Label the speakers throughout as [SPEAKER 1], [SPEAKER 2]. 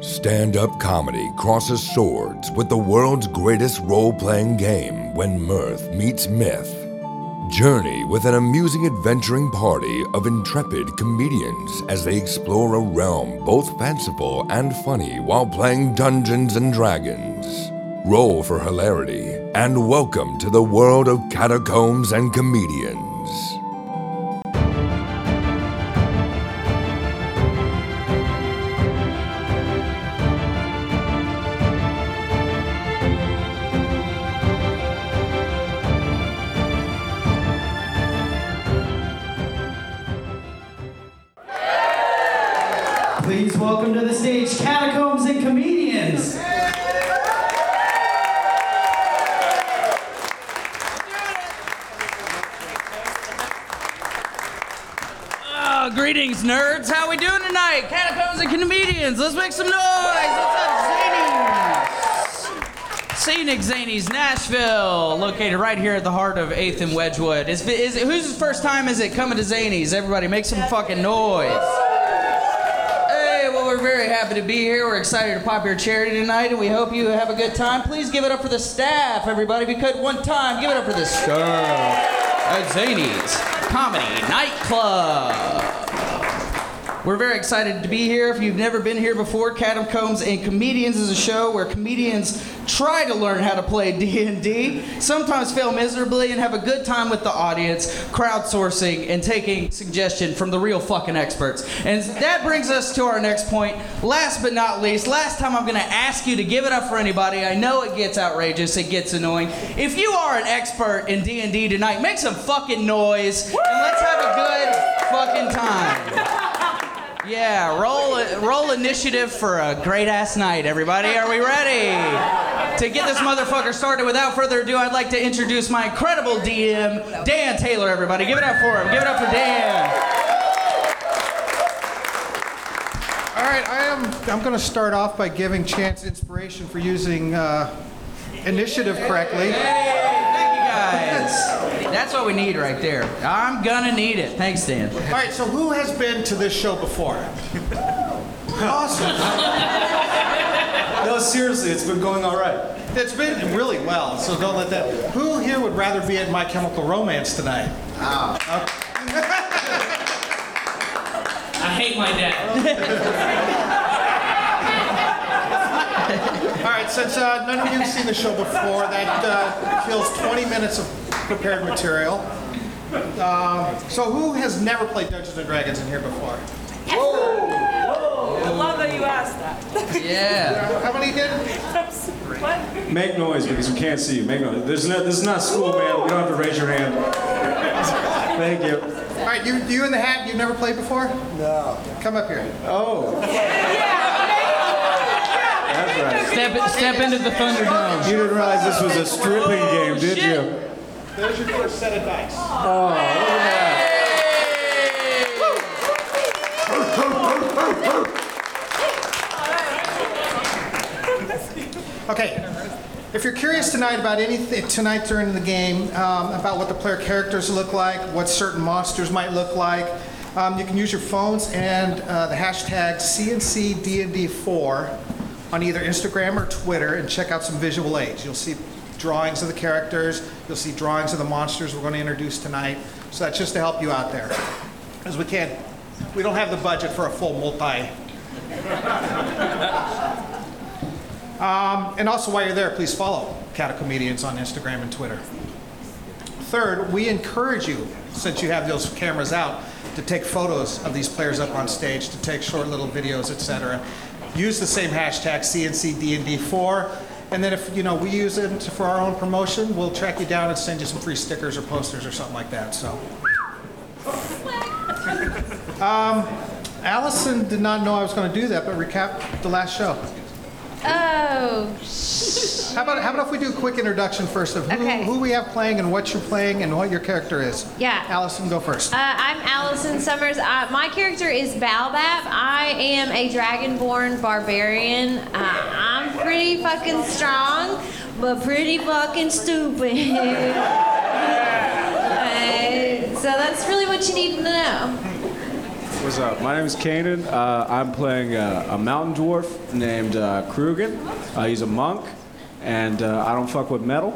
[SPEAKER 1] Stand up comedy crosses swords with the world's greatest role playing game when mirth meets myth. Journey with an amusing adventuring party of intrepid comedians as they explore a realm both fanciful and funny while playing Dungeons and Dragons. Roll for hilarity and welcome to the world of catacombs and comedians.
[SPEAKER 2] Please welcome to the stage Catacombs and Comedians.
[SPEAKER 3] Uh, greetings, nerds. How we doing tonight? Catacombs and comedians. Let's make some noise. What's up, Zanies? Scenic Zanies, Nashville, located right here at the heart of 8th and Wedgwood. Is, is it, whose first time is it coming to Zanies? Everybody, make some fucking noise. Hey, well, we're very happy to be here. We're excited to pop your charity tonight, and we hope you have a good time. Please give it up for the staff, everybody. If you could, one time, give it up for the staff at Zanies Comedy Nightclub. We're very excited to be here. If you've never been here before, Catacombs and Comedians is a show where comedians try to learn how to play D&D, sometimes fail miserably and have a good time with the audience, crowdsourcing and taking suggestion from the real fucking experts. And that brings us to our next point. Last but not least, last time I'm going to ask you to give it up for anybody. I know it gets outrageous, it gets annoying. If you are an expert in D&D tonight, make some fucking noise and let's have a good fucking time. Yeah, roll roll initiative for a great ass night, everybody. Are we ready? To get this motherfucker started, without further ado, I'd like to introduce my incredible DM, Dan Taylor. Everybody, give it up for him. Give it up for Dan.
[SPEAKER 4] All right, I am. I'm going to start off by giving Chance inspiration for using uh, initiative correctly.
[SPEAKER 3] Thank you guys. That's what we need right there. I'm gonna need it. Thanks, Dan.
[SPEAKER 4] All right, so who has been to this show before? Awesome.
[SPEAKER 5] No, seriously, it's been going all right.
[SPEAKER 4] It's been really well, so don't let that. Who here would rather be at My Chemical Romance tonight?
[SPEAKER 6] I hate my dad.
[SPEAKER 4] All right, since uh, none of you have seen the show before, that uh, kills 20 minutes of prepared material. Uh, so who has never played Dungeons and Dragons in here before?
[SPEAKER 7] I love that you asked that.
[SPEAKER 3] Yeah.
[SPEAKER 4] How many did?
[SPEAKER 7] What?
[SPEAKER 5] Make noise because we can't see you. Make noise. There's no, this is not school, man. We don't have to raise your hand. Thank you.
[SPEAKER 4] All right, you, you in the hat. You've never played before? No. Come up here.
[SPEAKER 5] Oh, that's right.
[SPEAKER 3] Step step into the Thunderdome.
[SPEAKER 5] You didn't realize this was a stripping game, did you?
[SPEAKER 4] There's your first set of dice. Okay. If you're curious tonight about anything tonight during the game, um, about what the player characters look like, what certain monsters might look like, um, you can use your phones and uh, the hashtag CNCDND4 on either Instagram or Twitter and check out some visual aids. You'll see drawings of the characters, you'll see drawings of the monsters we're going to introduce tonight. So that's just to help you out there, as we can. We don't have the budget for a full multi And also, while you're there, please follow Catacomedians on Instagram and Twitter. Third, we encourage you, since you have those cameras out, to take photos of these players up on stage, to take short little videos, etc. Use the same hashtag CNCDND4, and then if you know we use it for our own promotion, we'll track you down and send you some free stickers or posters or something like that. So. Um, Allison did not know I was going to do that, but recap the last show.
[SPEAKER 8] Oh, sh-
[SPEAKER 4] How about, how about if we do a quick introduction first of who,
[SPEAKER 8] Okay.
[SPEAKER 4] who we have playing and what you're playing and what your character is?
[SPEAKER 8] Yeah.
[SPEAKER 4] Allison, go first.
[SPEAKER 8] uh, I'm Allison Summers. I, my character is Baobab. I am a dragonborn barbarian. Uh, I'm pretty fucking strong, but pretty fucking stupid. Uh, so that's really what you need to know.
[SPEAKER 5] What's up? My name is Kanan. Uh, I'm playing uh, a mountain dwarf named uh, Krugen. Uh, he's a monk, and uh, I don't fuck with metal.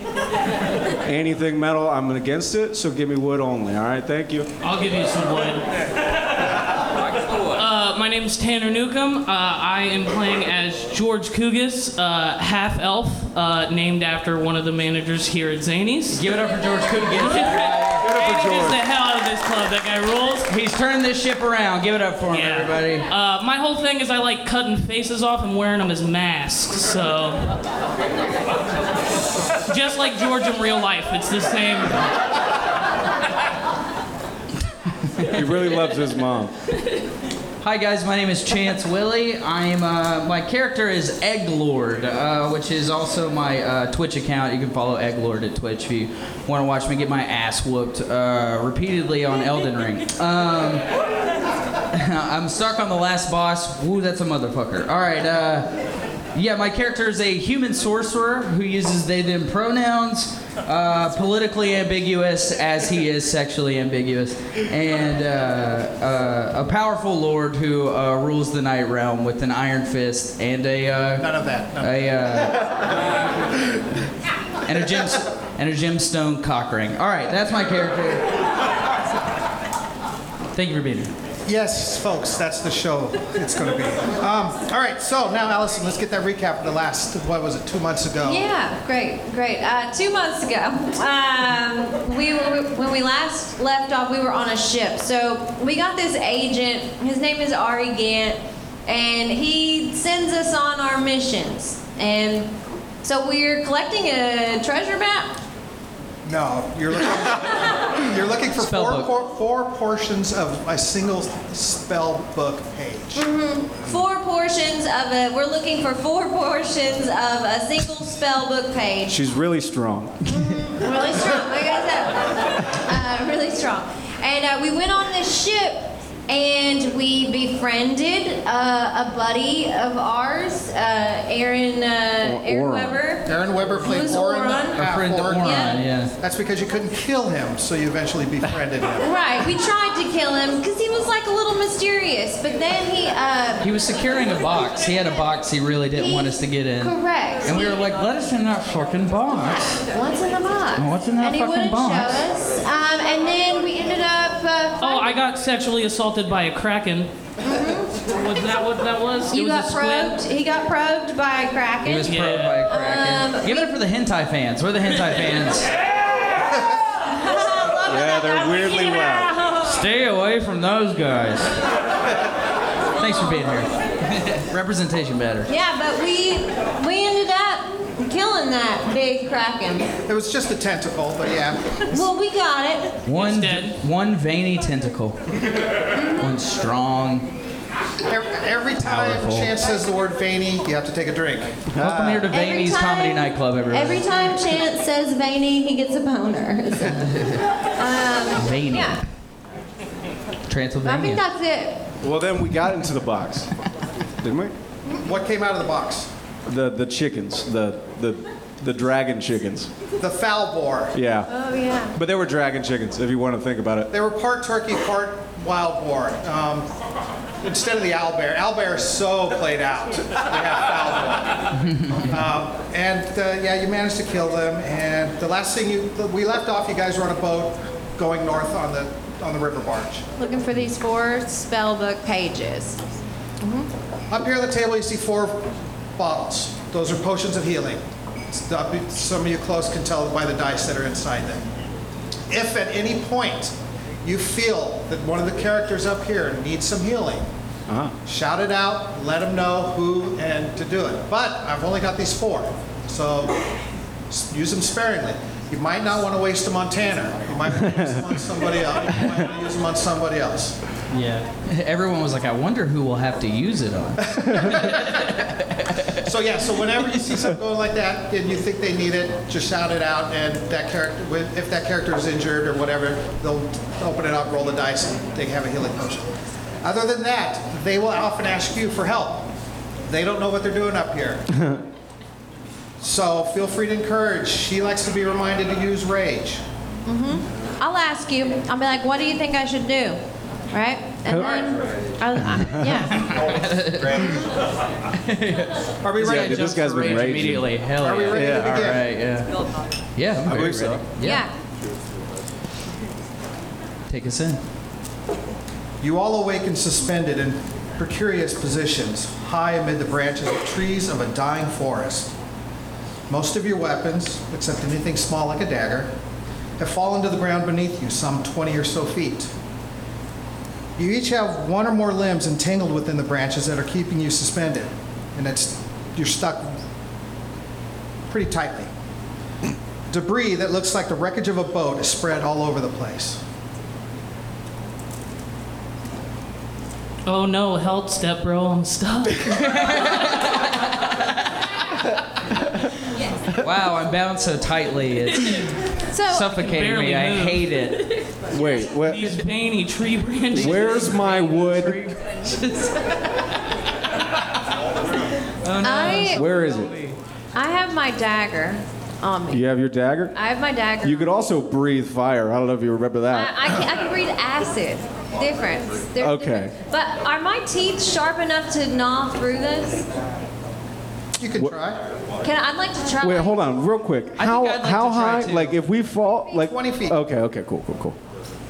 [SPEAKER 5] Anything metal, I'm against it, so give me wood only, all right? Thank you.
[SPEAKER 6] I'll give you some wood. Uh, my name's Tanner Newcomb. Uh, I am playing as George Kugis, uh, half elf, uh, named after one of the managers here at Zanies.
[SPEAKER 3] Give it up for George
[SPEAKER 6] Give
[SPEAKER 3] Coogan.
[SPEAKER 6] it up the hell out of this club. That guy rules.
[SPEAKER 3] He's turned this ship around. Give it up for him,
[SPEAKER 6] Yeah.
[SPEAKER 3] everybody.
[SPEAKER 6] Uh, my whole thing is I like cutting faces off and wearing them as masks. So, just like George in real life, it's the same.
[SPEAKER 5] He really loves his mom.
[SPEAKER 3] Hi guys, my name is Chance Willie. I'm uh, my character is Egg Lord, uh, which is also my uh, Twitch account. You can follow Egg Lord at Twitch if you want to watch me get my ass whooped uh, repeatedly on Elden Ring. Um, I'm stuck on the last boss. Woo, that's a motherfucker. All right. Uh, yeah, my character is a human sorcerer who uses they/them pronouns, uh, politically ambiguous as he is sexually ambiguous, and uh, uh, a powerful lord who uh, rules the night realm with an iron fist and a uh,
[SPEAKER 4] None of that. No.
[SPEAKER 3] a uh, and a gem and a gemstone cock ring. All right, that's my character. Thank you for being here.
[SPEAKER 4] Yes, folks, that's the show it's going to be. Um, all right, so now, Allison, let's get that recap of the last, what was it, two months ago?
[SPEAKER 8] Yeah, great, great. Uh, two months ago, um, we, were- when we last left off, we were on a ship. So we got this agent. His name is Ari Gant, and he sends us on our missions. And so we're collecting a treasure map.
[SPEAKER 4] No, you're looking, you're looking for
[SPEAKER 3] Spell
[SPEAKER 4] four,
[SPEAKER 3] book.
[SPEAKER 4] por- four portions of a single spell book page.
[SPEAKER 3] Mm-hmm.
[SPEAKER 8] Four portions of a. We're looking for four portions of a single spell book page.
[SPEAKER 5] She's really strong.
[SPEAKER 8] really strong. Like I said, uh, really strong. And uh, we went on this ship and we befriended uh, a buddy of ours, uh, Aaron, uh,
[SPEAKER 5] Or-
[SPEAKER 8] Aaron
[SPEAKER 5] Oron.
[SPEAKER 8] Weber.
[SPEAKER 4] Aaron Weber played
[SPEAKER 8] Who's
[SPEAKER 4] Orin.
[SPEAKER 8] Orin?
[SPEAKER 3] A
[SPEAKER 4] half
[SPEAKER 3] friend
[SPEAKER 4] orc.
[SPEAKER 3] Oron,
[SPEAKER 8] Yeah.
[SPEAKER 3] yeah.
[SPEAKER 4] That's because you couldn't kill him, so you eventually befriended him.
[SPEAKER 8] Right, we tried to kill him because he was like a little mysterious, but then he. Uh,
[SPEAKER 3] He was securing a box. He had a box he really didn't want us to get in.
[SPEAKER 8] Correct.
[SPEAKER 3] And we were like, let us in that fucking box.
[SPEAKER 8] What's in the box?
[SPEAKER 3] What's in that
[SPEAKER 8] and he
[SPEAKER 3] fucking
[SPEAKER 8] wouldn't
[SPEAKER 3] box?
[SPEAKER 8] show us. Um, and then we ended up. Uh,
[SPEAKER 6] Oh, I got sexually assaulted by a kraken. Was that what that was?
[SPEAKER 8] Mm-hmm. You
[SPEAKER 6] it was
[SPEAKER 8] got
[SPEAKER 6] a squid.
[SPEAKER 8] probed. He got probed by a kraken.
[SPEAKER 3] He was
[SPEAKER 6] Yeah.
[SPEAKER 3] probed by a kraken.
[SPEAKER 8] Um,
[SPEAKER 3] Give it up for the hentai fans. We're the hentai fans.
[SPEAKER 5] Yeah, they're weirdly loud.
[SPEAKER 3] Stay away from those guys. Thanks for being here. Representation matters.
[SPEAKER 8] Yeah, but we we ended up killing that big kraken.
[SPEAKER 4] It was just a tentacle, but yeah.
[SPEAKER 8] Well, we got it.
[SPEAKER 3] One,
[SPEAKER 6] dead.
[SPEAKER 3] one veiny tentacle. One strong.
[SPEAKER 4] Every, every time
[SPEAKER 3] Powerful.
[SPEAKER 4] Chance says the word veiny, you have to take a drink.
[SPEAKER 3] Welcome here to
[SPEAKER 8] Every
[SPEAKER 3] Veiny's
[SPEAKER 8] time-
[SPEAKER 3] Comedy Nightclub, everybody.
[SPEAKER 8] Every time Chance says veiny, he gets a boner. So, um,
[SPEAKER 3] Veiny.
[SPEAKER 8] yeah, I think
[SPEAKER 3] Transylvania.
[SPEAKER 8] that's it.
[SPEAKER 5] Well, then we got into the box, didn't we?
[SPEAKER 4] What came out of the box?
[SPEAKER 5] The, the chickens, the, the, the dragon chickens.
[SPEAKER 4] The foul boar.
[SPEAKER 5] Yeah.
[SPEAKER 8] Oh yeah.
[SPEAKER 5] But they were dragon chickens, if you want to think about it.
[SPEAKER 4] They were part turkey, part wild boar. Um, instead of the owl bear, owl bear is so played out. They have foul boar. Um, and uh, yeah, you managed to kill them. And the last thing you, we left off, you guys were on a boat going north on the on the river barge.
[SPEAKER 8] Looking for these four spell book pages.
[SPEAKER 4] Up here on the table, you see four bottles. Those are potions of healing. Stop- Some of you close can tell by the dice that are inside them. If at any point you feel that one of the characters up here needs some healing, shout it out, let them know who and to do it. But I've only got these four, so s- use them sparingly. You might not want to waste them on Tanner. You might want to use them on somebody else. You might want to use them on somebody else.
[SPEAKER 3] Yeah. Everyone was like, I wonder who will have to use it on.
[SPEAKER 4] So yeah, so whenever you see something going like that and you think they need it, just shout it out, and that character, with- if that character is injured or whatever, they'll open it up, roll the dice, and they have a healing potion. Other than that, they will often ask you for help. They don't know what they're doing up here. so feel free to encourage. She likes to be reminded to use rage.
[SPEAKER 8] I'll ask you. I'll be like, what do you think I should do? Right? And then, oh, uh, yeah.
[SPEAKER 9] Are we
[SPEAKER 3] Yeah,
[SPEAKER 9] ready?
[SPEAKER 3] dude, this guy's
[SPEAKER 5] been raging.
[SPEAKER 3] immediately. Hell
[SPEAKER 9] Are we
[SPEAKER 3] yeah.
[SPEAKER 9] ready to
[SPEAKER 3] yeah, all
[SPEAKER 9] begin?
[SPEAKER 3] right, yeah. Yeah, I'm
[SPEAKER 5] I
[SPEAKER 3] very
[SPEAKER 5] believe so.
[SPEAKER 3] ready.
[SPEAKER 8] yeah,
[SPEAKER 3] Take us in.
[SPEAKER 9] You all awaken suspended in precarious positions, high amid the branches of trees of a dying forest. Most of your weapons, except anything small like a dagger, have fallen to the ground beneath you, some 20 or so feet. You each have one or more limbs entangled within the branches that are keeping you suspended, and it's, you're stuck pretty tightly. Debris that looks like the wreckage of a boat is spread all over the place.
[SPEAKER 6] Oh no, help, step bro, I'm stuck.
[SPEAKER 3] Wow, I'm bound so tightly. It's
[SPEAKER 8] so,
[SPEAKER 3] suffocating me.
[SPEAKER 6] barely
[SPEAKER 3] I
[SPEAKER 6] move.
[SPEAKER 3] hate it.
[SPEAKER 5] Wait, where,
[SPEAKER 6] These veiny tree branches.
[SPEAKER 5] where's my wood?
[SPEAKER 8] I,
[SPEAKER 5] Where is it?
[SPEAKER 8] I have my dagger on me.
[SPEAKER 5] You have your dagger?
[SPEAKER 8] I have my dagger.
[SPEAKER 5] You could
[SPEAKER 8] on me.
[SPEAKER 5] also breathe fire. I don't know if you remember that.
[SPEAKER 8] I, I, can, I can breathe acid. Difference. There's
[SPEAKER 5] Okay.
[SPEAKER 8] difference. But are my teeth sharp enough to gnaw through this?
[SPEAKER 9] You can try.
[SPEAKER 8] Can I, I'd like to try.
[SPEAKER 5] Wait, hold on, real quick.
[SPEAKER 3] I'd
[SPEAKER 5] How
[SPEAKER 3] like to
[SPEAKER 5] how
[SPEAKER 3] try
[SPEAKER 5] high?
[SPEAKER 3] too.
[SPEAKER 5] Like if we fall, like
[SPEAKER 9] 20 feet.
[SPEAKER 5] Okay, okay, cool, cool, cool.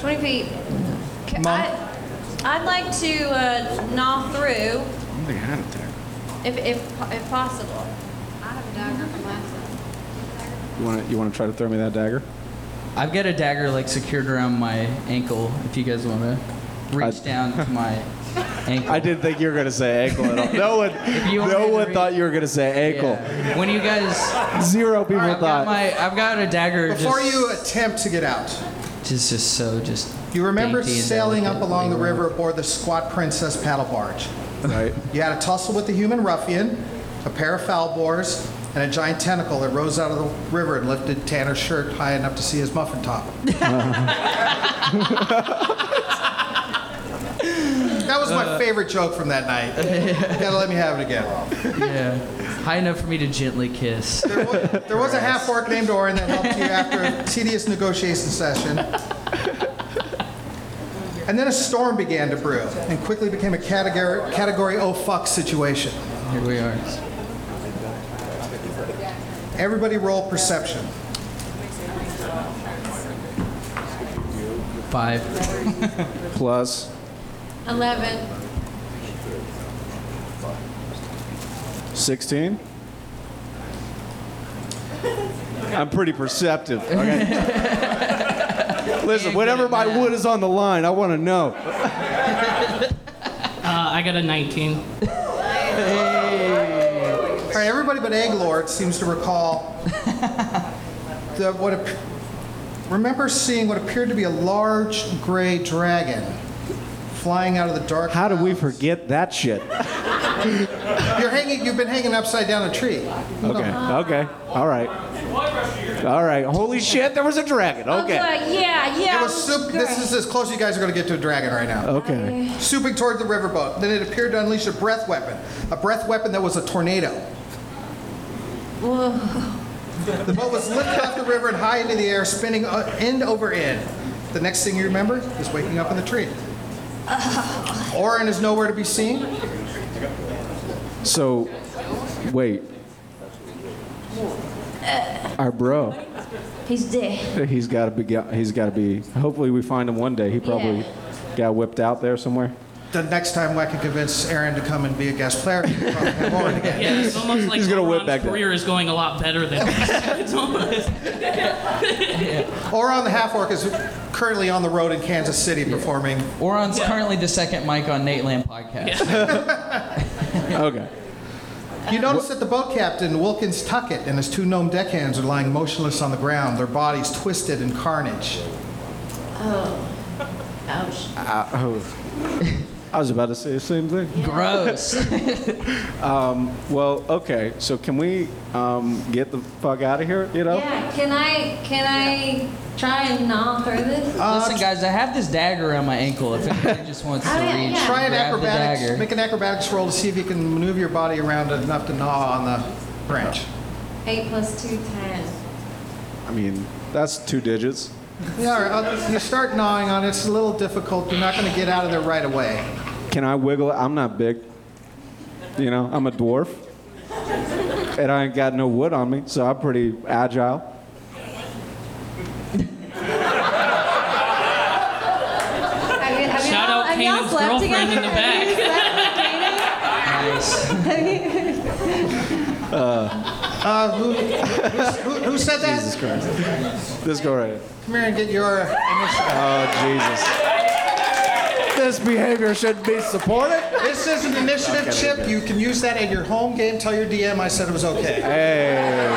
[SPEAKER 8] 20 feet. Can
[SPEAKER 9] Mom?
[SPEAKER 8] I, would like to uh, gnaw through
[SPEAKER 5] I don't think I had it there.
[SPEAKER 8] if, if, if possible. I have a dagger from last time.
[SPEAKER 5] You want to you want to try to throw me that dagger?
[SPEAKER 3] I've got a dagger like secured around my ankle. If you guys want to reach
[SPEAKER 5] I-
[SPEAKER 3] down to my ankle.
[SPEAKER 5] I didn't think you were gonna say ankle at all. No one,
[SPEAKER 3] you wanted
[SPEAKER 5] no
[SPEAKER 3] to
[SPEAKER 5] one
[SPEAKER 3] read-
[SPEAKER 5] thought you were gonna say ankle.
[SPEAKER 3] Yeah. When you guys,
[SPEAKER 5] Zero people
[SPEAKER 3] I've got
[SPEAKER 5] thought.
[SPEAKER 3] my, I've got a dagger.
[SPEAKER 9] Before
[SPEAKER 3] just,
[SPEAKER 9] you attempt to get out,
[SPEAKER 3] just, just so just.
[SPEAKER 9] you remember
[SPEAKER 3] dainty and
[SPEAKER 9] sailing up
[SPEAKER 3] delicate
[SPEAKER 9] along the
[SPEAKER 3] when you were-
[SPEAKER 9] river aboard the Squat Princess paddle barge.
[SPEAKER 5] right.
[SPEAKER 9] You had a tussle with a human ruffian, a pair of foul boars, and a giant tentacle that rose out of the river and lifted Tanner's shirt high enough to see his muffin top. that was
[SPEAKER 3] Uh.
[SPEAKER 9] my favorite joke from that night. Gotta let me have it again.
[SPEAKER 3] Yeah, high enough for me to gently kiss.
[SPEAKER 9] There was, there was a half orc named Orin that helped you after a tedious negotiation session. And then a storm began to brew and quickly became a category, category oh fuck situation.
[SPEAKER 3] Here we are.
[SPEAKER 9] Everybody roll perception.
[SPEAKER 3] Five.
[SPEAKER 5] Plus,
[SPEAKER 8] 11.
[SPEAKER 5] 16? I'm pretty perceptive. Okay? Listen, whenever my wood is on the line, I want to know.
[SPEAKER 6] Uh, I got a 19.
[SPEAKER 9] All right, everybody but Egglord seems to recall the, what ap- remember seeing what appeared to be a large gray dragon flying out of the dark.
[SPEAKER 5] How do we
[SPEAKER 9] clouds.
[SPEAKER 5] forget that shit?
[SPEAKER 9] You're hanging. You've been hanging upside down a tree.
[SPEAKER 5] Okay, okay, all right. All right, holy shit, there was a dragon.
[SPEAKER 8] I
[SPEAKER 5] Okay,
[SPEAKER 8] was like, Oh, yeah, yeah.
[SPEAKER 9] It
[SPEAKER 8] I
[SPEAKER 9] was soup.
[SPEAKER 8] great.
[SPEAKER 9] This is as close as you guys are going to get to a dragon right now.
[SPEAKER 5] okay.
[SPEAKER 9] Souping toward the riverboat. Then it appeared to unleash a breath weapon, a breath weapon that was a tornado. The boat was lifted off the river and high into the air, spinning uh, end over end. The next thing you remember is waking up in the tree. Orin is nowhere to be seen.
[SPEAKER 5] So, wait. Our bro,
[SPEAKER 8] He's dead.
[SPEAKER 5] he's got to be. He's got to be. Hopefully, we find him one day. He probably got whipped out there somewhere.
[SPEAKER 9] The next time I can convince Aaron to come and be a guest player, we'll probably have Orin again.
[SPEAKER 6] Yeah, it's almost like
[SPEAKER 5] He's gonna whip
[SPEAKER 6] Elrond's
[SPEAKER 5] back that.
[SPEAKER 6] career is going a lot better than it's almost.
[SPEAKER 9] Oron the half orc is currently on the road in Kansas City performing.
[SPEAKER 3] Oron's currently the second mic on Nate Land podcast.
[SPEAKER 5] Okay.
[SPEAKER 9] You notice that the boat captain, Wilkins Tuckett, and his two gnome deckhands are lying motionless on the ground, their bodies twisted in carnage.
[SPEAKER 8] Oh. Ouch.
[SPEAKER 5] I was about to say the same thing.
[SPEAKER 3] Gross.
[SPEAKER 5] Well, okay. So can we um, get the fuck out of here? You know?
[SPEAKER 8] Yeah, can I, can I try and gnaw through this?
[SPEAKER 9] Uh,
[SPEAKER 3] Listen, guys, I have this dagger on my ankle. If anybody just wants to
[SPEAKER 8] Oh, yeah,
[SPEAKER 3] reach,
[SPEAKER 8] yeah.
[SPEAKER 9] Try
[SPEAKER 3] grab
[SPEAKER 9] an
[SPEAKER 3] the
[SPEAKER 9] acrobatics,
[SPEAKER 3] dagger.
[SPEAKER 9] make an acrobatics roll to see if you can maneuver your body around enough to gnaw on the branch.
[SPEAKER 8] 8 plus 2, 10.
[SPEAKER 5] I mean, that's two digits.
[SPEAKER 9] Yeah, or other- you start gnawing on it, it's a little difficult. You're not going to get out of there right away.
[SPEAKER 5] Can I wiggle it? I'm not big. You know, I'm a dwarf. And I ain't got no wood on me, so I'm pretty agile.
[SPEAKER 8] Have you, have
[SPEAKER 6] Shout
[SPEAKER 8] y'all-
[SPEAKER 6] out
[SPEAKER 8] have y'all
[SPEAKER 6] Kanan's
[SPEAKER 8] slept
[SPEAKER 6] girlfriend in the
[SPEAKER 8] together? Have you slept with Kanan?
[SPEAKER 9] Uh, who, who's- who, who said that?
[SPEAKER 5] Jesus Christ. This go right. here.
[SPEAKER 9] Come here and get your initiative.
[SPEAKER 5] Uh, Oh, Jesus. This behavior should be supported.
[SPEAKER 9] This is an initiative chip. You can use that at your home game. Tell your DM I said it was okay.
[SPEAKER 5] Hey.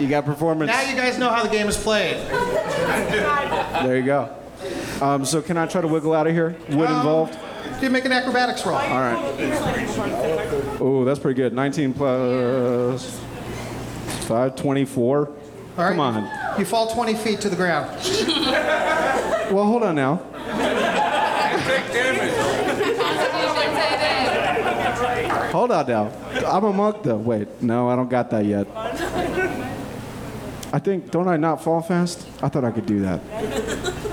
[SPEAKER 5] You got performance.
[SPEAKER 9] Now you guys know how the game is played.
[SPEAKER 5] There you go. Um, so can I try to wiggle out of here? Wood involved?
[SPEAKER 9] You make an acrobatics roll.
[SPEAKER 5] All right. Oh, that's pretty good. 19 plus 5, 24.
[SPEAKER 9] All right.
[SPEAKER 5] Come on.
[SPEAKER 9] You fall 20 feet to the ground.
[SPEAKER 5] Well, hold on now. Hold on now. I'm a monk though. Wait, no, I don't got that yet. I think, don't I not fall fast? I thought I could do that.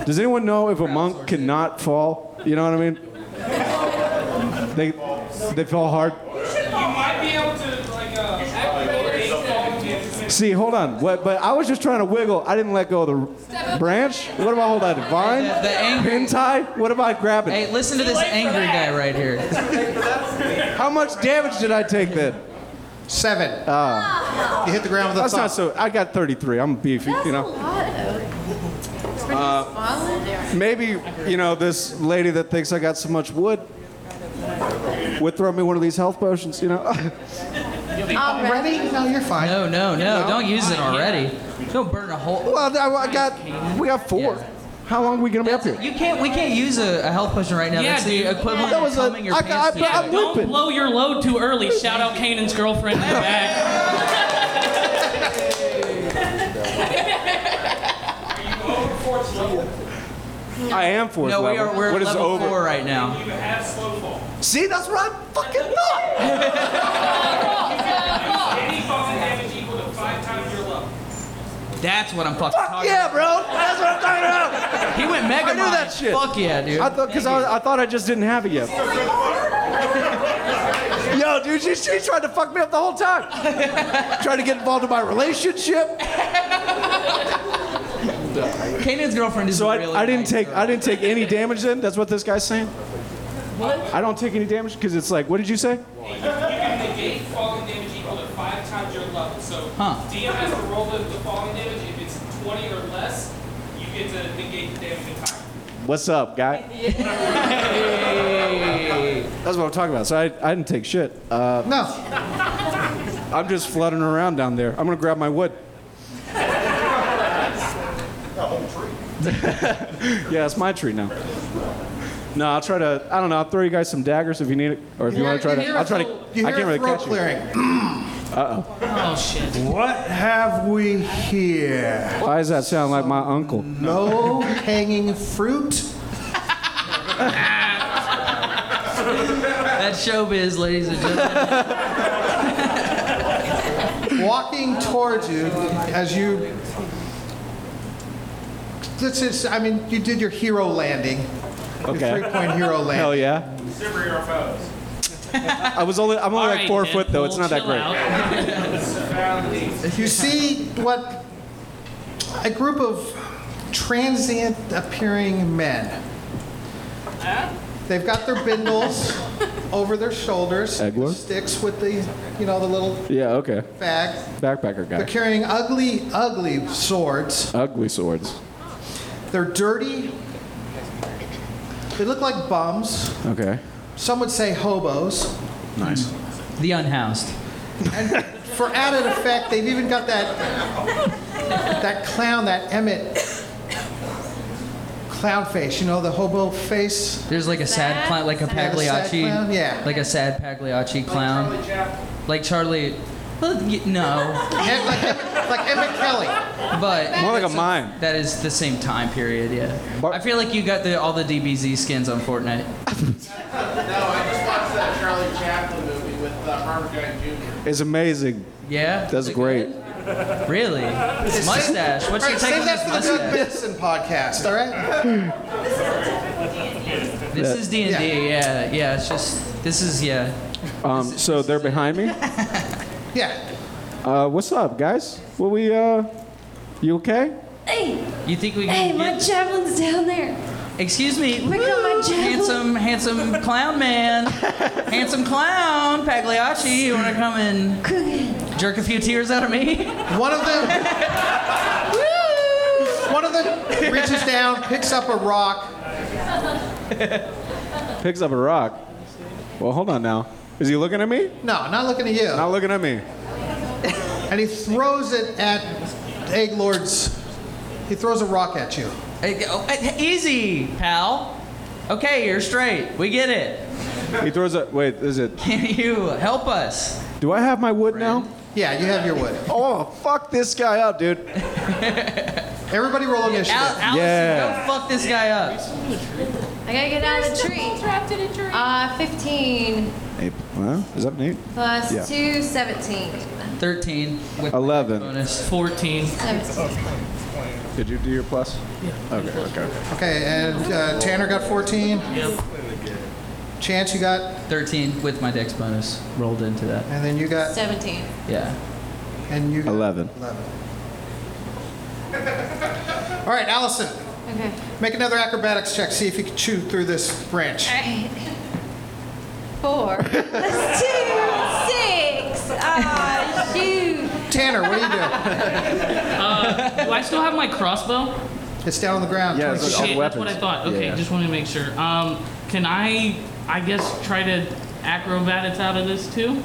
[SPEAKER 5] Does anyone know if a monk cannot fall? You know what I mean? They, they fall hard.
[SPEAKER 6] might be able to like
[SPEAKER 5] See, hold on. What, but I was just trying to wiggle. I didn't let go of the branch. What am I holding? on? Vine?
[SPEAKER 3] The- the angry-
[SPEAKER 5] Pin tie? What am I grabbing?
[SPEAKER 3] Hey, listen to this angry guy right here.
[SPEAKER 5] How much damage did I take then?
[SPEAKER 9] Seven. You hit the ground with a
[SPEAKER 5] Oh. That's
[SPEAKER 9] thumb.
[SPEAKER 5] not so. I got 33. I'm beefy, you know. Maybe, you know, this lady that thinks I got so much wood would throw me one of these health potions, you know.
[SPEAKER 9] Ready? No, you're fine.
[SPEAKER 3] No, no, no. Don't use it already. Don't burn a hole.
[SPEAKER 5] well, I, I got. We got four.
[SPEAKER 3] Yeah.
[SPEAKER 5] How long are we gonna be up here?
[SPEAKER 3] You can't. We can't use a, a health potion right now.
[SPEAKER 6] Yeah,
[SPEAKER 3] That's the
[SPEAKER 6] dude.
[SPEAKER 3] equivalent
[SPEAKER 5] That
[SPEAKER 3] of
[SPEAKER 5] was a-
[SPEAKER 3] coming your
[SPEAKER 5] I-
[SPEAKER 3] pants
[SPEAKER 5] I- I-
[SPEAKER 3] together.
[SPEAKER 5] I'm
[SPEAKER 6] Don't
[SPEAKER 5] looping.
[SPEAKER 6] blow your load too early. Shout out Kanan's girlfriend in the back.
[SPEAKER 5] I am fourth
[SPEAKER 3] No, we
[SPEAKER 5] level.
[SPEAKER 3] are. We're
[SPEAKER 5] what is
[SPEAKER 3] level
[SPEAKER 5] over?
[SPEAKER 3] four right now.
[SPEAKER 5] See, that's what I fucking thought.
[SPEAKER 3] That's what I'm fucking
[SPEAKER 5] Fuck
[SPEAKER 3] talking
[SPEAKER 5] yeah, bro. That's what I'm talking about.
[SPEAKER 3] about. He went mega
[SPEAKER 5] I knew that shit.
[SPEAKER 3] Fuck yeah, dude.
[SPEAKER 5] I thought because I, was- I thought I just didn't have it yet. Yo, dude, she, she tried to fuck me up the whole time. tried to get involved in my relationship.
[SPEAKER 3] Kanan's girlfriend is
[SPEAKER 5] So I,
[SPEAKER 3] really
[SPEAKER 5] I didn't
[SPEAKER 3] nice
[SPEAKER 5] take
[SPEAKER 3] girl.
[SPEAKER 5] I didn't take any damage then. That's what this guy's saying. I don't take any damage because it's like, what did you say?
[SPEAKER 10] negate falling damage equal to five times your level. So
[SPEAKER 3] Huh.
[SPEAKER 10] DM has to roll the, the falling damage. If it's 20 or less, you get to negate the damage entirely.
[SPEAKER 5] What's up, guy? That's what I'm talking about. So I, I didn't take shit. Uh,
[SPEAKER 9] No.
[SPEAKER 5] I'm just fluttering around down there. I'm gonna grab my wood. yeah, it's my tree now. No, I'll try to. I don't know. I'll throw you guys some daggers if you need it, or if you want to try to. I'll try to.
[SPEAKER 9] You hear
[SPEAKER 5] I can't really
[SPEAKER 9] a throat
[SPEAKER 5] catch you.
[SPEAKER 9] clearing.
[SPEAKER 6] Oh shit.
[SPEAKER 9] What have we here?
[SPEAKER 5] Why does that sound like my uncle?
[SPEAKER 9] Low hanging fruit.
[SPEAKER 3] That's showbiz, ladies and gentlemen.
[SPEAKER 9] walking towards you as you. This is, I mean, you did your hero landing. Your
[SPEAKER 5] Okay.
[SPEAKER 9] three point hero landing.
[SPEAKER 5] Hell yeah.
[SPEAKER 10] Superhero foes.
[SPEAKER 5] I was only. I'm only like four foot though. It's not that great.
[SPEAKER 9] You see what a group of transient appearing men. They've got their bindles over their shoulders,
[SPEAKER 5] Eggler?
[SPEAKER 9] sticks with the, you know, the little
[SPEAKER 5] Yeah. Okay.
[SPEAKER 9] bag.
[SPEAKER 5] Backpacker
[SPEAKER 9] They're
[SPEAKER 5] guy.
[SPEAKER 9] carrying ugly, ugly swords.
[SPEAKER 5] Ugly swords.
[SPEAKER 9] They're dirty. They look like bums.
[SPEAKER 5] Okay.
[SPEAKER 9] Some would say hobos.
[SPEAKER 5] Nice.
[SPEAKER 3] the unhoused.
[SPEAKER 9] And for added effect, they've even got that that clown, that Emmett clown face. You know the hobo face.
[SPEAKER 3] There's like a sad
[SPEAKER 8] Sad,
[SPEAKER 3] clown, like a
[SPEAKER 9] sad
[SPEAKER 3] Pagliacci,
[SPEAKER 9] clown, yeah.
[SPEAKER 3] like a sad Pagliacci clown, like Charlie. Well, y- no,
[SPEAKER 9] Head like, Emmett, like Emmett Kelly.
[SPEAKER 3] but
[SPEAKER 5] More like a mime.
[SPEAKER 3] that is the same time period. Yeah,
[SPEAKER 5] Bar-
[SPEAKER 3] I feel like you got the, all the DBZ skins on Fortnite.
[SPEAKER 11] Chaplin movie with uh, Robert Downey Jr.
[SPEAKER 5] It's amazing.
[SPEAKER 3] Yeah,
[SPEAKER 5] That's
[SPEAKER 3] Is it
[SPEAKER 5] great.
[SPEAKER 3] good? Really? Mustache? What's your take
[SPEAKER 9] Alright, save
[SPEAKER 3] on
[SPEAKER 9] that
[SPEAKER 3] this
[SPEAKER 9] for the good
[SPEAKER 3] mustache?
[SPEAKER 9] medicine podcast, all right?
[SPEAKER 3] This is D and D. Yeah, yeah. It's just this is yeah.
[SPEAKER 5] Um, so they're behind me.
[SPEAKER 9] Yeah.
[SPEAKER 5] Uh, what's up, guys? What we? Uh, you okay?
[SPEAKER 8] Hey,
[SPEAKER 3] You think we
[SPEAKER 8] hey,
[SPEAKER 3] can?
[SPEAKER 8] my
[SPEAKER 3] get-
[SPEAKER 8] javelin's down there.
[SPEAKER 3] Excuse me.
[SPEAKER 8] Pick up my javelin.
[SPEAKER 3] handsome, handsome clown man. handsome clown, Pagliacci. You want to come and jerk a few tears out of me?
[SPEAKER 9] One of them. One of them reaches down, picks up a rock.
[SPEAKER 5] Picks up a rock. Well, hold on now. Is he looking at me?
[SPEAKER 9] No, not looking at you.
[SPEAKER 5] Not looking at me.
[SPEAKER 9] And he throws it at Egg Lord's. He throws a rock at you.
[SPEAKER 3] Hey, oh, hey, Easy, pal. Okay, you're straight. We get it.
[SPEAKER 5] He throws a. Wait, is it?
[SPEAKER 3] Can you help us?
[SPEAKER 5] Do I have my wood now?
[SPEAKER 9] Yeah, you have your wood.
[SPEAKER 5] Oh, fuck this guy up, dude.
[SPEAKER 9] Everybody roll
[SPEAKER 3] Al-
[SPEAKER 9] initiative.
[SPEAKER 3] Allison,
[SPEAKER 5] Yeah.
[SPEAKER 3] don't fuck this guy up.
[SPEAKER 8] I gotta get out of the tree.
[SPEAKER 7] trapped in a tree.
[SPEAKER 8] Uh, 15
[SPEAKER 5] Eight. Well, is that neat?
[SPEAKER 8] plus
[SPEAKER 5] Yeah.
[SPEAKER 8] 2, 17.
[SPEAKER 3] 13 with
[SPEAKER 5] Eleven.
[SPEAKER 3] bonus.
[SPEAKER 6] 14.
[SPEAKER 8] 17.
[SPEAKER 5] Did you do your plus? Yeah. Okay. Okay.
[SPEAKER 9] Okay, and uh, Tanner got 14. Chance, you got,
[SPEAKER 3] 13 with my dex bonus rolled into that.
[SPEAKER 9] and then you got,
[SPEAKER 8] 17.
[SPEAKER 3] Yeah.
[SPEAKER 9] and you got
[SPEAKER 5] Eleven.
[SPEAKER 9] 11. All right, Allison,
[SPEAKER 8] Okay.
[SPEAKER 9] make another acrobatics check. See if you can chew through this branch.
[SPEAKER 8] Alright. Four. That's two. Six. Ah, shoot.
[SPEAKER 9] Tanner, what do you
[SPEAKER 6] Do I still have my crossbow?
[SPEAKER 9] do? It's down on the ground.
[SPEAKER 5] Yeah,
[SPEAKER 9] towards
[SPEAKER 5] it's
[SPEAKER 9] you.
[SPEAKER 5] like-
[SPEAKER 6] Shit, that's what I
[SPEAKER 5] weapons.
[SPEAKER 6] thought. Okay,
[SPEAKER 5] Yeah.
[SPEAKER 6] just wanted to make sure. Um, can I, I guess, try to acrobatics out of this too?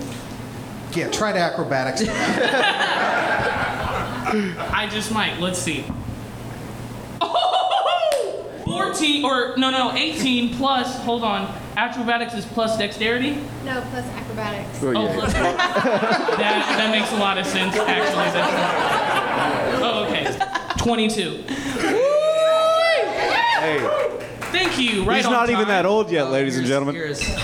[SPEAKER 9] yeah, try to acrobatics.
[SPEAKER 6] I just might. Let's see. Oh, 14 or no, no, 18 plus. Hold on. Acrobatics is plus dexterity.
[SPEAKER 8] No, plus acrobatics.
[SPEAKER 5] Oh,
[SPEAKER 6] Oh,
[SPEAKER 5] yeah.
[SPEAKER 6] plus- that that makes a lot of sense. Actually, that's. Oh, okay. 22.
[SPEAKER 5] Hey,
[SPEAKER 6] Thank you. Right
[SPEAKER 5] he's
[SPEAKER 6] on
[SPEAKER 5] not even
[SPEAKER 6] time.
[SPEAKER 5] that old yet, ladies and
[SPEAKER 3] Here's-
[SPEAKER 5] gentlemen.
[SPEAKER 3] here's- Give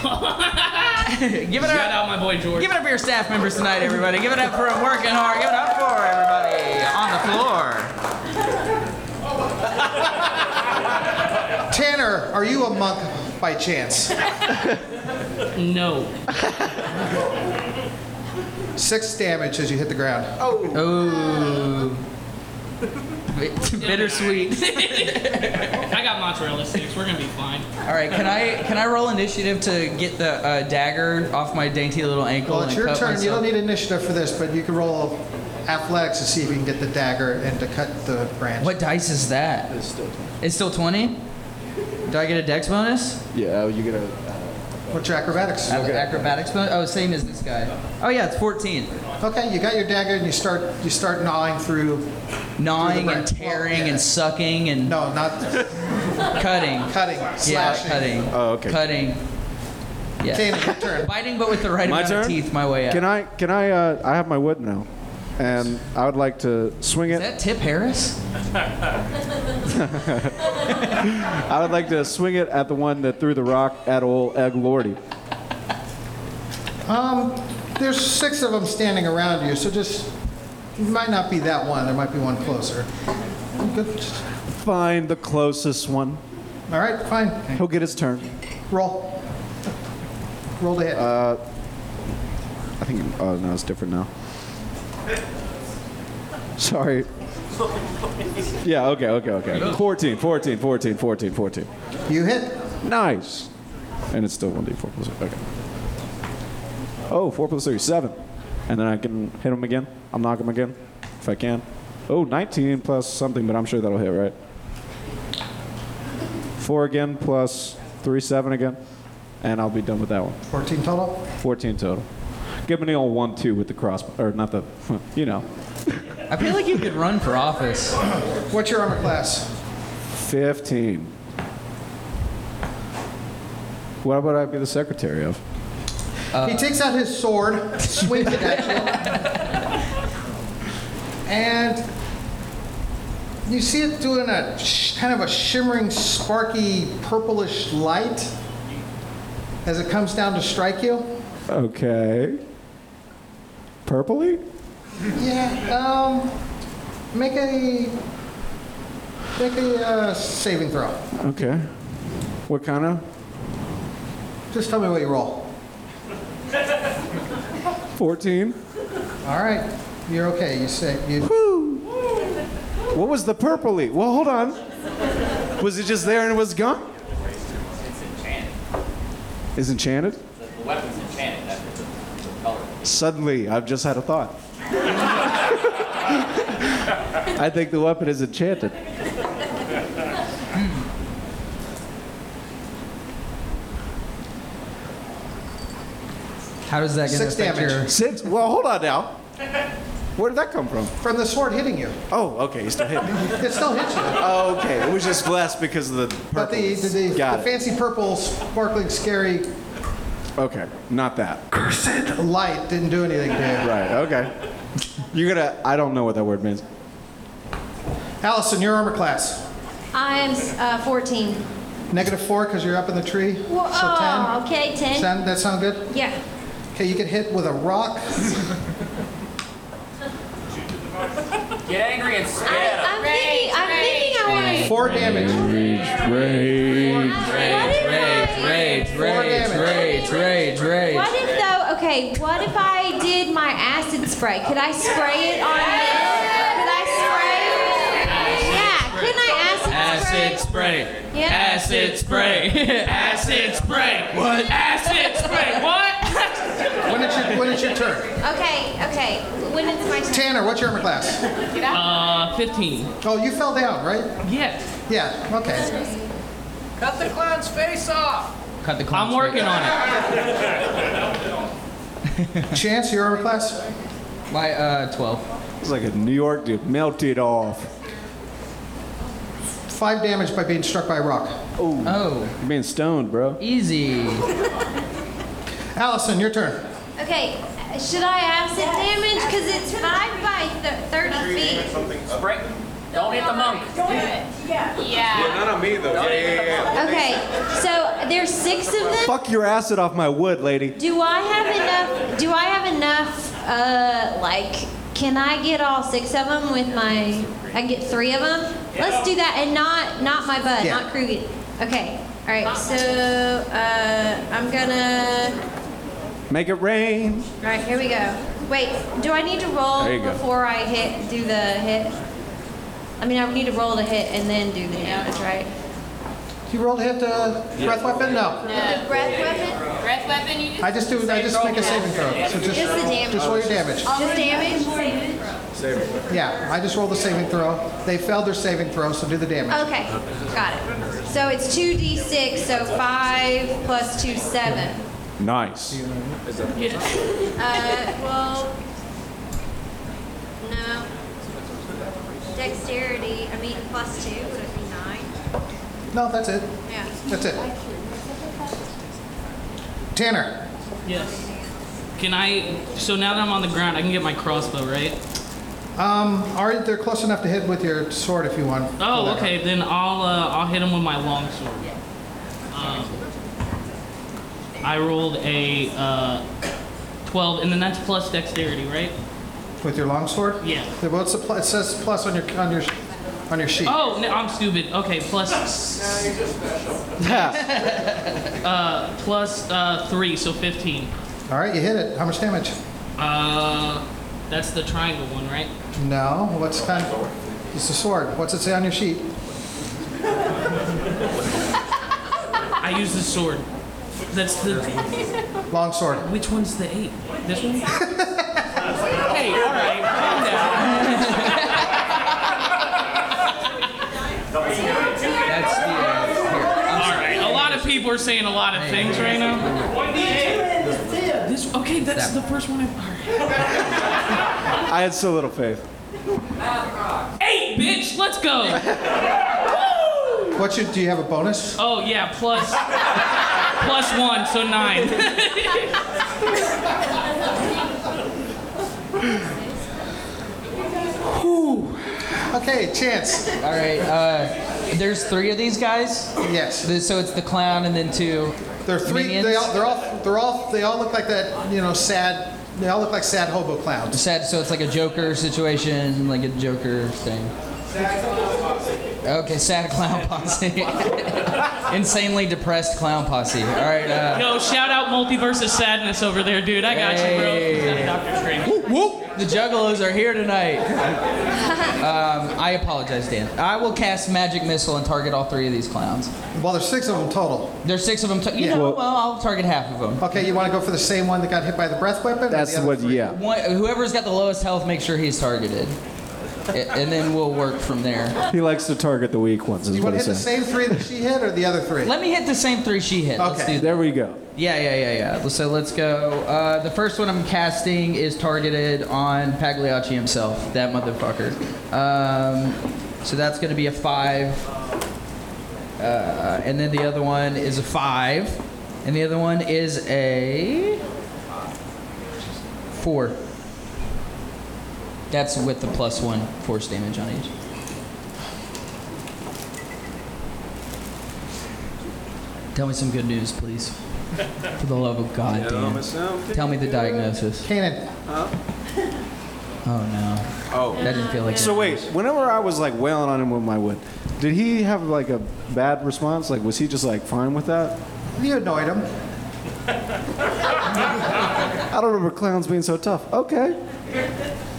[SPEAKER 3] it
[SPEAKER 6] Shout
[SPEAKER 3] up.
[SPEAKER 6] out my boy George.
[SPEAKER 3] Give it up for your staff members tonight, everybody. Give it up for 'em working hard. Give it up for everybody on the floor.
[SPEAKER 9] Tanner, are you a monk by chance?
[SPEAKER 6] No.
[SPEAKER 9] Six damage as you hit the ground.
[SPEAKER 3] Ooh. Bittersweet.
[SPEAKER 6] I got mozzarella sticks. We're gonna be fine.
[SPEAKER 3] All right, can I can I roll initiative to get the uh, dagger off my dainty little ankle
[SPEAKER 9] Well, it's
[SPEAKER 3] and
[SPEAKER 9] your
[SPEAKER 3] cut
[SPEAKER 9] turn. You don't
[SPEAKER 3] myself?
[SPEAKER 9] need initiative for this, but you can roll athletics to see if you can get the dagger and to cut the branch.
[SPEAKER 3] What dice is that? It's still 20. It's still 20? Do I get a dex bonus?
[SPEAKER 5] Yeah, you get a.
[SPEAKER 9] What's your acrobatics?
[SPEAKER 3] Acrobatics bonus? Oh, same as this guy. Oh, yeah, it's 14.
[SPEAKER 9] Okay, you got your dagger and you start you start gnawing through.
[SPEAKER 3] Gnawing and
[SPEAKER 9] branch. Well,
[SPEAKER 3] tearing
[SPEAKER 9] yeah.
[SPEAKER 3] and sucking and
[SPEAKER 9] No, not
[SPEAKER 3] cutting.
[SPEAKER 9] cutting,
[SPEAKER 3] Yeah,
[SPEAKER 9] slashing.
[SPEAKER 3] cutting.
[SPEAKER 5] Oh, okay.
[SPEAKER 3] Cutting. Yeah.
[SPEAKER 9] Tanner, your turn.
[SPEAKER 3] Biting, but with the right
[SPEAKER 5] My
[SPEAKER 3] amount
[SPEAKER 5] turn.
[SPEAKER 3] of teeth, my way out.
[SPEAKER 5] Can I? Can I? Uh, I have my wood now, and I would like to swing
[SPEAKER 3] Is
[SPEAKER 5] it.
[SPEAKER 3] that Tip Harris?
[SPEAKER 5] I would like to swing it at the one that threw the rock at old Egg Lordy.
[SPEAKER 9] There's six of them standing around you, so just you might not be that one. There might be one closer. Good.
[SPEAKER 5] Find the closest one.
[SPEAKER 9] All right, fine.
[SPEAKER 5] He'll get his turn.
[SPEAKER 9] Roll. Roll to hit.
[SPEAKER 5] I think. Oh no, it's different now. Sorry. Yeah. Okay. Okay. Okay. 14. 14. 14. 14. 14.
[SPEAKER 9] you hit.
[SPEAKER 5] Nice. And it's still 1d4 plus 3. Okay. Oh, 4 plus 3, 7. And then I can hit him again. I'll knock him again if I can. Oh, 19 plus something, but I'm sure that'll hit, right? 4 again plus 3, 7 again. And I'll be done with that one.
[SPEAKER 9] 14 total.
[SPEAKER 5] 14 total. Give me the old 1 2 with the crossbow. Or not the, you know,
[SPEAKER 3] I feel like you could run for office.
[SPEAKER 9] What's your armor class?
[SPEAKER 5] 15. What would I be the secretary of?
[SPEAKER 9] he takes out his sword, swings it at you, and you see it doing a sh- kind of a shimmering, sparky, purplish light as it comes down to strike you.
[SPEAKER 5] Okay. Purpley?
[SPEAKER 9] Yeah, um, make a, make a uh, saving throw.
[SPEAKER 5] Okay. What kind of?
[SPEAKER 9] Just tell me what you roll.
[SPEAKER 5] 14.
[SPEAKER 9] All right, you're okay, you say, you,
[SPEAKER 5] What was the purpley? Well, hold on. Was it just there and it was gone? It's enchanted. Is enchanted? The weapon's enchanted. That's the, color. Suddenly, I've just had a thought. I think the weapon is enchanted.
[SPEAKER 3] How does that gonna
[SPEAKER 9] Six
[SPEAKER 3] affect
[SPEAKER 9] damage.
[SPEAKER 3] your?
[SPEAKER 5] Six. Well, hold on now. Where did that come from?
[SPEAKER 9] from the sword hitting you.
[SPEAKER 5] Oh, okay. You still hit me.
[SPEAKER 9] It still hits you.
[SPEAKER 5] Oh, okay. It was just blessed because of the purple.
[SPEAKER 9] But the, the, the,
[SPEAKER 5] Got
[SPEAKER 9] the
[SPEAKER 5] it.
[SPEAKER 9] fancy purple, sparkling, scary
[SPEAKER 5] Okay. Not that.
[SPEAKER 9] light didn't do anything to
[SPEAKER 5] Right. Okay. You're gonna. I don't know what that word means.
[SPEAKER 9] you. Allison, your armor class.
[SPEAKER 8] I am uh, 14.
[SPEAKER 9] Negative four because you're up in the tree.
[SPEAKER 8] Whoa, oh,
[SPEAKER 9] so ten.
[SPEAKER 8] okay, 10.
[SPEAKER 9] Sound, that sound good?
[SPEAKER 8] Yeah.
[SPEAKER 9] Okay, you get hit with a rock.
[SPEAKER 10] Get angry and spit
[SPEAKER 8] I, I'm thinking, I'm thinking I want to.
[SPEAKER 9] Four damage.
[SPEAKER 8] What if I-
[SPEAKER 3] Rage, rage, rage, rage, rage.
[SPEAKER 8] What if though? Okay, what if I did my acid spray? Could I spray it on this? Could I spray? it? Yeah, couldn't I acid,
[SPEAKER 3] Acid
[SPEAKER 8] spray?
[SPEAKER 3] spray.
[SPEAKER 8] Yeah.
[SPEAKER 3] Acid spray. Acid spray. What? Acid spray. What?
[SPEAKER 9] When it's your, when it's your turn?
[SPEAKER 8] Okay, okay. When is my turn?
[SPEAKER 9] Tanner, what's your armor class?
[SPEAKER 6] Uh, 15.
[SPEAKER 9] Oh, you fell down, right?
[SPEAKER 6] Yeah.
[SPEAKER 9] Yeah, okay.
[SPEAKER 10] Cut the clown's face off.
[SPEAKER 3] Cut the clown's
[SPEAKER 6] I'm working
[SPEAKER 3] face.
[SPEAKER 6] on it.
[SPEAKER 9] Chance, your armor class?
[SPEAKER 3] My uh, 12.
[SPEAKER 5] It's like a New York dude. Melt it off.
[SPEAKER 9] Five damage by being struck by a rock.
[SPEAKER 3] Oh,
[SPEAKER 5] You're being stoned, bro.
[SPEAKER 3] easy.
[SPEAKER 9] Allison, your turn.
[SPEAKER 8] Okay, should I acid damage? Cause it's five by th- thirty feet.
[SPEAKER 10] Break. Don't hit the monk.
[SPEAKER 7] Yeah.
[SPEAKER 8] Okay, so there's six of them.
[SPEAKER 5] Fuck your acid off my wood, lady.
[SPEAKER 8] Do I have enough? Do I have enough? Uh, like, can I get all six of them with my? I can get three of them. Let's do that, and not not my butt,
[SPEAKER 9] Yeah.
[SPEAKER 8] not Krugen. Okay. All right. So uh, I'm gonna.
[SPEAKER 5] Make it rain.
[SPEAKER 8] All right. Here we go. Wait. Do I need to roll
[SPEAKER 5] There you go.
[SPEAKER 8] before I hit? Do the hit? I mean, I need to roll to hit and then do the damage, right?
[SPEAKER 9] You rolled a hit to breath weapon? No.
[SPEAKER 8] The breath weapon.
[SPEAKER 7] Breath weapon, you just.
[SPEAKER 9] I just do. I just make a saving throw. So just,
[SPEAKER 8] Just the damage.
[SPEAKER 9] just roll your damage.
[SPEAKER 8] Just damage.
[SPEAKER 9] Yeah, I just rolled the saving throw. They failed their saving throw, so do the damage.
[SPEAKER 8] Okay, got it. So it's two D six, so five plus two, seven.
[SPEAKER 5] Nice.
[SPEAKER 8] Uh, well, no. Dexterity, I mean, plus two, would it be nine?
[SPEAKER 9] No, that's it.
[SPEAKER 8] Yeah.
[SPEAKER 9] That's it. Tanner,
[SPEAKER 6] Yes. Can I? So now that I'm on the ground, I can get my crossbow, right?
[SPEAKER 9] are they're close enough to hit with your sword if you want?
[SPEAKER 6] Oh, okay. Then I'll uh, I'll hit him with my longsword. Um, I rolled a uh, 12, and then that's plus dexterity, right?
[SPEAKER 9] With your longsword?
[SPEAKER 6] Yeah.
[SPEAKER 9] What's the pl- it says plus on your on your on your sheet.
[SPEAKER 6] Oh, no, I'm stupid. Okay, plus
[SPEAKER 5] Yeah.
[SPEAKER 6] plus uh, three, so 15.
[SPEAKER 9] All right, you hit it. How much damage?
[SPEAKER 6] Uh, that's the triangle one, right?
[SPEAKER 9] No. What's kind? It's a sword. What's it say on your sheet?
[SPEAKER 6] I use the sword. That's the.
[SPEAKER 9] Longsword.
[SPEAKER 6] Which one's the eight? This one? hey, all right, calm down.
[SPEAKER 3] That's the. Uh,
[SPEAKER 6] All right, a lot of people are saying a lot of things right now. This okay? That's the first one. I, all right.
[SPEAKER 5] I had so little faith.
[SPEAKER 6] Eight, bitch. Let's go.
[SPEAKER 9] What should do you have a bonus?
[SPEAKER 6] Oh yeah, plus plus one, so nine.
[SPEAKER 9] Okay, chance.
[SPEAKER 3] here. All right. Uh, there's three of these guys.
[SPEAKER 9] Yes.
[SPEAKER 3] Th- So it's the clown and then two.
[SPEAKER 9] They're three. They
[SPEAKER 3] Minions?
[SPEAKER 9] all, they're all. They're all. They all look like that. You know, sad They all look like sad hobo clowns.
[SPEAKER 3] Sad, so it's like a Joker situation, like a Joker thing. Okay, sad clown posse. Insanely depressed clown posse. All right. Uh,
[SPEAKER 6] Yo, shout out Multiverse of Sadness over there, dude. I got
[SPEAKER 3] Hey.
[SPEAKER 6] you, bro. Dr. Strange.
[SPEAKER 3] Whoop, whoop. The Juggalos are here tonight. Um, I apologize, Dan. I will cast Magic Missile and target all three of these clowns.
[SPEAKER 9] Well, there's six of them total.
[SPEAKER 3] There's six of them. you know, well, I'll target half of them.
[SPEAKER 9] Okay, you want to go for the same one that got hit by the breath weapon? or the
[SPEAKER 5] That's
[SPEAKER 9] other
[SPEAKER 5] what,
[SPEAKER 9] three?
[SPEAKER 5] yeah.
[SPEAKER 3] One, whoever's got the lowest health, make sure he's targeted. A- And then we'll work from there.
[SPEAKER 5] He likes to target the weak ones, is
[SPEAKER 9] You
[SPEAKER 5] what
[SPEAKER 9] want to
[SPEAKER 5] he
[SPEAKER 9] hit the
[SPEAKER 5] says.
[SPEAKER 9] same three that she hit or the other three?
[SPEAKER 3] Let me hit the same three she hit. Let's
[SPEAKER 9] Okay.
[SPEAKER 3] do
[SPEAKER 5] There we go.
[SPEAKER 3] Yeah, yeah, yeah, yeah. So let's go. Uh, the first one I'm casting is targeted on Pagliacci himself, that motherfucker. Um, so that's going to be a five. Uh, and then the other one is a five. And the other one is a four. That's with the plus one force damage on each. Tell me some good news, please. For the love of God, Dan. Tell me the diagnosis.
[SPEAKER 9] Kanan,
[SPEAKER 3] Oh no.
[SPEAKER 5] Oh.
[SPEAKER 3] That didn't feel like
[SPEAKER 5] So
[SPEAKER 3] it.
[SPEAKER 5] wait, whenever I was like wailing on him with my wood, did he have like a bad response? Like, was he just like fine with that?
[SPEAKER 9] you annoyed him.
[SPEAKER 5] I don't remember clowns being so tough. Okay,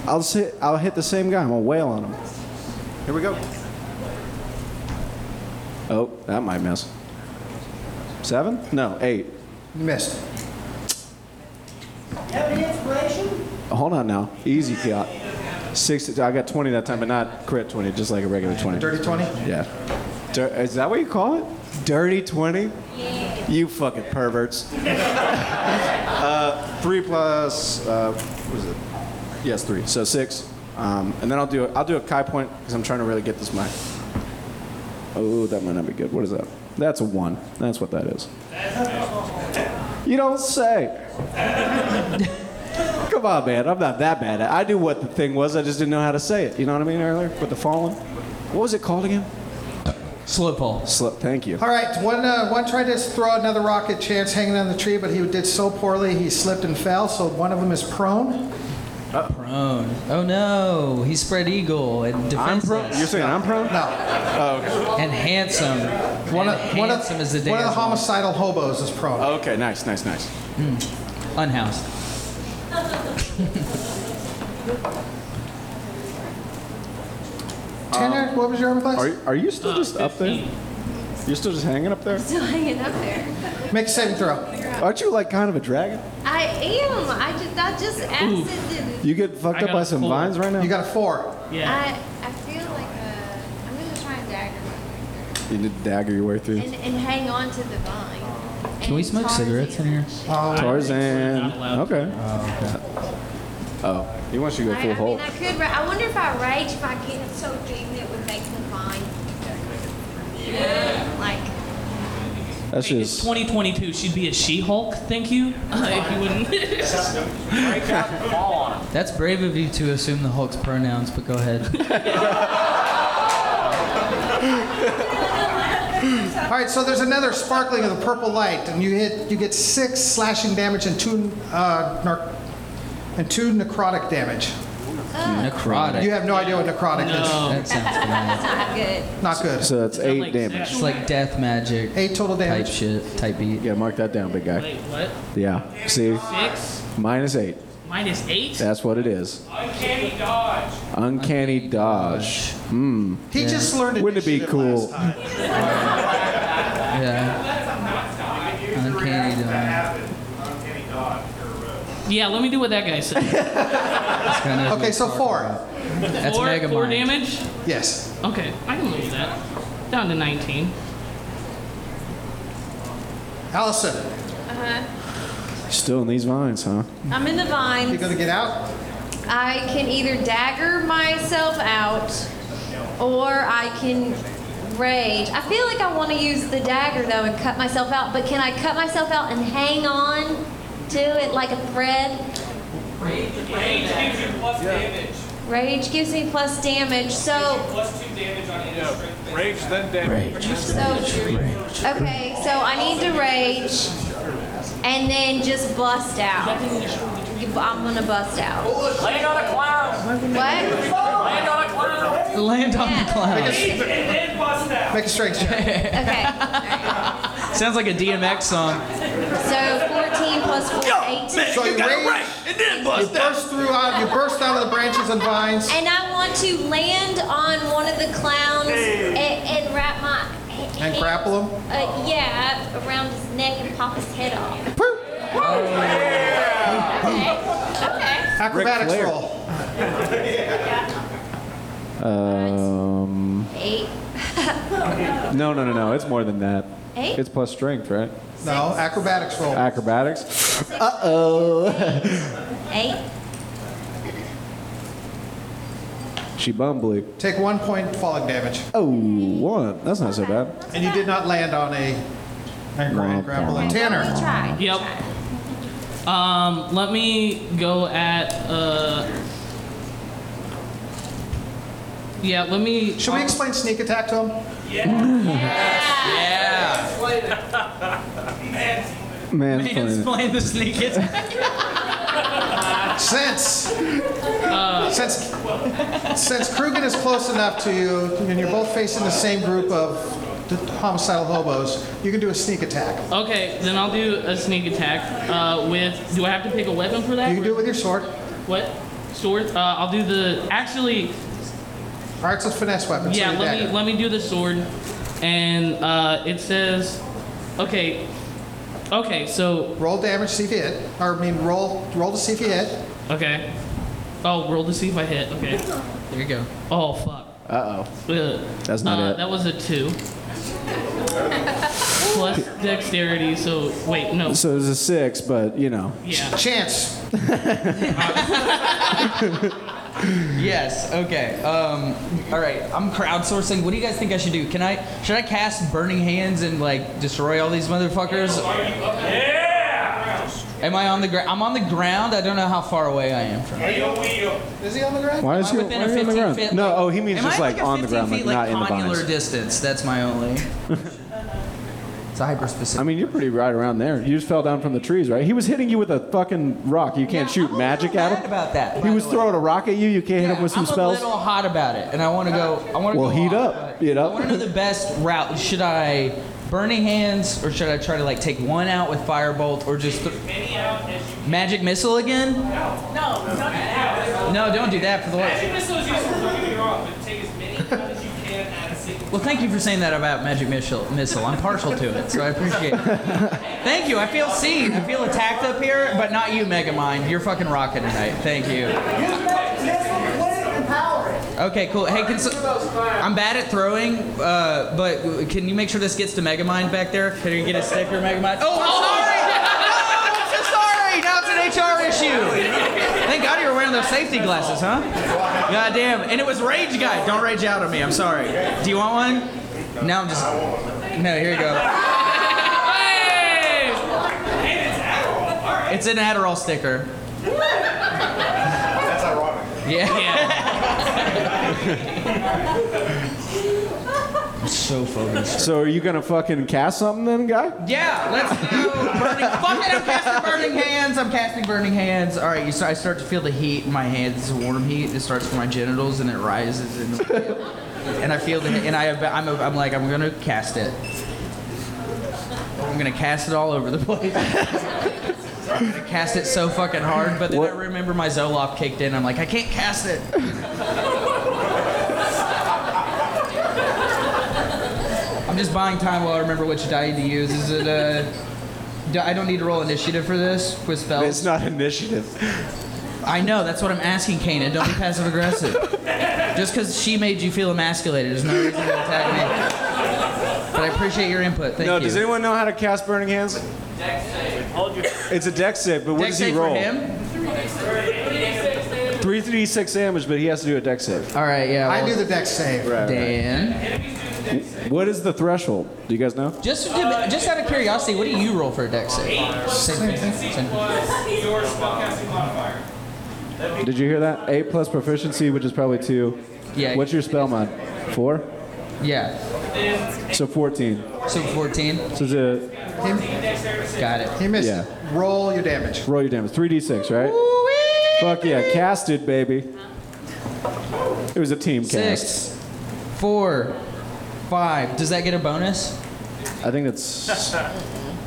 [SPEAKER 5] I'll just hit, I'll hit the same guy. I'm gonna wail on him.
[SPEAKER 9] Here we go.
[SPEAKER 5] Oh, that might miss. Seven? No, eight.
[SPEAKER 9] You missed.
[SPEAKER 5] Hold on now. Easy, Piot. Six. I got 20 that time, but not crit 20, just like a regular 20.
[SPEAKER 9] Dirty 20?
[SPEAKER 5] Yeah. Dir- is that what you call it? Dirty 20? You fucking perverts. uh, three plus, uh, what is it? Yes, three. So six. Um, and then I'll do a, I'll do a Kai point because I'm trying to really get this mic. Oh, that might not be good. What is that? That's a one. That's what that is. You don't say. Come on, man. I'm not that bad. at I knew what the thing was. I just didn't know how to say it. You know what I mean? Earlier with the fallen. What was it called again?
[SPEAKER 3] Slow pull.
[SPEAKER 5] Slip. Thank you.
[SPEAKER 9] All right, one, uh, one tried to throw another rock at Chance hanging on the tree, but he did so poorly he slipped and fell, so one of them is prone.
[SPEAKER 3] Prone. Oh no. He's spread eagle and
[SPEAKER 5] I'm prone. You're
[SPEAKER 3] defenseless
[SPEAKER 5] saying I'm prone?
[SPEAKER 9] No.
[SPEAKER 3] and handsome.
[SPEAKER 9] One of,
[SPEAKER 3] and
[SPEAKER 9] one of,
[SPEAKER 3] handsome is the day.
[SPEAKER 9] one of the homicidal hobos is prone.
[SPEAKER 5] Okay. Nice. Nice. Nice.
[SPEAKER 3] Unhoused.
[SPEAKER 9] Tanner, what was your armor class?
[SPEAKER 5] Are you, are you still just up there? You're still just hanging up there?
[SPEAKER 8] Still hanging up there.
[SPEAKER 9] Make a saving throw.
[SPEAKER 5] Aren't you like kind of a dragon?
[SPEAKER 8] I am. I just, I just accidentally.
[SPEAKER 5] You get fucked
[SPEAKER 6] I
[SPEAKER 5] up
[SPEAKER 6] got
[SPEAKER 5] by
[SPEAKER 6] a
[SPEAKER 5] some
[SPEAKER 6] four.
[SPEAKER 5] vines right now.
[SPEAKER 9] You got a four.
[SPEAKER 6] Yeah.
[SPEAKER 8] I, I feel like a, I'm gonna try and dagger my way
[SPEAKER 5] You need to dagger your way
[SPEAKER 8] through
[SPEAKER 5] through.
[SPEAKER 8] and, and hang on to the vine.
[SPEAKER 3] Can we smoke cigarettes in here?
[SPEAKER 5] Tarzan.
[SPEAKER 6] Not allowed.
[SPEAKER 5] Okay. Oh, he wants you to go
[SPEAKER 8] I,
[SPEAKER 5] full
[SPEAKER 8] I mean,
[SPEAKER 5] hole.
[SPEAKER 8] I could. ra- I wonder if I rage if I get so big that would make the vine. You know, like.
[SPEAKER 5] That's
[SPEAKER 6] Hey, It's
[SPEAKER 5] just.
[SPEAKER 6] 2022. She'd be a She-Hulk. Thank you. if you wouldn't.
[SPEAKER 3] That's brave of you to assume the Hulk's pronouns, but go ahead.
[SPEAKER 9] All right, so there's another sparkling of the purple light, and you hit, you get six slashing damage and two, uh, nar- and two necrotic damage. You
[SPEAKER 3] Necrotic.
[SPEAKER 9] have no idea what necrotic
[SPEAKER 6] No.
[SPEAKER 3] That sounds bad.
[SPEAKER 8] That's not good.
[SPEAKER 9] is. Not good.
[SPEAKER 5] So that's eight damage.
[SPEAKER 3] It's like death magic
[SPEAKER 9] Eight total
[SPEAKER 3] type
[SPEAKER 9] damage.
[SPEAKER 3] shit, type beat.
[SPEAKER 5] Yeah, mark that down, big guy.
[SPEAKER 6] Wait, what?
[SPEAKER 5] Yeah. See?
[SPEAKER 6] Six
[SPEAKER 5] Minus eight.
[SPEAKER 6] minus eight.
[SPEAKER 5] That's what it is.
[SPEAKER 10] Uncanny dodge.
[SPEAKER 5] Uncanny dodge.
[SPEAKER 9] He just learned
[SPEAKER 5] Wouldn't it be
[SPEAKER 9] initiative
[SPEAKER 5] cool?
[SPEAKER 9] last time.
[SPEAKER 3] Yeah. Uncanny dodge.
[SPEAKER 6] Yeah, let me do what that guy said.
[SPEAKER 3] It's kind of
[SPEAKER 9] Okay, so four.
[SPEAKER 3] That's
[SPEAKER 6] four,
[SPEAKER 3] mega
[SPEAKER 6] four
[SPEAKER 3] mind.
[SPEAKER 6] damage.
[SPEAKER 9] Yes.
[SPEAKER 6] Okay, I can lose that. Down to 19.
[SPEAKER 9] Allison,
[SPEAKER 5] Still in these vines, huh?
[SPEAKER 8] I'm in the
[SPEAKER 9] you
[SPEAKER 8] vine.
[SPEAKER 9] gonna get out?
[SPEAKER 8] I can either dagger myself out or I can rage. I feel like I want to use the dagger though and cut myself out, but can I cut myself out and hang on to it like a thread?
[SPEAKER 10] Range gives you plus damage.
[SPEAKER 8] Rage gives me plus damage, so
[SPEAKER 10] Plus two damage on any strength. based
[SPEAKER 11] Rage then damage.
[SPEAKER 8] so okay, so I need to rage and then just bust out. I'm gonna bust out.
[SPEAKER 11] Land on a clown.
[SPEAKER 8] What?
[SPEAKER 11] Land on a clown.
[SPEAKER 3] Land on the clown.
[SPEAKER 10] And then bust out.
[SPEAKER 9] Make a strength check.
[SPEAKER 8] Okay.
[SPEAKER 3] Sounds like a DMX song.
[SPEAKER 8] So 14 plus 4, 18.
[SPEAKER 9] So you, rage, you burst through out, you burst out of the branches and vines.
[SPEAKER 8] And I want to land on one of the clowns and, and wrap my. h-
[SPEAKER 9] And
[SPEAKER 8] hand-
[SPEAKER 9] grapple him?
[SPEAKER 8] Uh, yeah, around his neck and pop his head off. Okay.
[SPEAKER 9] Acrobatics
[SPEAKER 5] Flair.
[SPEAKER 9] roll.
[SPEAKER 5] Um,
[SPEAKER 8] Okay. Eight.
[SPEAKER 5] no, no, no, no. It's more than that.
[SPEAKER 8] Eight?
[SPEAKER 5] It's plus strength, right?
[SPEAKER 9] No, acrobatics roll.
[SPEAKER 5] Acrobatics. Uh oh.
[SPEAKER 8] Eight.
[SPEAKER 5] she bumbly.
[SPEAKER 9] Take one point falling damage.
[SPEAKER 5] Oh, one. That's not so bad.
[SPEAKER 9] And you did not land on a and gra-
[SPEAKER 5] Wow.
[SPEAKER 9] grapple.
[SPEAKER 8] Okay,
[SPEAKER 9] Tanner.
[SPEAKER 8] well, we tried. we
[SPEAKER 6] Yep.
[SPEAKER 8] tried.
[SPEAKER 6] Um, let me go at uh. Yeah, let me.
[SPEAKER 9] Should we explain sneak attack to him?
[SPEAKER 3] Yeah.
[SPEAKER 5] Man, it's
[SPEAKER 3] Man's
[SPEAKER 5] funny.
[SPEAKER 3] playing the sneak attack.
[SPEAKER 9] Since
[SPEAKER 6] Uh,
[SPEAKER 9] since since Krugen is close enough to you, and you're both facing the same group of d- homicidal hobos, you can do a sneak attack.
[SPEAKER 6] Okay, then I'll do a sneak attack. Uh, with do I have to pick a weapon for that?
[SPEAKER 9] You can do it with your sword.
[SPEAKER 6] What? Sword? Uh, I'll do the. Actually,
[SPEAKER 9] All right, it's a finesse weapon. so
[SPEAKER 6] yeah.
[SPEAKER 9] your
[SPEAKER 6] Let me
[SPEAKER 9] dagger.
[SPEAKER 6] let me do the sword, and uh, it says, okay, okay. So
[SPEAKER 9] roll damage, see if you hit. Or I mean, roll roll to see if you hit.
[SPEAKER 6] okay. Oh, roll to see if I hit. Okay.
[SPEAKER 3] There you go.
[SPEAKER 6] Oh fuck.
[SPEAKER 5] Uh oh.
[SPEAKER 6] Ugh.
[SPEAKER 5] That's not
[SPEAKER 6] uh,
[SPEAKER 5] it.
[SPEAKER 6] That was a two. Plus dexterity. So wait, no.
[SPEAKER 5] So it's a six, but you know.
[SPEAKER 6] Yeah.
[SPEAKER 9] Chance.
[SPEAKER 3] Yes. Okay. Um. All right. I'm crowdsourcing. What do you guys think I should do? Can I? Should I cast Burning Hands and like destroy all these motherfuckers? Am I on the ground? I'm on the ground. I don't know how far away I am from.
[SPEAKER 9] Is he on the ground?
[SPEAKER 5] Why is
[SPEAKER 3] Am
[SPEAKER 5] he
[SPEAKER 3] I within
[SPEAKER 5] why
[SPEAKER 3] a
[SPEAKER 5] are you
[SPEAKER 3] 15
[SPEAKER 5] on the ground?
[SPEAKER 3] feet?
[SPEAKER 5] No, oh, he means
[SPEAKER 3] Am
[SPEAKER 5] just
[SPEAKER 3] I
[SPEAKER 5] like
[SPEAKER 3] a
[SPEAKER 5] on the
[SPEAKER 3] 15
[SPEAKER 5] ground, like
[SPEAKER 3] feet,
[SPEAKER 5] not in the
[SPEAKER 3] connular
[SPEAKER 5] vines.
[SPEAKER 3] distance. That's my only. it's a hyper specific.
[SPEAKER 5] I mean, you're pretty right around there. You just fell down from the trees, right? He was hitting you with a fucking rock. You can't shoot magic at him.
[SPEAKER 3] About that.
[SPEAKER 5] He
[SPEAKER 3] by
[SPEAKER 5] was
[SPEAKER 3] the way.
[SPEAKER 5] throwing a rock at you. You can't hit
[SPEAKER 3] Yeah,
[SPEAKER 5] him with some
[SPEAKER 3] I'm
[SPEAKER 5] spells.
[SPEAKER 3] a little hot about it, and I want to go. I want to
[SPEAKER 5] Well,
[SPEAKER 3] go hot
[SPEAKER 5] heat up,
[SPEAKER 3] about it.
[SPEAKER 5] you know?
[SPEAKER 3] I want to know the best route. Should I burning hands, or should I try to like take one out with firebolt, or just th- magic missile again?
[SPEAKER 10] No, no, no.
[SPEAKER 3] No, don't do that for the
[SPEAKER 10] Magic
[SPEAKER 3] Lord.
[SPEAKER 10] missile is useful, don't get me wrong, but take as many out as you can at a single
[SPEAKER 3] Well, thank you for saying that about magic missile. Missile. I'm partial to it, so I appreciate it. Thank you. I feel seen. I feel attacked up here, but not you, Megamind. You're fucking rocking tonight. Thank you. Okay, cool. Hey, can so, I'm bad at throwing, uh, but can you make sure this gets to Megamind back there? Can you get a sticker, Megamind? Oh, I'm sorry. No, I'm so sorry. Now it's an HR issue. Thank God you were wearing those safety glasses, huh? God damn. And it was Rage Guy. Don't rage out on me. I'm sorry. Do you want one? No, I'm just. No, here you go. It's an Adderall sticker. That's ironic. Yeah.
[SPEAKER 6] Yeah.
[SPEAKER 3] So focused.
[SPEAKER 5] So are you gonna fucking cast something then, guy?
[SPEAKER 3] Yeah, let's do burning. Fuck it, I'm casting burning hands. I'm casting burning hands. All right, you. So I start to feel the heat in my hands. It's a warm heat. It starts from my genitals and it rises in. The, and I feel the. And I. I'm. I'm like I'm gonna cast it. I'm gonna cast it all over the place. I'm gonna cast it so fucking hard, but then I
[SPEAKER 5] What-
[SPEAKER 3] remember my Zoloft kicked in. I'm like, I can't cast it. I'm just buying time while I remember which die to use. Is it uh do- I don't need to roll initiative for this with spells.
[SPEAKER 5] Oh, It's not initiative.
[SPEAKER 3] I know, that's what I'm asking, Kana. Don't be passive aggressive. Just because she made you feel emasculated, there's no reason to attack me. But I appreciate your input. Thank
[SPEAKER 5] no,
[SPEAKER 3] you.
[SPEAKER 5] does anyone know how to cast burning hands? It's a dex save, but what
[SPEAKER 3] Dex
[SPEAKER 5] does he
[SPEAKER 3] save
[SPEAKER 5] roll?
[SPEAKER 3] for him?
[SPEAKER 5] Three three six damage, but he has to do a dex save.
[SPEAKER 3] All right, yeah.
[SPEAKER 9] I
[SPEAKER 3] well,
[SPEAKER 9] do the deck save.
[SPEAKER 5] Right.
[SPEAKER 3] Dan.
[SPEAKER 5] What is the threshold? Do you guys know?
[SPEAKER 3] Just, just out of curiosity, what do you roll for a dex save? Same thing. Same thing.
[SPEAKER 10] plus your spellcasting modifier.
[SPEAKER 5] Did you hear that? Eight plus proficiency, which is probably two.
[SPEAKER 3] Yeah.
[SPEAKER 5] What's your spell mod? Four.
[SPEAKER 3] Yeah.
[SPEAKER 5] So fourteen.
[SPEAKER 3] So 14.
[SPEAKER 5] So it's a
[SPEAKER 3] Got it.
[SPEAKER 9] He missed
[SPEAKER 5] Yeah.
[SPEAKER 9] it. Roll your damage.
[SPEAKER 5] roll your damage. 3d6, right? Fuck yeah, casted, baby. It was a team cast.
[SPEAKER 3] Six, four, five. Does that get a bonus?
[SPEAKER 5] I think that's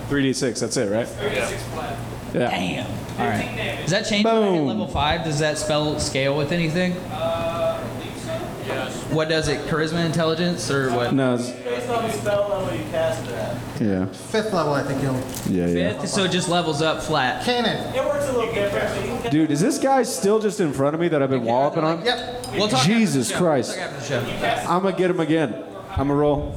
[SPEAKER 5] 3d6. That's it, right? Yeah.
[SPEAKER 3] Damn. All right. Does that change if I hit
[SPEAKER 5] Boom.
[SPEAKER 3] level five? Does that spell scale with anything? Uh, What does it? Charisma, intelligence, or what?
[SPEAKER 5] No. it's-
[SPEAKER 11] Based on the spell level you cast it at.
[SPEAKER 5] Yeah.
[SPEAKER 9] Fifth level, I think you'll.
[SPEAKER 5] Yeah. Yeah.
[SPEAKER 3] Fifth, so it just levels up flat.
[SPEAKER 9] Cannon.
[SPEAKER 11] It works a little differently.
[SPEAKER 5] Dude, is this guy still just in front of me that I've been walloping on?
[SPEAKER 9] Yep.
[SPEAKER 3] We'll talk after the
[SPEAKER 5] Jesus
[SPEAKER 3] show.
[SPEAKER 5] Christ.
[SPEAKER 3] We'll talk after the
[SPEAKER 5] I'm gonna get him again. I'm gonna roll.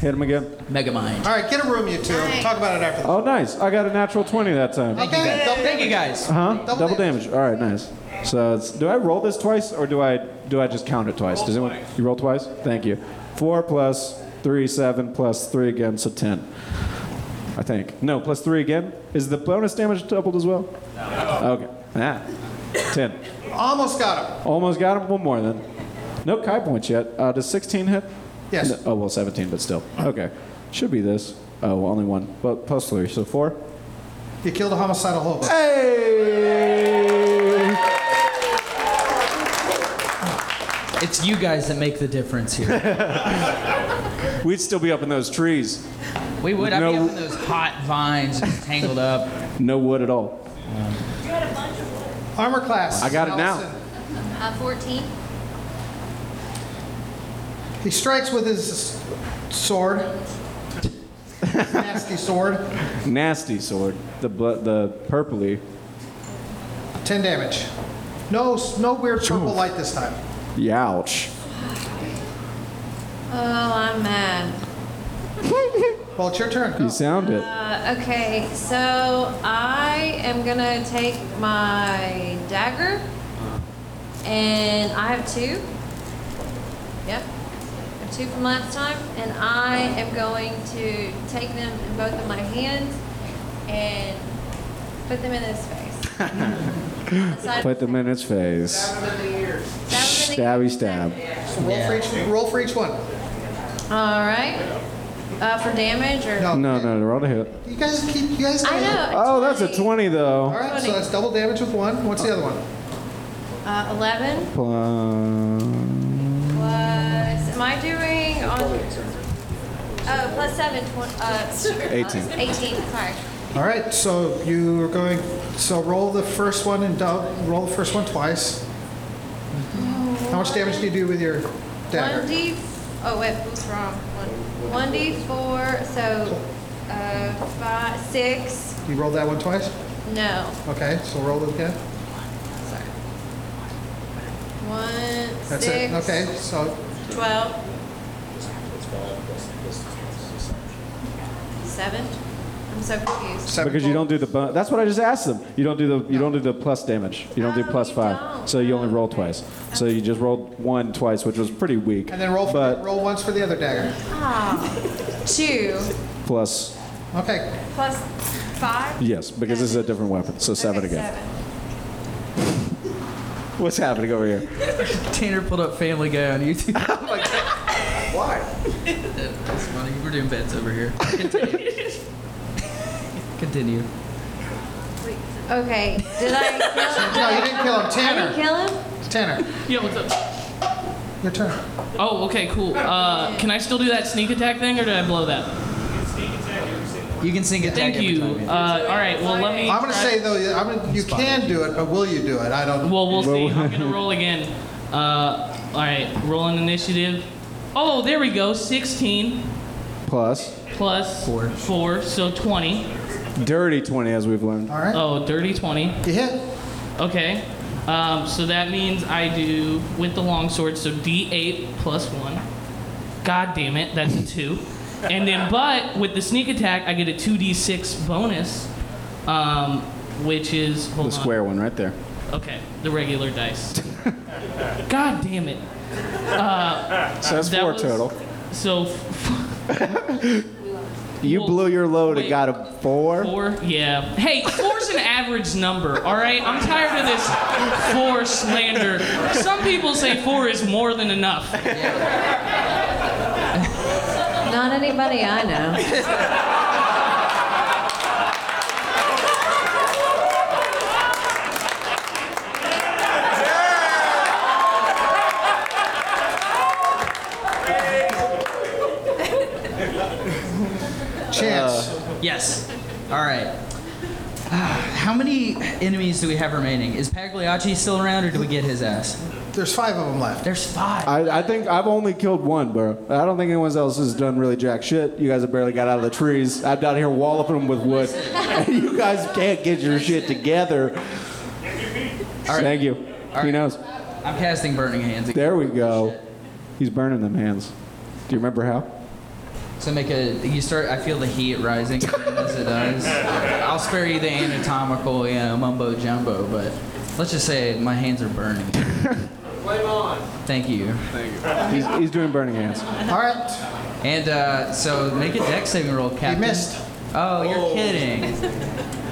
[SPEAKER 5] Hit him again.
[SPEAKER 3] show. Mega mind.
[SPEAKER 9] All right, get a room, you two. Talk about it after.
[SPEAKER 5] Oh, nice. I got a natural 20 that time.
[SPEAKER 9] Okay. double
[SPEAKER 3] Thank you
[SPEAKER 9] damage.
[SPEAKER 3] guys.
[SPEAKER 5] Huh? Double,
[SPEAKER 9] Double
[SPEAKER 5] damage. All right, nice. So, it's, do I roll this twice or do I do I just count it twice? Does anyone you roll twice? Thank you. Four plus three, seven plus three again, so ten. I think. No, plus three again. Is the bonus damage doubled as well? No. Okay. Ah, ten.
[SPEAKER 9] Almost got him.
[SPEAKER 5] Almost got him. One more then. No Kai points yet. Uh, does 16 hit?
[SPEAKER 9] Yes.
[SPEAKER 5] No- oh well, 17, but still. Okay. Should be this. Oh, well, only one. But plus three, so four.
[SPEAKER 9] You killed a homicidal hobo.
[SPEAKER 5] Hey!
[SPEAKER 3] It's you guys that make the difference here.
[SPEAKER 5] We'd still be up in those trees.
[SPEAKER 3] We would. I'd be
[SPEAKER 5] No.
[SPEAKER 3] up in those hot vines and tangled up.
[SPEAKER 5] No wood at all.
[SPEAKER 9] Armor class.
[SPEAKER 5] I got it now.
[SPEAKER 9] Allison.
[SPEAKER 8] Uh, 14.
[SPEAKER 9] He strikes with his sword. Nasty sword.
[SPEAKER 5] Nasty sword. The bl- the purpley.
[SPEAKER 9] 10 damage. No, no weird purple light this time.
[SPEAKER 5] Youch.
[SPEAKER 8] Oh, I'm mad.
[SPEAKER 9] Well, it's your turn.
[SPEAKER 5] You sound it.
[SPEAKER 8] Uh, okay, so I am gonna take my dagger, and I have two. Yep, I have two from last time, and I am going to take them in both of my hands and put them in his face. Aside-
[SPEAKER 5] Put them in its face.
[SPEAKER 8] Stab them in
[SPEAKER 5] Stabby
[SPEAKER 8] the-
[SPEAKER 5] stab.
[SPEAKER 9] Roll, for each, roll for each one.
[SPEAKER 8] All right, uh, for damage or?
[SPEAKER 9] No.
[SPEAKER 5] No, no, they're all to hit.
[SPEAKER 9] You guys keep. You guys.
[SPEAKER 8] I know.
[SPEAKER 5] Oh, that's a 20
[SPEAKER 9] All
[SPEAKER 5] though.
[SPEAKER 9] right, so that's double damage with one. What's the other one?
[SPEAKER 8] Uh, eleven.
[SPEAKER 5] Plus-
[SPEAKER 8] Plus, am I doing on? Oh, plus seven, tw- uh, sorry,
[SPEAKER 5] Eighteen.
[SPEAKER 8] uh, Eighteen, sorry.
[SPEAKER 9] All right, so you're going. So roll the first one and dou- roll the first one twice. How much damage do you do with your
[SPEAKER 8] One
[SPEAKER 9] dagger?
[SPEAKER 8] D, oh wait, what's wrong? One, one D four, so, uh, five, six,
[SPEAKER 9] You rolled that one twice.
[SPEAKER 8] no,
[SPEAKER 9] Okay, so roll it again.
[SPEAKER 8] sorry. One,
[SPEAKER 9] That's it. Okay,
[SPEAKER 8] six,
[SPEAKER 9] so
[SPEAKER 8] twelve. Seven? I'm so confused.
[SPEAKER 9] seven.
[SPEAKER 5] Because you don't do the bu- that's what I just asked them. You don't do the you don't do the plus damage. You don't do
[SPEAKER 8] Oh,
[SPEAKER 5] plus
[SPEAKER 8] you
[SPEAKER 5] five.
[SPEAKER 8] don't.
[SPEAKER 5] So you only roll twice. So you just rolled one twice, which was pretty weak.
[SPEAKER 9] And then roll for
[SPEAKER 5] but
[SPEAKER 9] roll once for the other dagger.
[SPEAKER 8] Ah. Two,
[SPEAKER 5] plus
[SPEAKER 9] Okay,
[SPEAKER 8] plus five?
[SPEAKER 5] yes, because this is a different weapon. So seven
[SPEAKER 8] Okay,
[SPEAKER 5] again.
[SPEAKER 8] Seven.
[SPEAKER 5] What's happening over here?
[SPEAKER 3] Tanner pulled up Family Guy on YouTube.
[SPEAKER 5] Oh
[SPEAKER 3] Why? That's funny. We're doing bets over here. Continue. Continue.
[SPEAKER 8] Okay, did I kill him?
[SPEAKER 9] no, you didn't kill him.
[SPEAKER 8] I
[SPEAKER 9] Tanner,
[SPEAKER 8] didn't kill him?
[SPEAKER 9] Tanner,
[SPEAKER 6] Yo, what's up?
[SPEAKER 9] your turn.
[SPEAKER 6] Oh, okay, cool. Uh, can I still do that sneak attack thing, or did I blow that?
[SPEAKER 3] You can sing it.
[SPEAKER 6] Thank you. Uh, all right. Well, let me.
[SPEAKER 9] I'm gonna
[SPEAKER 6] try-
[SPEAKER 9] say though, I'm gonna, you can do it, but will you do it? I don't.
[SPEAKER 6] Well, we'll see. I'm gonna roll again. Uh, all right, rolling initiative. Oh, there we go. 16
[SPEAKER 5] Plus
[SPEAKER 6] plus
[SPEAKER 3] Four.
[SPEAKER 6] four, so 20.
[SPEAKER 5] dirty twenty, as we've learned.
[SPEAKER 9] All right,
[SPEAKER 6] Oh, dirty 20.
[SPEAKER 9] you hit.
[SPEAKER 6] Okay. Um, so that means I do with the longsword, so D8 plus one. God damn it, that's a two. And then, but with the sneak attack, I get a 2D6 bonus, um, which is hold
[SPEAKER 5] The
[SPEAKER 6] on.
[SPEAKER 5] square one right there.
[SPEAKER 6] Okay, the regular dice. God damn it. Uh,
[SPEAKER 5] So that's
[SPEAKER 6] That
[SPEAKER 5] four
[SPEAKER 6] was-
[SPEAKER 5] total.
[SPEAKER 6] So
[SPEAKER 5] You
[SPEAKER 6] well,
[SPEAKER 5] blew your load and
[SPEAKER 6] wait.
[SPEAKER 5] got a four.
[SPEAKER 6] Four? Yeah. Hey, four's an average number, all right? I'm tired of this four slander. Some people say four is more than enough.
[SPEAKER 8] Not anybody I know.
[SPEAKER 9] Chance.
[SPEAKER 5] Uh,
[SPEAKER 3] yes. All right. Ah, How many enemies do we have remaining? Is Pagliacci still around, or do we get his ass?
[SPEAKER 9] There's five of them left.
[SPEAKER 3] There's five.
[SPEAKER 5] I, I think I've only killed one, bro. I don't think anyone else has done really jack shit. You guys have barely got out of the trees. I'm down here walloping them with wood. And you guys can't get your shit together. Thank you. He knows.
[SPEAKER 3] I'm casting burning hands. Again.
[SPEAKER 5] There we go. He's burning them hands. Do you remember how?
[SPEAKER 3] So make a. You start. I feel the heat rising as it does. I'll spare you the anatomical, you know, mumbo jumbo, but let's just say my hands are burning.
[SPEAKER 10] Flame on.
[SPEAKER 3] Thank you.
[SPEAKER 5] He's, he's doing burning hands.
[SPEAKER 8] Uh-huh.
[SPEAKER 9] All right.
[SPEAKER 3] And uh, so make a deck saving roll, Captain.
[SPEAKER 9] missed.
[SPEAKER 3] Oh, you're kidding.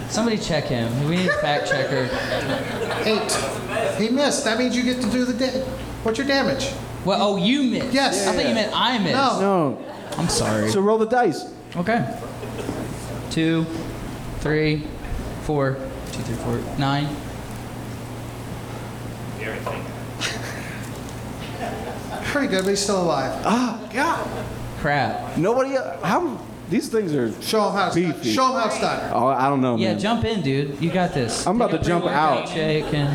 [SPEAKER 3] Somebody check him. We need a fact checker.
[SPEAKER 9] Eight. He missed. That means you get to do the da- What's your damage?
[SPEAKER 3] Well, oh, you missed.
[SPEAKER 9] Yes.
[SPEAKER 3] I thought you meant I missed.
[SPEAKER 9] No.
[SPEAKER 5] No.
[SPEAKER 3] I'm sorry.
[SPEAKER 5] So roll the dice.
[SPEAKER 3] okay. Two, three, four, two, three, four, nine.
[SPEAKER 9] Pretty good, but he's still alive.
[SPEAKER 3] Uh,
[SPEAKER 5] Ah, God.
[SPEAKER 3] Crap.
[SPEAKER 5] Nobody. el- How? These things are.
[SPEAKER 9] Show him how it's done.
[SPEAKER 5] Beefy.
[SPEAKER 9] Show him how it's done.
[SPEAKER 5] Oh, I don't know,
[SPEAKER 3] Yeah,
[SPEAKER 5] man.
[SPEAKER 3] jump in, dude. You got this.
[SPEAKER 5] I'm about
[SPEAKER 3] Take a
[SPEAKER 5] to jump
[SPEAKER 3] pre-workout
[SPEAKER 5] out.
[SPEAKER 3] Shake and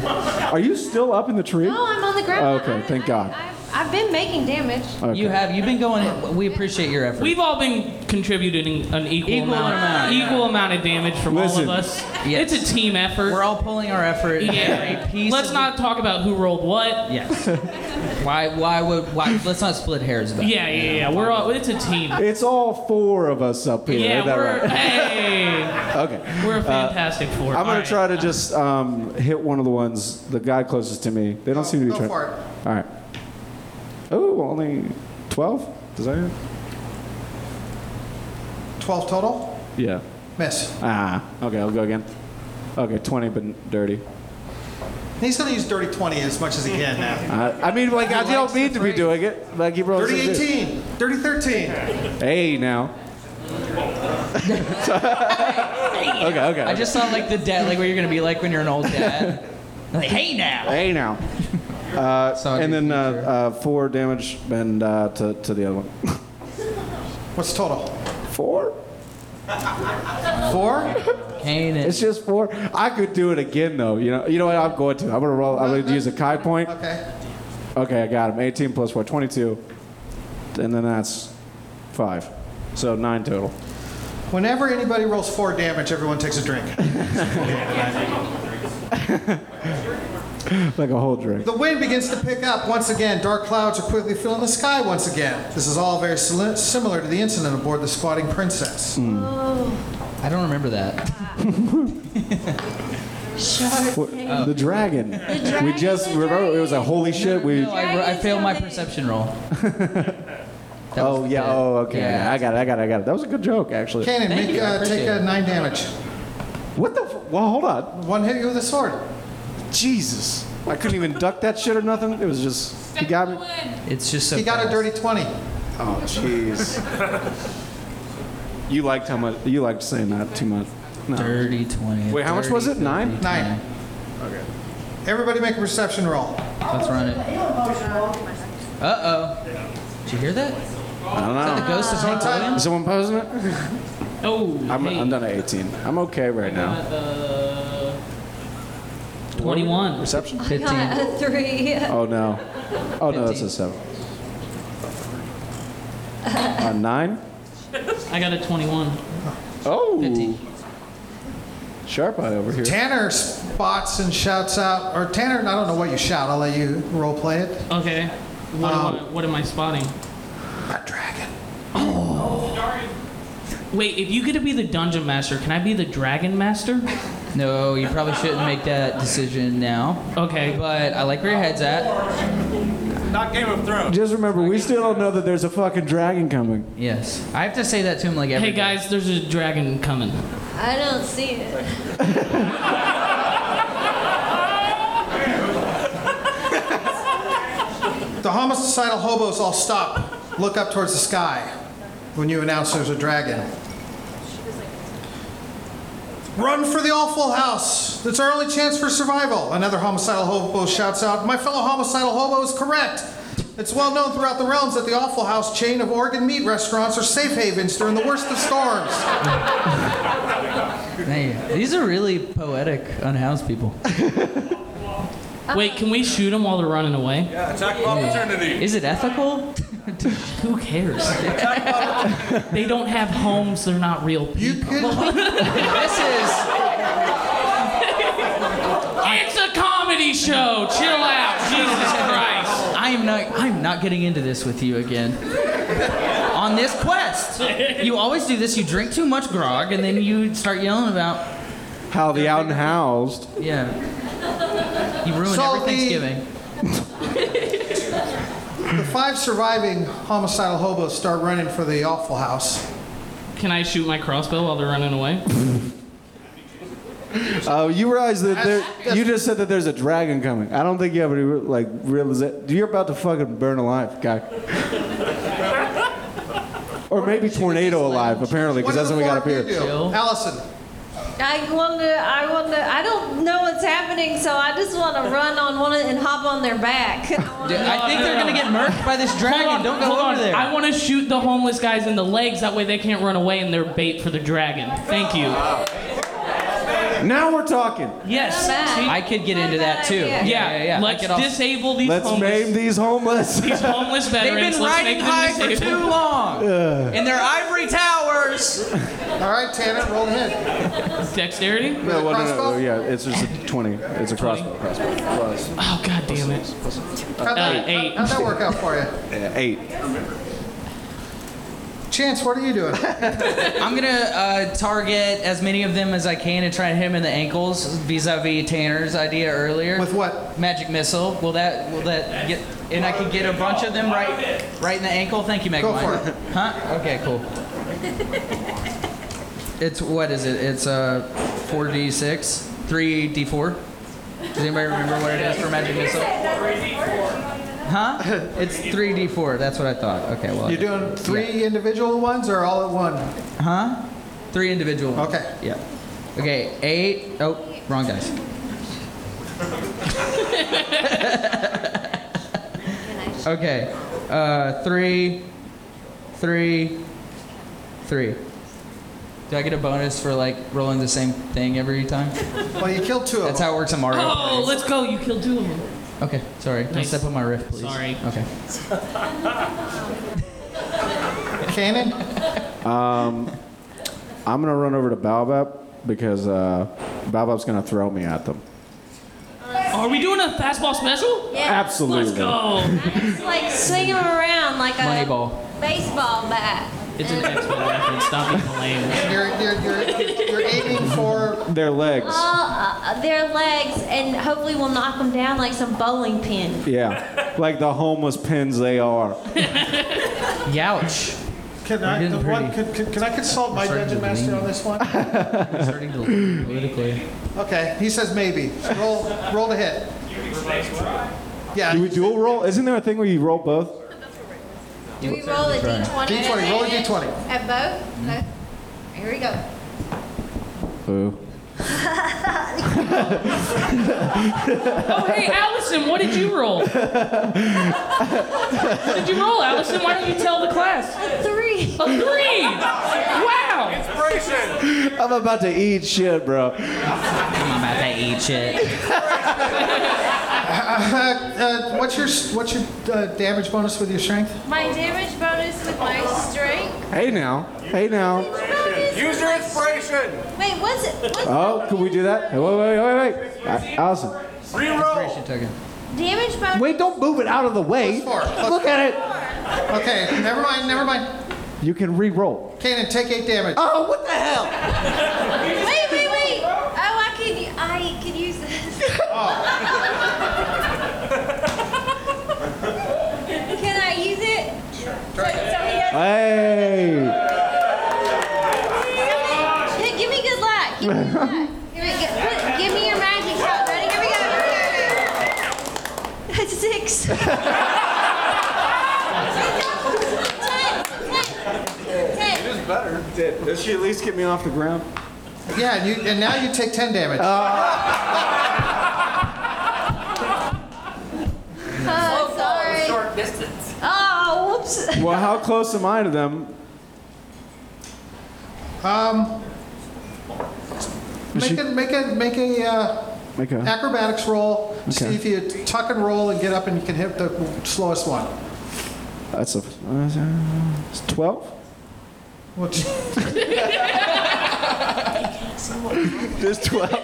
[SPEAKER 5] Are you still up in the tree?
[SPEAKER 8] No, I'm on the ground.
[SPEAKER 5] Okay,
[SPEAKER 8] I-
[SPEAKER 5] thank
[SPEAKER 8] I-
[SPEAKER 5] God.
[SPEAKER 8] I've, I've been making damage.
[SPEAKER 5] Okay.
[SPEAKER 3] you have. You've been going. We appreciate your effort.
[SPEAKER 6] We've all been contributing an equal,
[SPEAKER 3] Equal
[SPEAKER 6] amount,
[SPEAKER 3] amount, yeah.
[SPEAKER 6] equal amount of damage from all
[SPEAKER 5] Listen.
[SPEAKER 6] of us.
[SPEAKER 3] Yes.
[SPEAKER 6] It's a team effort.
[SPEAKER 3] We're all pulling our effort.
[SPEAKER 6] yeah.
[SPEAKER 3] Every piece
[SPEAKER 6] Let's
[SPEAKER 3] of
[SPEAKER 6] not talk about who rolled what.
[SPEAKER 3] Yes. why? Why would? Why? Let's not split hairs about. it.
[SPEAKER 6] Yeah, yeah, yeah. We're all. It's a team.
[SPEAKER 5] It's all four of us up here.
[SPEAKER 6] Yeah,
[SPEAKER 5] Is that
[SPEAKER 6] we're
[SPEAKER 5] right?
[SPEAKER 6] hey,
[SPEAKER 5] Okay.
[SPEAKER 6] we're a fantastic four.
[SPEAKER 5] I'm
[SPEAKER 6] All
[SPEAKER 5] gonna
[SPEAKER 6] right.
[SPEAKER 5] try to just um, hit one of the ones, the guy closest to me. They don't seem to be
[SPEAKER 9] Go
[SPEAKER 5] trying.
[SPEAKER 9] for it.
[SPEAKER 5] All right. Oh, only twelve. Does that? Hit?
[SPEAKER 9] 12 total.
[SPEAKER 5] Yeah.
[SPEAKER 9] Miss.
[SPEAKER 5] Ah. Okay, I'll go again. Okay, twenty, but n- dirty.
[SPEAKER 9] He's going to use dirty 20 as much as he can now.
[SPEAKER 5] I, Uh, I mean, like I don't need to be doing it. Like you rolls.
[SPEAKER 9] Dirty
[SPEAKER 5] some shit.
[SPEAKER 9] 18. Dirty 13.
[SPEAKER 5] Hey now. okay. Okay.
[SPEAKER 3] I just sound like the dad, like what you're gonna be like when you're an old dad. like, hey now.
[SPEAKER 5] Hey now. Uh,
[SPEAKER 3] So I
[SPEAKER 5] and
[SPEAKER 3] do
[SPEAKER 5] then uh,
[SPEAKER 3] future.
[SPEAKER 5] uh, four damage and uh, to, to the other one.
[SPEAKER 9] What's total?
[SPEAKER 5] Four?
[SPEAKER 9] Four?
[SPEAKER 3] Kane and
[SPEAKER 5] It's just four. I could do it again though. You know. You know what? I'm going to. I'm gonna roll. I'm gonna use a Kai point.
[SPEAKER 9] Okay.
[SPEAKER 5] Okay, I got him. 18 plus four, 22, and then that's five. So nine total.
[SPEAKER 9] Whenever anybody rolls four damage, everyone takes a drink.
[SPEAKER 5] Like a whole drink.
[SPEAKER 9] The wind begins to pick up once again. Dark clouds are quickly filling the sky once again. This is all very sili- similar to the incident aboard the Squatting Princess.
[SPEAKER 3] Mm. I don't remember that. Oh.
[SPEAKER 5] The dragon. we just
[SPEAKER 8] the
[SPEAKER 5] remember it was a
[SPEAKER 8] dragon.
[SPEAKER 5] holy shit. We.
[SPEAKER 3] No, I, I failed my perception roll. That was
[SPEAKER 5] oh
[SPEAKER 3] the
[SPEAKER 5] yeah.
[SPEAKER 3] bit.
[SPEAKER 5] Oh okay.
[SPEAKER 3] Yeah.
[SPEAKER 5] I got it. I got it. I got it. That was a good joke actually.
[SPEAKER 9] Kanan,
[SPEAKER 3] Thank
[SPEAKER 9] make,
[SPEAKER 3] you, I
[SPEAKER 9] uh, take
[SPEAKER 3] appreciate
[SPEAKER 9] uh,
[SPEAKER 3] it.
[SPEAKER 9] nine damage.
[SPEAKER 5] What the? F- well, hold on.
[SPEAKER 9] One hit you with a sword.
[SPEAKER 5] Jesus. I couldn't even duck that shit or nothing. It was just. He got me.
[SPEAKER 3] It's just so.
[SPEAKER 9] He got a
[SPEAKER 3] fast.
[SPEAKER 9] dirty 20.
[SPEAKER 5] Oh jeez. you liked how much? You liked saying that too much. No.
[SPEAKER 3] Dirty twenty.
[SPEAKER 5] Wait, how much
[SPEAKER 3] Dirty
[SPEAKER 5] was it?
[SPEAKER 3] 50.
[SPEAKER 5] Nine?
[SPEAKER 9] Nine.
[SPEAKER 3] Mm.
[SPEAKER 9] Everybody make a perception roll.
[SPEAKER 3] Let's run it. Uh oh. Did you hear that? Is
[SPEAKER 5] I don't
[SPEAKER 3] that
[SPEAKER 5] know.
[SPEAKER 3] the ghost of Hank
[SPEAKER 5] Is
[SPEAKER 3] Williams?
[SPEAKER 5] someone posing it?
[SPEAKER 6] Oh,
[SPEAKER 5] I'm,
[SPEAKER 6] hey.
[SPEAKER 5] I'm done at 18. I'm okay right now.
[SPEAKER 6] Uh, Twenty-one.
[SPEAKER 5] Reception?
[SPEAKER 8] I got a three.
[SPEAKER 5] Oh no. Oh no, that's a seven. A nine?
[SPEAKER 6] I got a twenty-one.
[SPEAKER 5] Oh.
[SPEAKER 3] Fifteen.
[SPEAKER 5] Sharp eye over here.
[SPEAKER 9] Tanner spots and shouts out, or Tanner, I don't know what you shout. I'll let you role play it.
[SPEAKER 6] Okay. What, am I, what am I spotting?
[SPEAKER 9] A dragon.
[SPEAKER 6] Wait, if you get to be the dungeon master, can I be the dragon master?
[SPEAKER 3] No, you probably shouldn't make that decision now.
[SPEAKER 6] Okay.
[SPEAKER 3] But I like where your head's at.
[SPEAKER 11] Not Game of Thrones.
[SPEAKER 5] Just remember, we still don't know that there's a fucking dragon coming.
[SPEAKER 3] Yes. I have to say that to him like every
[SPEAKER 6] Hey
[SPEAKER 3] day.
[SPEAKER 6] guys, there's a dragon coming.
[SPEAKER 8] I don't see it.
[SPEAKER 9] The homicidal hobos all stop, look up towards the sky. when you announce there's a dragon. Run for the awful house. It's our only chance for survival. Another homicidal hobo shouts out, My fellow homicidal hobo is correct. It's well known throughout the realms that the awful house chain of Oregon meat restaurants are safe havens during the worst of storms.
[SPEAKER 3] Man, these are really poetic unhoused people.
[SPEAKER 6] Wait, can we shoot them while they're running away?
[SPEAKER 11] Yeah, attack of opportunity.
[SPEAKER 3] Is it ethical?
[SPEAKER 6] Who cares? they don't have homes. They're not real people.
[SPEAKER 3] this is.
[SPEAKER 6] it's a comedy show. Chill out. Jesus Christ.
[SPEAKER 3] I am not. I am not getting into this with you again. On this quest, you always do this. You drink too much grog, and then you start yelling about.
[SPEAKER 5] How the out and housed.
[SPEAKER 3] Yeah. You ruin
[SPEAKER 9] Salty.
[SPEAKER 3] every Thanksgiving.
[SPEAKER 9] The five surviving homicidal hobos start running for the awful house.
[SPEAKER 6] Can I shoot my crossbow while they're running away?
[SPEAKER 5] Oh, you realize that there, you just said that there's a dragon coming. I don't think you have any re- like realize that you're about to fucking burn alive, guy. or maybe tornado alive, apparently, because
[SPEAKER 9] do
[SPEAKER 5] that's
[SPEAKER 9] the
[SPEAKER 5] when we got up
[SPEAKER 9] four of you
[SPEAKER 5] here.
[SPEAKER 9] do? Allison,
[SPEAKER 8] I want to. I want to. I don't know what's happening, so I just want to run on one and hop on their back. I wanna-
[SPEAKER 3] Dude, I think
[SPEAKER 6] no,
[SPEAKER 3] they're
[SPEAKER 6] no.
[SPEAKER 3] gonna get murked by this dragon.
[SPEAKER 6] Hold on,
[SPEAKER 3] Don't go
[SPEAKER 6] hold
[SPEAKER 3] over
[SPEAKER 6] on.
[SPEAKER 3] there.
[SPEAKER 6] I want to shoot the homeless guys in the legs. That way they can't run away and they're bait for the dragon. Thank you.
[SPEAKER 5] Now we're talking.
[SPEAKER 6] Yes.
[SPEAKER 8] Not bad.
[SPEAKER 6] see?
[SPEAKER 3] I could get into that too.
[SPEAKER 8] Yeah,
[SPEAKER 6] yeah, yeah,
[SPEAKER 3] I
[SPEAKER 6] Let's
[SPEAKER 3] could also-
[SPEAKER 6] disable these
[SPEAKER 5] Let's
[SPEAKER 6] homeless.
[SPEAKER 5] maim these homeless.
[SPEAKER 6] these homeless
[SPEAKER 3] They've
[SPEAKER 6] veterans.
[SPEAKER 3] been
[SPEAKER 6] Let's
[SPEAKER 3] riding
[SPEAKER 6] make them
[SPEAKER 3] high for
[SPEAKER 6] disabled.
[SPEAKER 3] too long in their ivory towers.
[SPEAKER 9] all right, Tanner, roll ahead.
[SPEAKER 6] Dexterity.
[SPEAKER 5] No, well, no, no,
[SPEAKER 9] Crossbow?
[SPEAKER 5] no, yeah, it's just a 20. It's a crossbow. crossbow. Plus, uh,
[SPEAKER 6] Oh god damn it.
[SPEAKER 9] How'd that,
[SPEAKER 6] Uh, eight.
[SPEAKER 9] how'd that work out for you?
[SPEAKER 5] eight.
[SPEAKER 9] Chance, what are you doing?
[SPEAKER 3] I'm gonna uh, target as many of them as I can and try to hit them in the ankles, vis-a-vis Tanner's idea earlier.
[SPEAKER 9] With what?
[SPEAKER 3] Magic missile. Will that? Will that get? And I can get a bunch of them right, right in the ankle. Thank you, Megamind.
[SPEAKER 9] Go for it.
[SPEAKER 3] Huh? Okay, cool. It's what is it? It's uh, 4d6, 3d4. Does anybody remember what it is for magic missile? Huh? It's 3d4. That's what I thought. Okay, well.
[SPEAKER 9] You're doing three individual ones or all at one?
[SPEAKER 3] Huh? Three individual. ones.
[SPEAKER 9] Okay.
[SPEAKER 3] Yeah. Okay, eight. Oh, wrong dice. okay. Uh, three, three, three. Do I get a bonus for like rolling the same thing every time?
[SPEAKER 9] Well, you killed two of
[SPEAKER 3] That's
[SPEAKER 9] them.
[SPEAKER 3] how it works on Mario.
[SPEAKER 6] Oh, let's go. You killed two of them.
[SPEAKER 3] Okay, sorry. Don't
[SPEAKER 6] Nice.
[SPEAKER 3] step on my riff, please.
[SPEAKER 6] Sorry.
[SPEAKER 3] Okay.
[SPEAKER 9] Cannon?
[SPEAKER 5] I'm going to run over to Baobab because uh, Baobab's going to throw me at them.
[SPEAKER 6] Are we doing a fastball special?
[SPEAKER 8] yeah.
[SPEAKER 5] Absolutely.
[SPEAKER 6] Let's go.
[SPEAKER 8] Just, like swing them around like a
[SPEAKER 3] Moneyball.
[SPEAKER 8] baseball bat.
[SPEAKER 6] It's an X-Men reference. Stop being lame.
[SPEAKER 9] You're, you're, you're, you're aiming for.
[SPEAKER 5] Their legs.
[SPEAKER 8] All uh, their legs, and hopefully we'll knock them down like some bowling pin.
[SPEAKER 5] Yeah, like the homeless pins they are.
[SPEAKER 3] Youch.
[SPEAKER 9] Can
[SPEAKER 3] We're
[SPEAKER 9] I,
[SPEAKER 3] getting
[SPEAKER 9] the one,
[SPEAKER 3] pretty.
[SPEAKER 9] can, can, can I consult my
[SPEAKER 3] starting
[SPEAKER 9] dungeon
[SPEAKER 3] to
[SPEAKER 9] master
[SPEAKER 3] lean.
[SPEAKER 9] on this one?
[SPEAKER 3] I'm starting to lean politically.
[SPEAKER 9] Okay, he says maybe. So roll, roll to hit. Yeah,
[SPEAKER 5] Do we dual roll? Isn't there a thing where you roll both?
[SPEAKER 8] Do we roll a d20?
[SPEAKER 9] D20, roll a D20.
[SPEAKER 8] At both? No. Here we go.
[SPEAKER 5] Boo.
[SPEAKER 6] Oh, hey, Allison, what did you roll? what did you roll, Allison? Why don't you tell the class?
[SPEAKER 8] A three.
[SPEAKER 6] A three! Wow!
[SPEAKER 11] Inspiration.
[SPEAKER 5] I'm about to eat shit, bro.
[SPEAKER 3] I'm about to eat shit.
[SPEAKER 9] Uh, what's your what's your uh, damage bonus with your strength?
[SPEAKER 8] My damage bonus with my strength.
[SPEAKER 5] Hey now. Hey now.
[SPEAKER 8] Bonus
[SPEAKER 11] Use
[SPEAKER 8] with
[SPEAKER 11] your
[SPEAKER 8] my-
[SPEAKER 11] inspiration.
[SPEAKER 8] Wait, what's it? What's
[SPEAKER 5] Oh, could we do that? Hey, Wait, wait, wait, wait. A- Allison.
[SPEAKER 11] Reroll.
[SPEAKER 8] Damage bonus.
[SPEAKER 5] Wait, don't move it out of the way.
[SPEAKER 9] Plus four, plus
[SPEAKER 5] Look at it.
[SPEAKER 9] Okay, never mind, never mind.
[SPEAKER 5] You can re roll.
[SPEAKER 9] Kanan, take eight damage.
[SPEAKER 5] Oh, what the hell?
[SPEAKER 8] Wait, wait, wait. Oh, I could. I could use this. Can I use it? Try it.
[SPEAKER 5] Hey.
[SPEAKER 8] Hey, give me good luck. Give me good luck. Give me, good- put- give me your magic shot. Ready? Here we go. Here we go. That's a six. Ten, ten.
[SPEAKER 5] Does she at least get me off the ground?
[SPEAKER 9] Yeah, and, you, and now you take 10 damage.
[SPEAKER 5] Uh,
[SPEAKER 8] Oh, sorry.
[SPEAKER 4] Short distance.
[SPEAKER 8] Oh, whoops.
[SPEAKER 5] Well, how close am I to them?
[SPEAKER 9] Um, make, a, make a make a uh,
[SPEAKER 5] Make a-
[SPEAKER 9] acrobatics roll. to See
[SPEAKER 5] Okay.
[SPEAKER 9] if you tuck and roll and get up and you can hit the slowest one.
[SPEAKER 5] That's a it's twelve.
[SPEAKER 9] What?
[SPEAKER 5] Just twelve.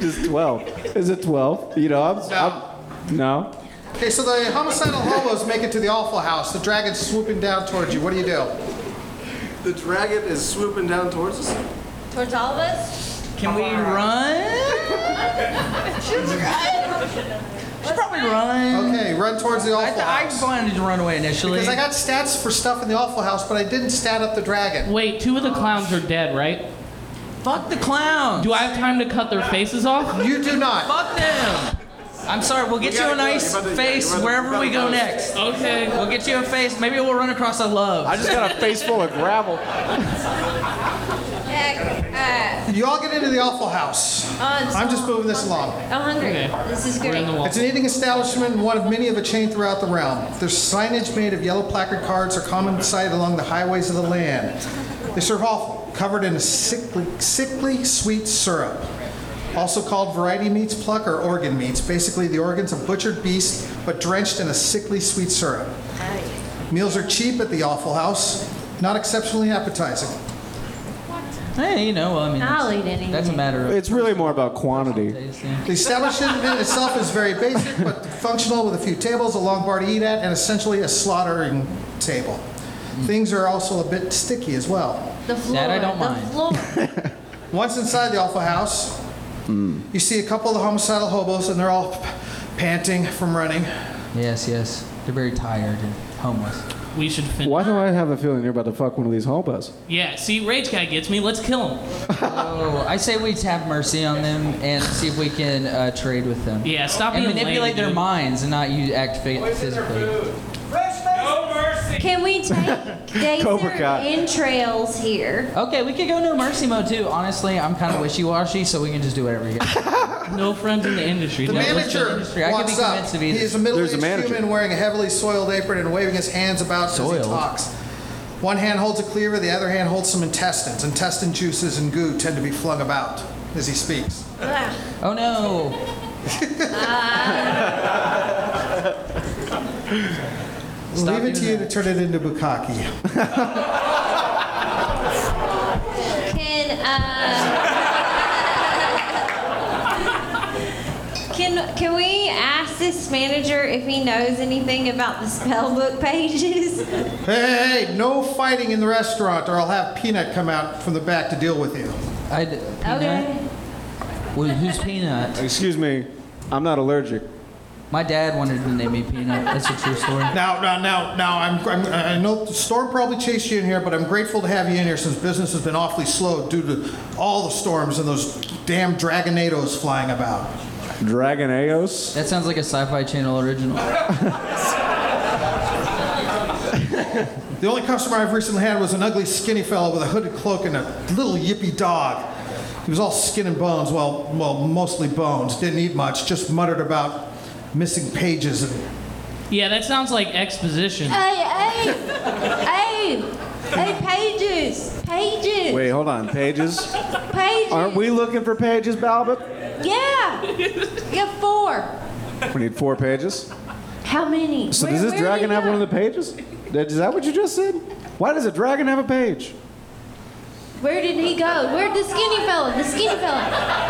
[SPEAKER 5] Just twelve. Is it twelve? You know, I'm. I'm no.
[SPEAKER 9] Okay, so the homicidal hobos make it to the awful house. The dragon's swooping down towards you. What do you do?
[SPEAKER 12] The dragon is swooping down towards us.
[SPEAKER 8] Towards all of us?
[SPEAKER 3] Can we run?
[SPEAKER 8] Should we run?
[SPEAKER 3] Should probably run.
[SPEAKER 9] Okay, run towards the awful
[SPEAKER 3] I,
[SPEAKER 9] house.
[SPEAKER 3] I wanted to run away initially.
[SPEAKER 9] Because I got stats for stuff in the awful house, but I didn't stat up the dragon.
[SPEAKER 6] Wait, two of the clowns are dead, right?
[SPEAKER 3] Fuck the clowns.
[SPEAKER 6] Do I have time to cut their faces off?
[SPEAKER 9] You do not.
[SPEAKER 3] Fuck them. I'm sorry. We'll get
[SPEAKER 6] We
[SPEAKER 3] you
[SPEAKER 6] gotta
[SPEAKER 3] a
[SPEAKER 6] go.
[SPEAKER 3] nice
[SPEAKER 6] You're about to- yeah,
[SPEAKER 3] face
[SPEAKER 6] you're about to-
[SPEAKER 3] wherever
[SPEAKER 6] you're
[SPEAKER 3] we
[SPEAKER 6] about
[SPEAKER 3] go
[SPEAKER 6] to-
[SPEAKER 3] next.
[SPEAKER 6] Okay.
[SPEAKER 3] We'll get you a face. Maybe we'll run across a love.
[SPEAKER 5] I just got a face full of gravel.
[SPEAKER 8] Heck, uh,
[SPEAKER 9] You all get into the awful house.
[SPEAKER 8] I'm
[SPEAKER 9] I'm just moving this along.
[SPEAKER 8] uh, I'm hungry. This is great.
[SPEAKER 9] It's an eating establishment, and one of many of a chain throughout the realm. Their signage made of yellow placard cards are common sight along the highways of the land. They serve offal, covered in a sickly, sickly sweet syrup, also called variety meats pluck or organ meats, basically the organs of butchered beasts, but drenched in a sickly sweet syrup. Meals are cheap at the awful house, not exceptionally appetizing.
[SPEAKER 3] Hey, you know, I mean,
[SPEAKER 8] I'll eat
[SPEAKER 3] that's,
[SPEAKER 8] anything.
[SPEAKER 3] that's a matter of.
[SPEAKER 5] It's really more about quantity.
[SPEAKER 9] The establishment itself is very basic but functional with a few tables, a long bar to eat at, and essentially a slaughtering table. Things are also a bit sticky as well.
[SPEAKER 8] The floor.
[SPEAKER 9] That I don't
[SPEAKER 8] the
[SPEAKER 9] mind.
[SPEAKER 8] Floor.
[SPEAKER 9] Once inside the awful house, you see a couple of the homicidal hobos, and they're all panting from running.
[SPEAKER 3] Yes, yes. They're very tired and homeless.
[SPEAKER 6] We should finish.
[SPEAKER 5] Why do I have a feeling you're about to fuck one of these hobos?
[SPEAKER 6] Yeah, see, Rage Guy gets me. Let's kill him.
[SPEAKER 3] Oh, I say we have mercy on them and see if we can uh, trade with them.
[SPEAKER 6] Yeah, stop
[SPEAKER 3] and
[SPEAKER 6] being
[SPEAKER 3] manipulate
[SPEAKER 6] lame,
[SPEAKER 3] their
[SPEAKER 6] dude.
[SPEAKER 3] minds and not you act phy- physically.
[SPEAKER 10] No mercy.
[SPEAKER 8] Can we take they
[SPEAKER 3] Cobra
[SPEAKER 8] serve
[SPEAKER 3] Kai.
[SPEAKER 8] entrails here?
[SPEAKER 3] Okay, we could go no mercy mode too. Honestly, I'm kind of wishy-washy, so we can just do whatever you get.
[SPEAKER 6] no friends in the industry.
[SPEAKER 9] The manager walks up. He is a middle-aged human wearing a heavily soiled apron and waving his hands about as
[SPEAKER 3] Soiled?
[SPEAKER 9] he talks. One hand holds a cleaver, the other hand holds some intestines. Intestine juices and goo tend to be flung about as he speaks.
[SPEAKER 3] Oh no!
[SPEAKER 9] Leave it to you to turn it into bukkake.
[SPEAKER 8] Can uh, can can we ask this manager if he knows anything about the spell book pages?
[SPEAKER 9] Hey, hey, hey, no fighting in the restaurant, or I'll have Peanut come out from the back to deal with you.
[SPEAKER 3] I d-
[SPEAKER 8] Okay.
[SPEAKER 3] Well, who's Peanut?
[SPEAKER 5] Excuse me, I'm not allergic.
[SPEAKER 3] My dad wanted to name me Peanut. That's a true story.
[SPEAKER 9] Now, now, now, now, I'm, I'm, I know the storm probably chased you in here, but I'm grateful to have you in here since business has been awfully slow due to all the storms and those damn dragonados flying about.
[SPEAKER 5] Dragon Aos?
[SPEAKER 3] That sounds like a sci-fi channel original. Uh,
[SPEAKER 9] The only customer I've recently had was an ugly, skinny fellow with a hooded cloak and a little yippy dog. He was all skin and bones, well, well, mostly bones. Didn't eat much, just muttered about missing pages and
[SPEAKER 6] Yeah, that sounds like exposition.
[SPEAKER 8] Hey, hey, hey, hey, pages, pages,
[SPEAKER 5] Wait, hold on. Pages?
[SPEAKER 8] pages.
[SPEAKER 5] Aren't we looking for pages, Balbert?
[SPEAKER 8] Yeah, yeah, four.
[SPEAKER 5] We need four pages.
[SPEAKER 8] How many?
[SPEAKER 5] So
[SPEAKER 8] Where-
[SPEAKER 5] does this
[SPEAKER 8] where
[SPEAKER 5] dragon
[SPEAKER 8] do you
[SPEAKER 5] have one of
[SPEAKER 8] go?
[SPEAKER 5] the pages? That- Is that what you just said? Why does a dragon have a page?
[SPEAKER 8] Where did he go? Where'd the skinny fella? The skinny fella.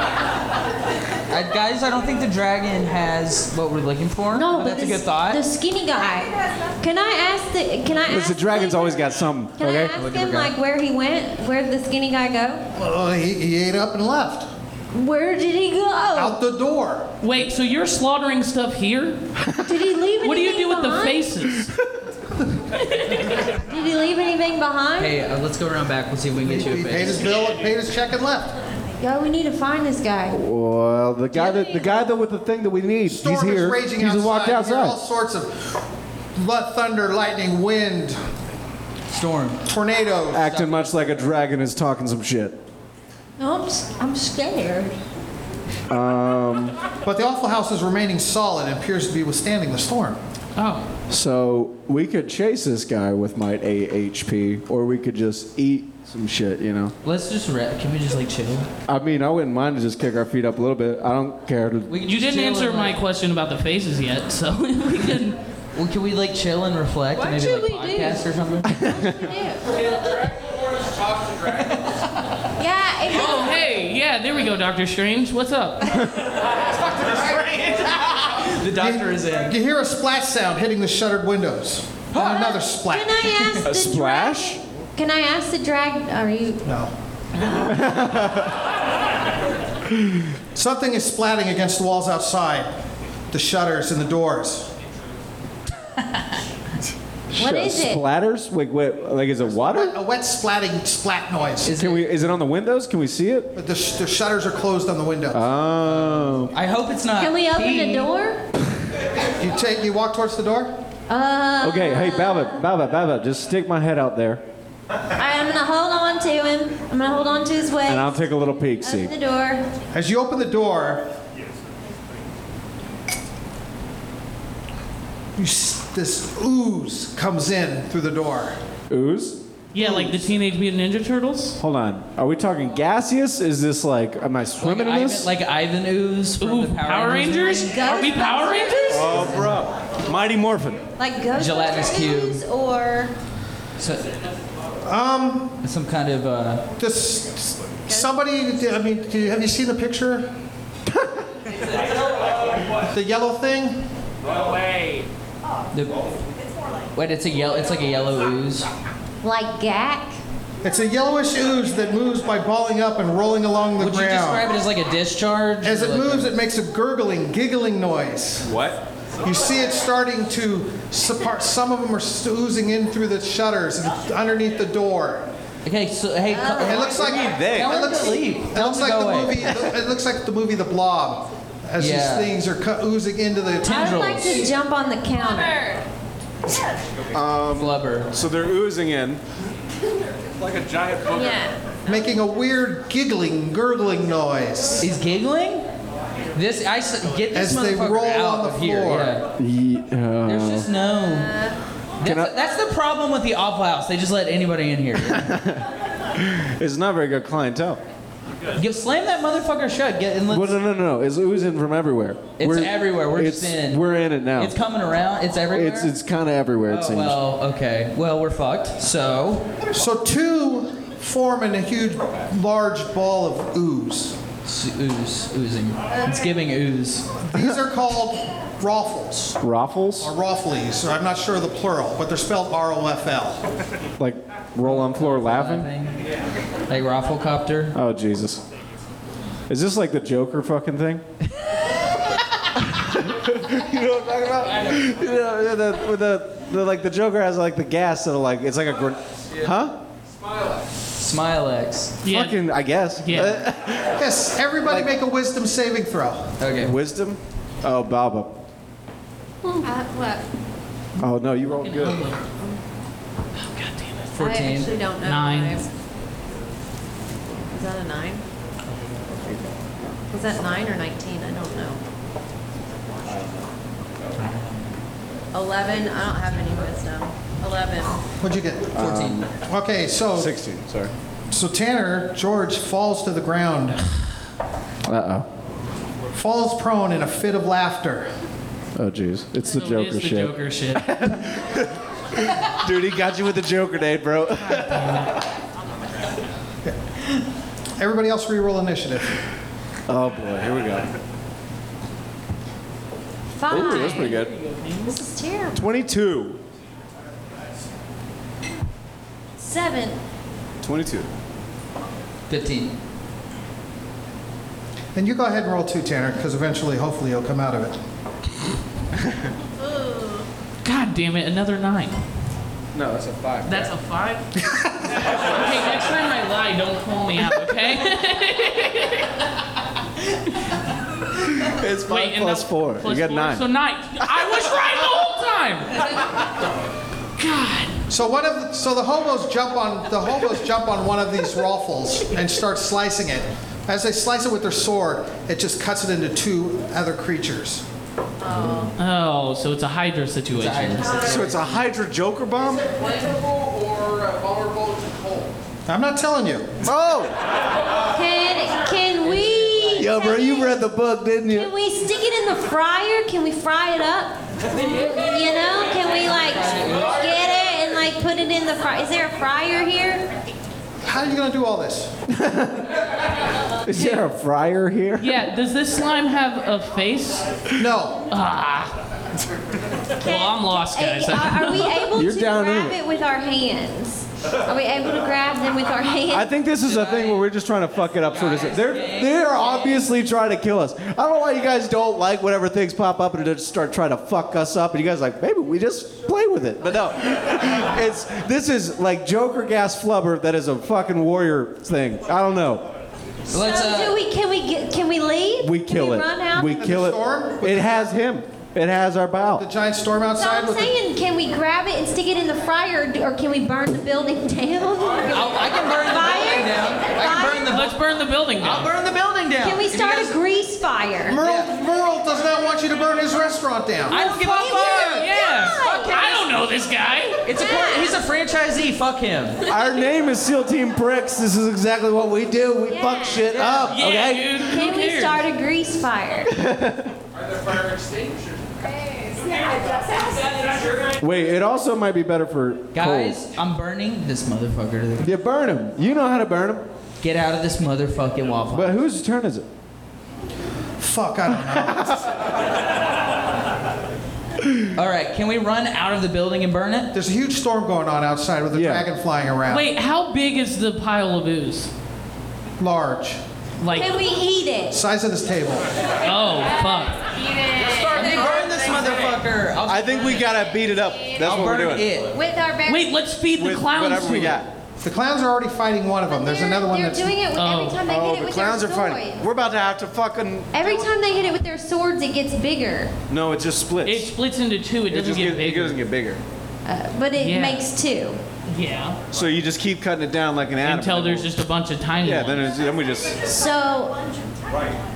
[SPEAKER 3] I, guys, I don't think the dragon has what we're looking for. but
[SPEAKER 8] No, but
[SPEAKER 3] that's a
[SPEAKER 8] the
[SPEAKER 3] good
[SPEAKER 8] s-
[SPEAKER 3] thought.
[SPEAKER 8] The skinny guy. Can I ask the? Can I
[SPEAKER 5] Because the
[SPEAKER 8] ask?
[SPEAKER 5] dragon's always got some.
[SPEAKER 8] Can
[SPEAKER 5] okay.
[SPEAKER 8] I ask him like where he went? Where would the skinny guy go?
[SPEAKER 9] Well, he, he ate up and left.
[SPEAKER 8] Where did he go?
[SPEAKER 9] Out the door.
[SPEAKER 6] Wait, so you're slaughtering stuff here?
[SPEAKER 8] Did he leave
[SPEAKER 6] What do you
[SPEAKER 8] anything
[SPEAKER 6] do with the
[SPEAKER 8] behind?
[SPEAKER 6] faces?
[SPEAKER 8] Did he leave anything behind?
[SPEAKER 3] Hey, uh, let's go around back. We'll see if we can get you a
[SPEAKER 9] He
[SPEAKER 3] face.
[SPEAKER 9] paid his bill, paid his check, and left.
[SPEAKER 8] Yo, we need to find this guy.
[SPEAKER 5] Well, the guy that the guy that with the thing that we need. he's
[SPEAKER 9] Storm is
[SPEAKER 5] here.
[SPEAKER 9] raging
[SPEAKER 5] he's
[SPEAKER 9] outside.
[SPEAKER 5] walked
[SPEAKER 9] You hear all
[SPEAKER 5] outside.
[SPEAKER 9] sorts of blood, thunder, lightning, wind.
[SPEAKER 3] Storm.
[SPEAKER 9] Tornadoes.
[SPEAKER 5] Acting much like a dragon is talking some shit.
[SPEAKER 8] No, I'm, s- I'm scared.
[SPEAKER 5] Um,
[SPEAKER 9] But the awful house is remaining solid and appears to be withstanding the storm.
[SPEAKER 6] Oh.
[SPEAKER 5] so we could chase this guy with my AHP, or we could just eat some shit, you know?
[SPEAKER 3] Let's just rest. Can we just like chill?
[SPEAKER 5] I mean, I wouldn't mind to just kick our feet up a little bit. I don't care to.
[SPEAKER 6] You didn't answer my question about the faces yet, so we can.
[SPEAKER 3] Well, can we like chill and reflect
[SPEAKER 6] What
[SPEAKER 3] and maybe
[SPEAKER 6] should
[SPEAKER 3] like
[SPEAKER 6] we do?
[SPEAKER 3] podcast or something?
[SPEAKER 8] Yeah. It
[SPEAKER 6] Oh, hey, yeah, there we go, Doctor Strange. What's up?
[SPEAKER 3] the doctor is in.
[SPEAKER 9] You hear a splash sound hitting the shuttered windows. And another splash.
[SPEAKER 8] Can I ask the
[SPEAKER 5] splash?
[SPEAKER 8] Can I ask the drag? Are you?
[SPEAKER 9] No. Something is splatting against the walls outside, the shutters and the doors.
[SPEAKER 8] What is it?
[SPEAKER 5] Splatters? Wait, wait, like is it water?
[SPEAKER 9] A wet splatting splat noise.
[SPEAKER 5] Can we? Is it on the windows? Can we see it?
[SPEAKER 9] The, sh- the shutters are closed on the window.
[SPEAKER 5] Uh.
[SPEAKER 8] Uh,
[SPEAKER 5] Oh.
[SPEAKER 3] I hope it's not.
[SPEAKER 8] Can we open the door?
[SPEAKER 9] You take. You walk towards the door.
[SPEAKER 8] Uh,
[SPEAKER 5] Okay, hey, Baba, Baba, Baba, just stick my head out there,
[SPEAKER 8] I'm gonna hold on to him. I'm gonna hold on to his
[SPEAKER 5] and
[SPEAKER 8] waist.
[SPEAKER 5] I'll take a little peek. See.
[SPEAKER 8] Open the door.
[SPEAKER 9] As you open the door, you s- this ooze comes in through the door.
[SPEAKER 5] Ooze?
[SPEAKER 6] Yeah, like the Teenage Mutant Ninja Turtles.
[SPEAKER 5] Hold on. Are we talking gaseous? Is this like? Am I swimming in this?
[SPEAKER 3] Like Ivan Ooze from the Power,
[SPEAKER 6] Power Rangers? Are we Power Rangers?
[SPEAKER 8] Oh,
[SPEAKER 5] bro. Mighty Morphin.
[SPEAKER 8] Like Ghostbusters
[SPEAKER 3] Gelatinous cube.
[SPEAKER 8] or
[SPEAKER 3] So,
[SPEAKER 9] Um,
[SPEAKER 3] some kind of uh,
[SPEAKER 9] this somebody. I mean, do you, have you seen the picture? the yellow thing.
[SPEAKER 10] No way.
[SPEAKER 3] the. Wait, it's a yellow. It's like a yellow ooze.
[SPEAKER 8] like Gak.
[SPEAKER 9] It's a yellowish ooze that moves by balling up and rolling along the
[SPEAKER 3] Would you
[SPEAKER 9] ground.
[SPEAKER 3] describe it as like a discharge?
[SPEAKER 9] As
[SPEAKER 3] or
[SPEAKER 9] it
[SPEAKER 3] like
[SPEAKER 9] moves, it makes a gurgling, giggling noise.
[SPEAKER 11] What?
[SPEAKER 9] You see it starting to support. Some of them are s- oozing in through the shutters and underneath the door.
[SPEAKER 3] A, okay, so hey, co-
[SPEAKER 9] It looks like
[SPEAKER 11] they?
[SPEAKER 9] It
[SPEAKER 3] Tell him
[SPEAKER 9] looks,
[SPEAKER 3] to leave.
[SPEAKER 9] It
[SPEAKER 3] Tell
[SPEAKER 9] looks
[SPEAKER 3] him
[SPEAKER 9] like
[SPEAKER 3] to
[SPEAKER 9] the
[SPEAKER 3] go away.
[SPEAKER 9] movie. It looks like the movie The Blob, as
[SPEAKER 3] Yeah.
[SPEAKER 9] these things are co- oozing into the.
[SPEAKER 8] I would like to
[SPEAKER 3] Tendrils.
[SPEAKER 8] jump on the counter.
[SPEAKER 3] blubber.
[SPEAKER 5] So they're oozing in.
[SPEAKER 11] Like a giant book.
[SPEAKER 8] Yeah.
[SPEAKER 9] making a weird giggling, gurgling noise.
[SPEAKER 3] He's giggling. This I s- get this
[SPEAKER 9] As they
[SPEAKER 3] motherfucker
[SPEAKER 9] roll
[SPEAKER 3] out
[SPEAKER 9] on the
[SPEAKER 3] of here.
[SPEAKER 9] floor.
[SPEAKER 3] Yeah.
[SPEAKER 5] Yeah.
[SPEAKER 3] There's just no.
[SPEAKER 5] Can
[SPEAKER 3] That's,
[SPEAKER 5] I-
[SPEAKER 3] that's the problem with the awful house. They just let anybody in here.
[SPEAKER 5] It's not very good clientele.
[SPEAKER 3] Give slam that motherfucker shut. Get and let's,
[SPEAKER 5] Well, no, no, no. It's oozing from everywhere.
[SPEAKER 3] It's everywhere. We're just
[SPEAKER 5] it's-
[SPEAKER 3] in.
[SPEAKER 5] We're in it now.
[SPEAKER 3] it's coming around. It's everywhere.
[SPEAKER 5] It's it's kind of everywhere. It
[SPEAKER 3] Oh,
[SPEAKER 5] seems.
[SPEAKER 3] well, okay. Well, we're fucked. So,
[SPEAKER 9] So two form in a huge, large ball of ooze.
[SPEAKER 3] s- ooze, oozing. It's giving ooze.
[SPEAKER 9] These are called raffles.
[SPEAKER 5] Raffles,
[SPEAKER 9] or Roffleys, or I'm not sure of the plural, but they're spelled R-O-F-L.
[SPEAKER 5] like roll on floor laughing.
[SPEAKER 3] Thing. Like rafflecopter.
[SPEAKER 5] Oh Jesus! Is this like the Joker fucking thing? you know what I'm talking about? You know, the, with the, the like the Joker has like the gas that'll like it's like a gr- huh?
[SPEAKER 3] Smilex.
[SPEAKER 6] Yeah.
[SPEAKER 5] Fucking I guess.
[SPEAKER 6] Yeah.
[SPEAKER 9] Yes, everybody make a wisdom saving throw.
[SPEAKER 5] Uh,
[SPEAKER 3] Okay.
[SPEAKER 5] wisdom. Oh Baba.
[SPEAKER 8] Uh, what?
[SPEAKER 5] Oh no, you rolled good.
[SPEAKER 6] Oh, God damn it.
[SPEAKER 8] I
[SPEAKER 3] 14.
[SPEAKER 8] actually don't know.
[SPEAKER 6] Nine.
[SPEAKER 8] Is that a nine? Was that nine or 19? I don't know. 11. I don't have any wisdom. 11.
[SPEAKER 9] What'd you get? Um,
[SPEAKER 3] 14.
[SPEAKER 9] Okay, so
[SPEAKER 5] Sixteen. Sorry.
[SPEAKER 9] so Tanner George falls to the ground,
[SPEAKER 5] Uh oh.
[SPEAKER 9] falls prone in a fit of laughter.
[SPEAKER 5] Oh jeez, it's the
[SPEAKER 6] So it
[SPEAKER 5] Joker
[SPEAKER 6] is the
[SPEAKER 5] shit.
[SPEAKER 6] Joker shit.
[SPEAKER 5] Dude, he got you with the Joker nade, bro.
[SPEAKER 9] Everybody else reroll initiative.
[SPEAKER 5] oh boy, here we go.
[SPEAKER 8] Five.
[SPEAKER 5] Ooh, that's pretty good.
[SPEAKER 8] This is terrible.
[SPEAKER 5] Twenty-two.
[SPEAKER 8] Seven.
[SPEAKER 5] Twenty-two.
[SPEAKER 3] 15.
[SPEAKER 9] And you go ahead and roll two, Tanner, because eventually, hopefully, you'll come out of it.
[SPEAKER 6] God damn it, another nine.
[SPEAKER 5] No, that's a five.
[SPEAKER 6] That's a five? okay, next time I lie, don't call me out, okay?
[SPEAKER 5] It's five
[SPEAKER 6] Wait, and
[SPEAKER 5] plus
[SPEAKER 6] that-
[SPEAKER 5] four.
[SPEAKER 6] plus
[SPEAKER 5] you got
[SPEAKER 6] four,
[SPEAKER 5] nine.
[SPEAKER 6] So nine. I was right the whole time. God.
[SPEAKER 9] So one of so the hobos jump on the hobos jump on one of these raffles and start slicing it. As they slice it with their sword, it just cuts it into two other creatures.
[SPEAKER 6] Oh, so it's a Hydra situation.
[SPEAKER 9] So it's a Hydra Joker bomb?
[SPEAKER 13] Flammable or uh, vulnerable to cold?
[SPEAKER 9] I'm not telling you.
[SPEAKER 5] Oh!
[SPEAKER 8] Can, can we?
[SPEAKER 5] Yo, bro, you read the book, didn't you?
[SPEAKER 8] Can we stick it in the fryer? Can we fry it up? You know, can we like get it and like put it in the fryer? Is there a fryer here?
[SPEAKER 9] How are you gonna do all this?
[SPEAKER 14] Is there a fryer here?
[SPEAKER 6] Yeah, does this slime have a face?
[SPEAKER 9] No.
[SPEAKER 6] Ah. Well, I'm lost, guys.
[SPEAKER 8] Are, are we able
[SPEAKER 14] You're
[SPEAKER 8] to
[SPEAKER 14] down
[SPEAKER 8] grab
[SPEAKER 14] in it.
[SPEAKER 8] it with our hands? Are we able to grab them with our hands?
[SPEAKER 5] I think this is a thing where we're just trying to fuck it up. Sort of. They're they are obviously trying to kill us. I don't know why you guys don't like whatever things pop up and just start trying to fuck us up. And you guys are like maybe we just play with it. But no, it's this is like Joker gas flubber that is a fucking warrior thing. I don't know.
[SPEAKER 8] so
[SPEAKER 3] uh,
[SPEAKER 8] do we? Can we get? Can we leave?
[SPEAKER 5] We
[SPEAKER 8] Can
[SPEAKER 5] kill
[SPEAKER 8] we
[SPEAKER 5] it.
[SPEAKER 8] Run out?
[SPEAKER 5] We kill it. It has him. It has our bow. The
[SPEAKER 9] giant storm
[SPEAKER 8] So I'm saying, can we grab it and stick it in the fryer, or can we burn the building down?
[SPEAKER 3] I can burn the building down. I can burn the.
[SPEAKER 6] Let's burn the building down.
[SPEAKER 3] I'll burn the building down.
[SPEAKER 8] Can we
[SPEAKER 3] If you
[SPEAKER 8] start
[SPEAKER 3] guys-
[SPEAKER 8] a grease fire?
[SPEAKER 9] Merle, Merle does not want you to burn his restaurant down.
[SPEAKER 3] I don't give a
[SPEAKER 8] Fuck
[SPEAKER 3] fuck.
[SPEAKER 8] him.
[SPEAKER 3] Yeah.
[SPEAKER 8] God.
[SPEAKER 6] I don't know this guy.
[SPEAKER 3] It's a cor- he's a franchisee. Fuck him.
[SPEAKER 5] Our name is SEAL Team Pricks. This is exactly what we do. We fuck shit up.
[SPEAKER 6] Yeah,
[SPEAKER 5] okay.
[SPEAKER 6] dude. who
[SPEAKER 8] Can we
[SPEAKER 6] cares?
[SPEAKER 8] start a grease fire?
[SPEAKER 13] Are there fire extinguishers?
[SPEAKER 5] Wait, it also might be better for
[SPEAKER 3] Guys,
[SPEAKER 5] cold.
[SPEAKER 3] I'm burning this motherfucker. to the-
[SPEAKER 5] You burn them. You know how to burn them.
[SPEAKER 3] Get out of this motherfucking waffle.
[SPEAKER 5] But whose turn is it?
[SPEAKER 9] Fuck, I don't know.
[SPEAKER 3] All right, can we run out of the building and burn it?
[SPEAKER 9] There's a huge storm going on outside with a
[SPEAKER 5] Yeah.
[SPEAKER 9] dragon flying around.
[SPEAKER 6] Wait, how big is the pile of ooze?
[SPEAKER 9] Large.
[SPEAKER 8] Can
[SPEAKER 6] Like,
[SPEAKER 8] we eat it?
[SPEAKER 9] Size of this table.
[SPEAKER 6] oh fuck.
[SPEAKER 3] Hey, burn this motherfucker. I'll,
[SPEAKER 5] I think we gotta beat it up. That's
[SPEAKER 3] I'll
[SPEAKER 5] what we're
[SPEAKER 3] burn
[SPEAKER 5] doing.
[SPEAKER 3] it.
[SPEAKER 8] With our very
[SPEAKER 6] Wait, let's feed the
[SPEAKER 5] With
[SPEAKER 6] clowns
[SPEAKER 5] whatever
[SPEAKER 6] to
[SPEAKER 5] we
[SPEAKER 6] it.
[SPEAKER 5] got.
[SPEAKER 9] The clowns are already fighting one of them. There's
[SPEAKER 8] They're-
[SPEAKER 9] another one
[SPEAKER 8] They're
[SPEAKER 9] that's.
[SPEAKER 8] doing it with-
[SPEAKER 6] Oh.
[SPEAKER 8] every time they hit it
[SPEAKER 5] Oh, the
[SPEAKER 8] with
[SPEAKER 5] clowns are
[SPEAKER 8] their
[SPEAKER 5] fighting.
[SPEAKER 8] swords.
[SPEAKER 5] We're about to have to fucking.
[SPEAKER 8] Every time they hit it with their swords, it gets bigger,
[SPEAKER 5] No, it just splits.
[SPEAKER 6] It splits into two. It
[SPEAKER 5] It
[SPEAKER 6] doesn't
[SPEAKER 5] just
[SPEAKER 6] get
[SPEAKER 5] get- It
[SPEAKER 6] bigger.
[SPEAKER 5] doesn't get bigger.
[SPEAKER 8] uh, but it
[SPEAKER 6] Yeah.
[SPEAKER 8] makes two.
[SPEAKER 6] yeah.
[SPEAKER 5] So you just keep cutting it down like an animal.
[SPEAKER 6] Until there's just a bunch of tiny
[SPEAKER 5] Yeah,
[SPEAKER 6] ones.
[SPEAKER 5] then, it's, then we just.
[SPEAKER 8] So,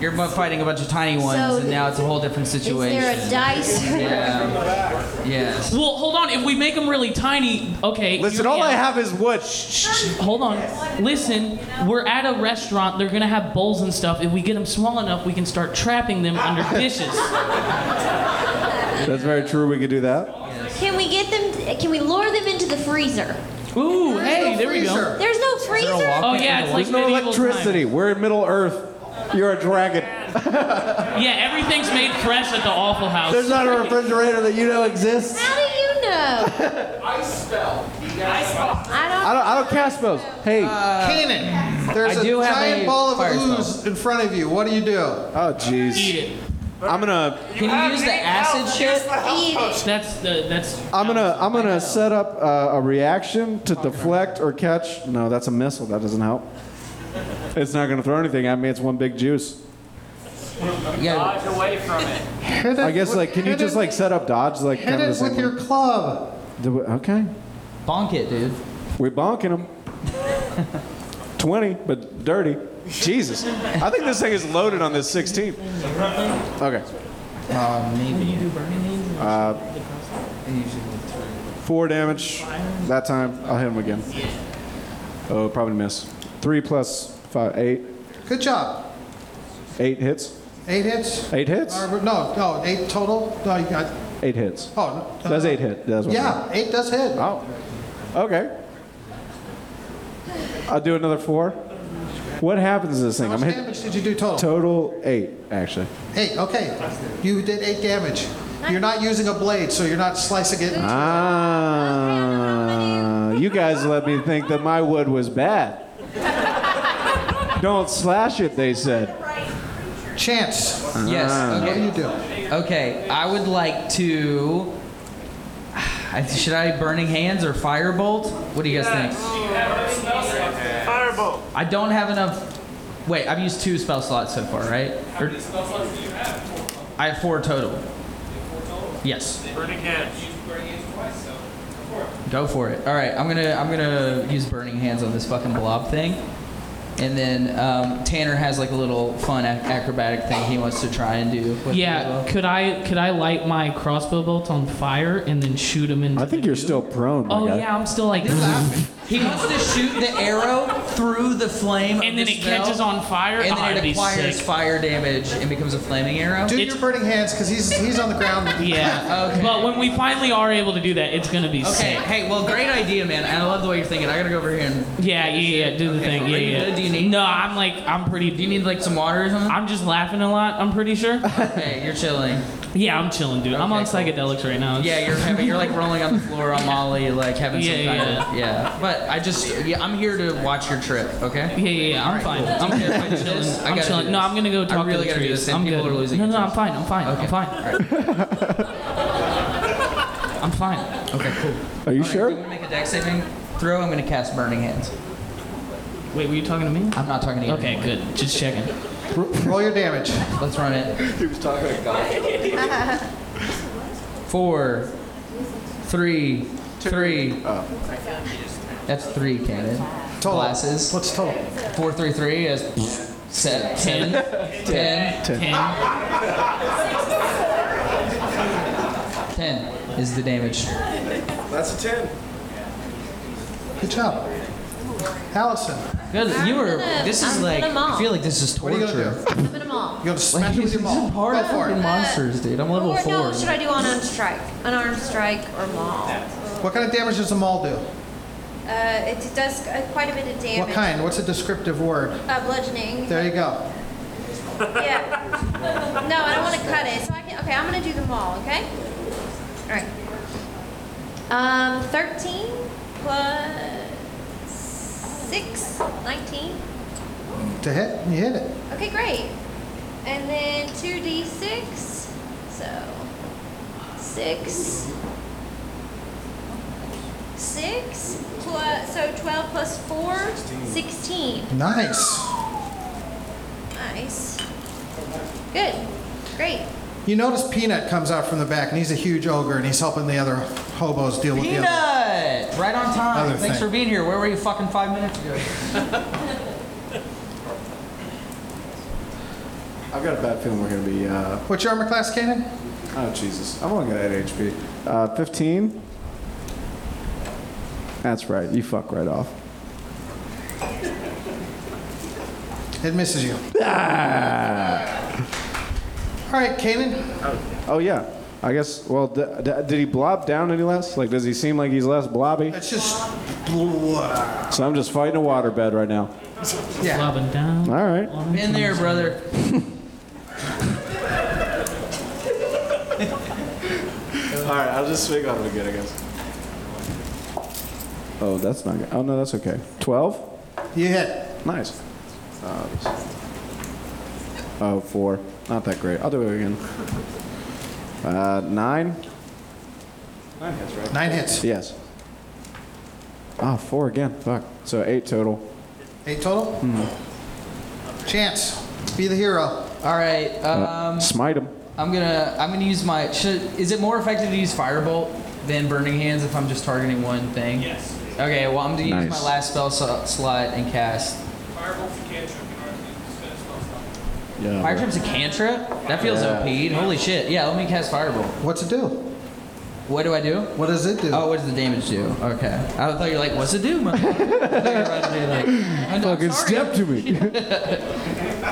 [SPEAKER 3] You're bu- fighting a bunch of tiny ones,
[SPEAKER 8] So
[SPEAKER 3] and now it's a whole different
[SPEAKER 8] is
[SPEAKER 3] situation.
[SPEAKER 8] there a dice?
[SPEAKER 3] yeah. Yes.
[SPEAKER 6] well, hold on. If we make them really tiny, okay.
[SPEAKER 5] Listen,
[SPEAKER 6] you're-
[SPEAKER 5] all I
[SPEAKER 6] yeah.
[SPEAKER 5] have is wood. Shh, shh, shh.
[SPEAKER 6] Hold on. Listen, we're at a restaurant. They're gonna have bowls and stuff. If we get them small enough, we can start trapping them under dishes.
[SPEAKER 5] That's very true. We could do that.
[SPEAKER 8] Can we get them? Can we lure them into the freezer?
[SPEAKER 6] Ooh, hey,
[SPEAKER 9] no
[SPEAKER 6] there we go.
[SPEAKER 9] freezer.
[SPEAKER 8] There's no freezer.
[SPEAKER 6] Oh yeah, it's like
[SPEAKER 5] There's no
[SPEAKER 6] medieval times.
[SPEAKER 5] electricity. We're in Middle Earth. You're a dragon.
[SPEAKER 6] Yeah, everything's made fresh at the Awful House.
[SPEAKER 5] There's not a refrigerator that you know exists.
[SPEAKER 8] How do you know?
[SPEAKER 13] Ice spell. Ice spell.
[SPEAKER 8] I don't.
[SPEAKER 5] I don't, I don't cast spells. Uh, Hey.
[SPEAKER 9] Kanan, there's
[SPEAKER 3] Uh, I
[SPEAKER 9] a
[SPEAKER 3] do have
[SPEAKER 9] giant
[SPEAKER 3] a
[SPEAKER 9] ball of
[SPEAKER 3] fire spell.
[SPEAKER 9] ooze in front of you. What do you do?
[SPEAKER 5] oh, jeez.
[SPEAKER 6] Eat it.
[SPEAKER 5] I'm gonna,
[SPEAKER 3] Can you use the acid shit?
[SPEAKER 8] Eat it.
[SPEAKER 6] That's the that's.
[SPEAKER 5] I'm gonna, I'm gonna set up uh, a reaction to deflect or catch. No, that's a missile. That doesn't help. It's not gonna throw anything at me. It's one big juice.
[SPEAKER 3] You gotta-
[SPEAKER 13] Dodge away from it.
[SPEAKER 9] Hit it
[SPEAKER 5] I guess
[SPEAKER 9] with-
[SPEAKER 5] like, can you
[SPEAKER 9] hit
[SPEAKER 5] just
[SPEAKER 9] it-
[SPEAKER 5] like set up dodge like
[SPEAKER 9] hit
[SPEAKER 5] kind of the
[SPEAKER 9] it
[SPEAKER 5] same
[SPEAKER 9] with your
[SPEAKER 5] way?
[SPEAKER 9] club?
[SPEAKER 5] Do we- Okay.
[SPEAKER 3] bonk it, dude.
[SPEAKER 5] We bonking them. 20, but dirty. Jesus. I think this thing is loaded on this 16. Okay.
[SPEAKER 3] Maybe.
[SPEAKER 5] Four damage that time. I'll hit him again. Oh, probably miss. Three plus five, eight.
[SPEAKER 9] Good job.
[SPEAKER 5] Eight hits.
[SPEAKER 9] Eight hits?
[SPEAKER 5] Eight hits?
[SPEAKER 9] Or, no, no, eight total? No, you got,
[SPEAKER 5] Eight hits.
[SPEAKER 9] oh. no.
[SPEAKER 5] That's eight hit. That's what I
[SPEAKER 9] Yeah,
[SPEAKER 5] meant.
[SPEAKER 9] eight does hit.
[SPEAKER 5] Oh, okay. I'll do another four. What happens to this thing?
[SPEAKER 9] How
[SPEAKER 5] I'm
[SPEAKER 9] much
[SPEAKER 5] hit
[SPEAKER 9] damage did you do total?
[SPEAKER 5] total eight, actually.
[SPEAKER 9] Eight, okay. You did eight damage. You're not using a blade, so you're not slicing it.
[SPEAKER 5] Ah, you guys let me think that my wood was bad. Don't slash it, they said.
[SPEAKER 9] Chance, what
[SPEAKER 3] Yes.
[SPEAKER 9] do you
[SPEAKER 3] Okay.
[SPEAKER 9] do?
[SPEAKER 3] Okay. I would like to. I- Should I burning hands or firebolt? What do you guys think?
[SPEAKER 13] Firebolt.
[SPEAKER 3] I don't have enough. Wait, I've used two spell slots so far, right? Or-
[SPEAKER 13] Spell slots do you have?
[SPEAKER 3] I have four total. Yes.
[SPEAKER 13] Burning hands.
[SPEAKER 15] Burning hands twice, so.
[SPEAKER 3] Go for it. All right, I'm gonna I'm gonna use burning hands on this fucking blob thing, and then um, Tanner has like a little fun ac- acrobatic thing he wants to try and do. with it as
[SPEAKER 6] Yeah,
[SPEAKER 3] well.
[SPEAKER 6] could I could I light my crossbow bolt on fire and then shoot him into? I think you're still
[SPEAKER 5] prone.
[SPEAKER 6] Oh yeah, I'm still like. "Mm-hmm."
[SPEAKER 3] He wants to shoot the arrow through the flame, and
[SPEAKER 6] then it catches on fire?
[SPEAKER 3] and
[SPEAKER 6] Oh,
[SPEAKER 3] then
[SPEAKER 6] that'd
[SPEAKER 3] it
[SPEAKER 6] be
[SPEAKER 3] acquires
[SPEAKER 6] sick.
[SPEAKER 3] fire damage and becomes a flaming arrow.
[SPEAKER 9] Do your burning hands, because he's he's on the ground.
[SPEAKER 6] Yeah. okay. But when we finally are able to do that, it's gonna be
[SPEAKER 3] Okay.
[SPEAKER 6] sick.
[SPEAKER 3] Hey, well, great idea, man. And I love the way you're thinking. I gotta go over here and.
[SPEAKER 6] Yeah, yeah, yeah. Do the thing. Yeah,
[SPEAKER 3] Are you
[SPEAKER 6] yeah.
[SPEAKER 3] good? Do you need?
[SPEAKER 6] No, I'm like, I'm pretty. Do
[SPEAKER 3] you need like some water or something?
[SPEAKER 6] I'm just laughing a lot. I'm pretty sure.
[SPEAKER 3] Okay, you're chilling.
[SPEAKER 6] Yeah, I'm chilling, dude. I'm on psychedelics right now.
[SPEAKER 3] Yeah, you're having, you're like rolling on the floor on Molly, like having some
[SPEAKER 6] Yeah,
[SPEAKER 3] kind
[SPEAKER 6] yeah.
[SPEAKER 3] of yeah. But I just yeah, I'm here to watch your trip. Okay.
[SPEAKER 6] Yeah, yeah, yeah. I'm fine. I'm
[SPEAKER 3] here.
[SPEAKER 6] I'm chilling.
[SPEAKER 3] I
[SPEAKER 6] I'm
[SPEAKER 3] gotta
[SPEAKER 6] chilling.
[SPEAKER 3] do
[SPEAKER 6] No,
[SPEAKER 3] this.
[SPEAKER 6] I'm gonna go
[SPEAKER 3] I
[SPEAKER 6] talk
[SPEAKER 3] really
[SPEAKER 6] to the
[SPEAKER 3] gotta do
[SPEAKER 6] trees.
[SPEAKER 3] this, and
[SPEAKER 6] I'm
[SPEAKER 3] people
[SPEAKER 6] good.
[SPEAKER 3] are losing
[SPEAKER 6] no, no, I'm fine. I'm fine. I'm fine. I'm fine.
[SPEAKER 3] Okay, cool.
[SPEAKER 5] Are you sure?
[SPEAKER 3] I'm gonna make a deck saving throw. I'm gonna cast Burning Hands.
[SPEAKER 6] Wait, were you talking to me?
[SPEAKER 3] I'm not talking to you.
[SPEAKER 6] Okay, good. Just checking.
[SPEAKER 9] Roll your damage.
[SPEAKER 3] Let's run it.
[SPEAKER 12] He was talking to God.
[SPEAKER 3] Four, three, three.
[SPEAKER 12] Oh.
[SPEAKER 3] That's three, Cannon. Total. Glasses.
[SPEAKER 9] What's total?
[SPEAKER 3] Four, three, three is se-
[SPEAKER 6] Ten.
[SPEAKER 3] seven. Ten. Ten is the damage.
[SPEAKER 12] That's a 10.
[SPEAKER 9] Good job. Allison.
[SPEAKER 3] Good. You were.
[SPEAKER 8] gonna-
[SPEAKER 3] This is
[SPEAKER 8] I'm
[SPEAKER 3] like.
[SPEAKER 8] gonna maul.
[SPEAKER 3] I feel like this is
[SPEAKER 9] What are
[SPEAKER 3] torture.
[SPEAKER 9] you gonna
[SPEAKER 8] I'm gonna maul.
[SPEAKER 9] You gonna smash it with your maul? Go for
[SPEAKER 3] Fucking
[SPEAKER 9] it.
[SPEAKER 3] monsters, dude. I'm level
[SPEAKER 8] Or
[SPEAKER 3] four.
[SPEAKER 8] no, should I do unarmed strike? Unarmed strike or maul?
[SPEAKER 9] What kind of damage does a maul do?
[SPEAKER 8] Uh, it does uh, quite a bit of damage.
[SPEAKER 9] What kind? What's a descriptive word?
[SPEAKER 8] Uh, bludgeoning.
[SPEAKER 9] There you go.
[SPEAKER 8] Yeah. No, I don't want to cut it. So I can. Okay, I'm gonna do them all. Okay. All right. Um, 13 plus six, 19.
[SPEAKER 9] To hit, you hit it.
[SPEAKER 8] Okay, great. And then 2d6. So 6. 6 plus, so 12 plus 4, 16.
[SPEAKER 9] Nice.
[SPEAKER 8] Nice. Good. Great.
[SPEAKER 9] You notice Peanut comes out from the back, and he's a huge ogre, and he's helping the other hobos deal with the other.
[SPEAKER 3] Peanut! Right on time.
[SPEAKER 9] Other
[SPEAKER 3] Thanks
[SPEAKER 9] thing.
[SPEAKER 3] for being here. Where were you fucking five minutes ago?
[SPEAKER 4] I've got a bad feeling we're going to be. Uh,
[SPEAKER 9] What's your armor class, Cannon?
[SPEAKER 4] oh, Jesus. I'm only going to add HP. Uh, 15. That's right. You fuck right off.
[SPEAKER 9] It misses you.
[SPEAKER 4] Ah!
[SPEAKER 9] All right, Cannon.
[SPEAKER 5] Oh yeah. I guess. Well, d- d- did he blob down any less? Like, does he seem like he's less blobby?
[SPEAKER 9] It's just.
[SPEAKER 5] So I'm just fighting a waterbed right now.
[SPEAKER 9] Yeah.
[SPEAKER 6] Bobbing down.
[SPEAKER 5] All right.
[SPEAKER 3] Been there, brother.
[SPEAKER 12] All right, I'll just swing on him again, I guess.
[SPEAKER 5] Oh, that's not good. Oh no, that's okay. Twelve.
[SPEAKER 9] You hit.
[SPEAKER 5] Nice. Uh, oh, four. Not that great. I'll do it again. Uh, nine.
[SPEAKER 12] Nine hits, right?
[SPEAKER 9] Nine hits.
[SPEAKER 5] Yes. Ah, four again. Fuck. So eight total.
[SPEAKER 9] Eight total?
[SPEAKER 3] Hmm.
[SPEAKER 9] Chance. Be the hero.
[SPEAKER 3] All right.
[SPEAKER 5] Uh,
[SPEAKER 3] Um,
[SPEAKER 5] smite him.
[SPEAKER 3] I'm gonna. I'm gonna use my. Should, is it more effective to use firebolt than burning hands if I'm just targeting one thing? Yes. Okay. Well, I'm gonna use
[SPEAKER 5] Nice.
[SPEAKER 3] my last spell so- slot and cast.
[SPEAKER 10] Firebolt's a cantrip in our league. It's been a spell slot.
[SPEAKER 5] Yeah.
[SPEAKER 3] Fire trip's a cantrip. That feels
[SPEAKER 5] Yeah.
[SPEAKER 3] OP'd. Holy shit. Yeah. Let me cast firebolt.
[SPEAKER 9] What's it do?
[SPEAKER 3] What do I do?
[SPEAKER 9] What does it do?
[SPEAKER 3] Oh, what does the damage do? Okay. I thought you were like, what's it do? motherfucker? I thought you were about to be like, I'm- I'm
[SPEAKER 5] Fucking
[SPEAKER 3] sorry.
[SPEAKER 5] step to me.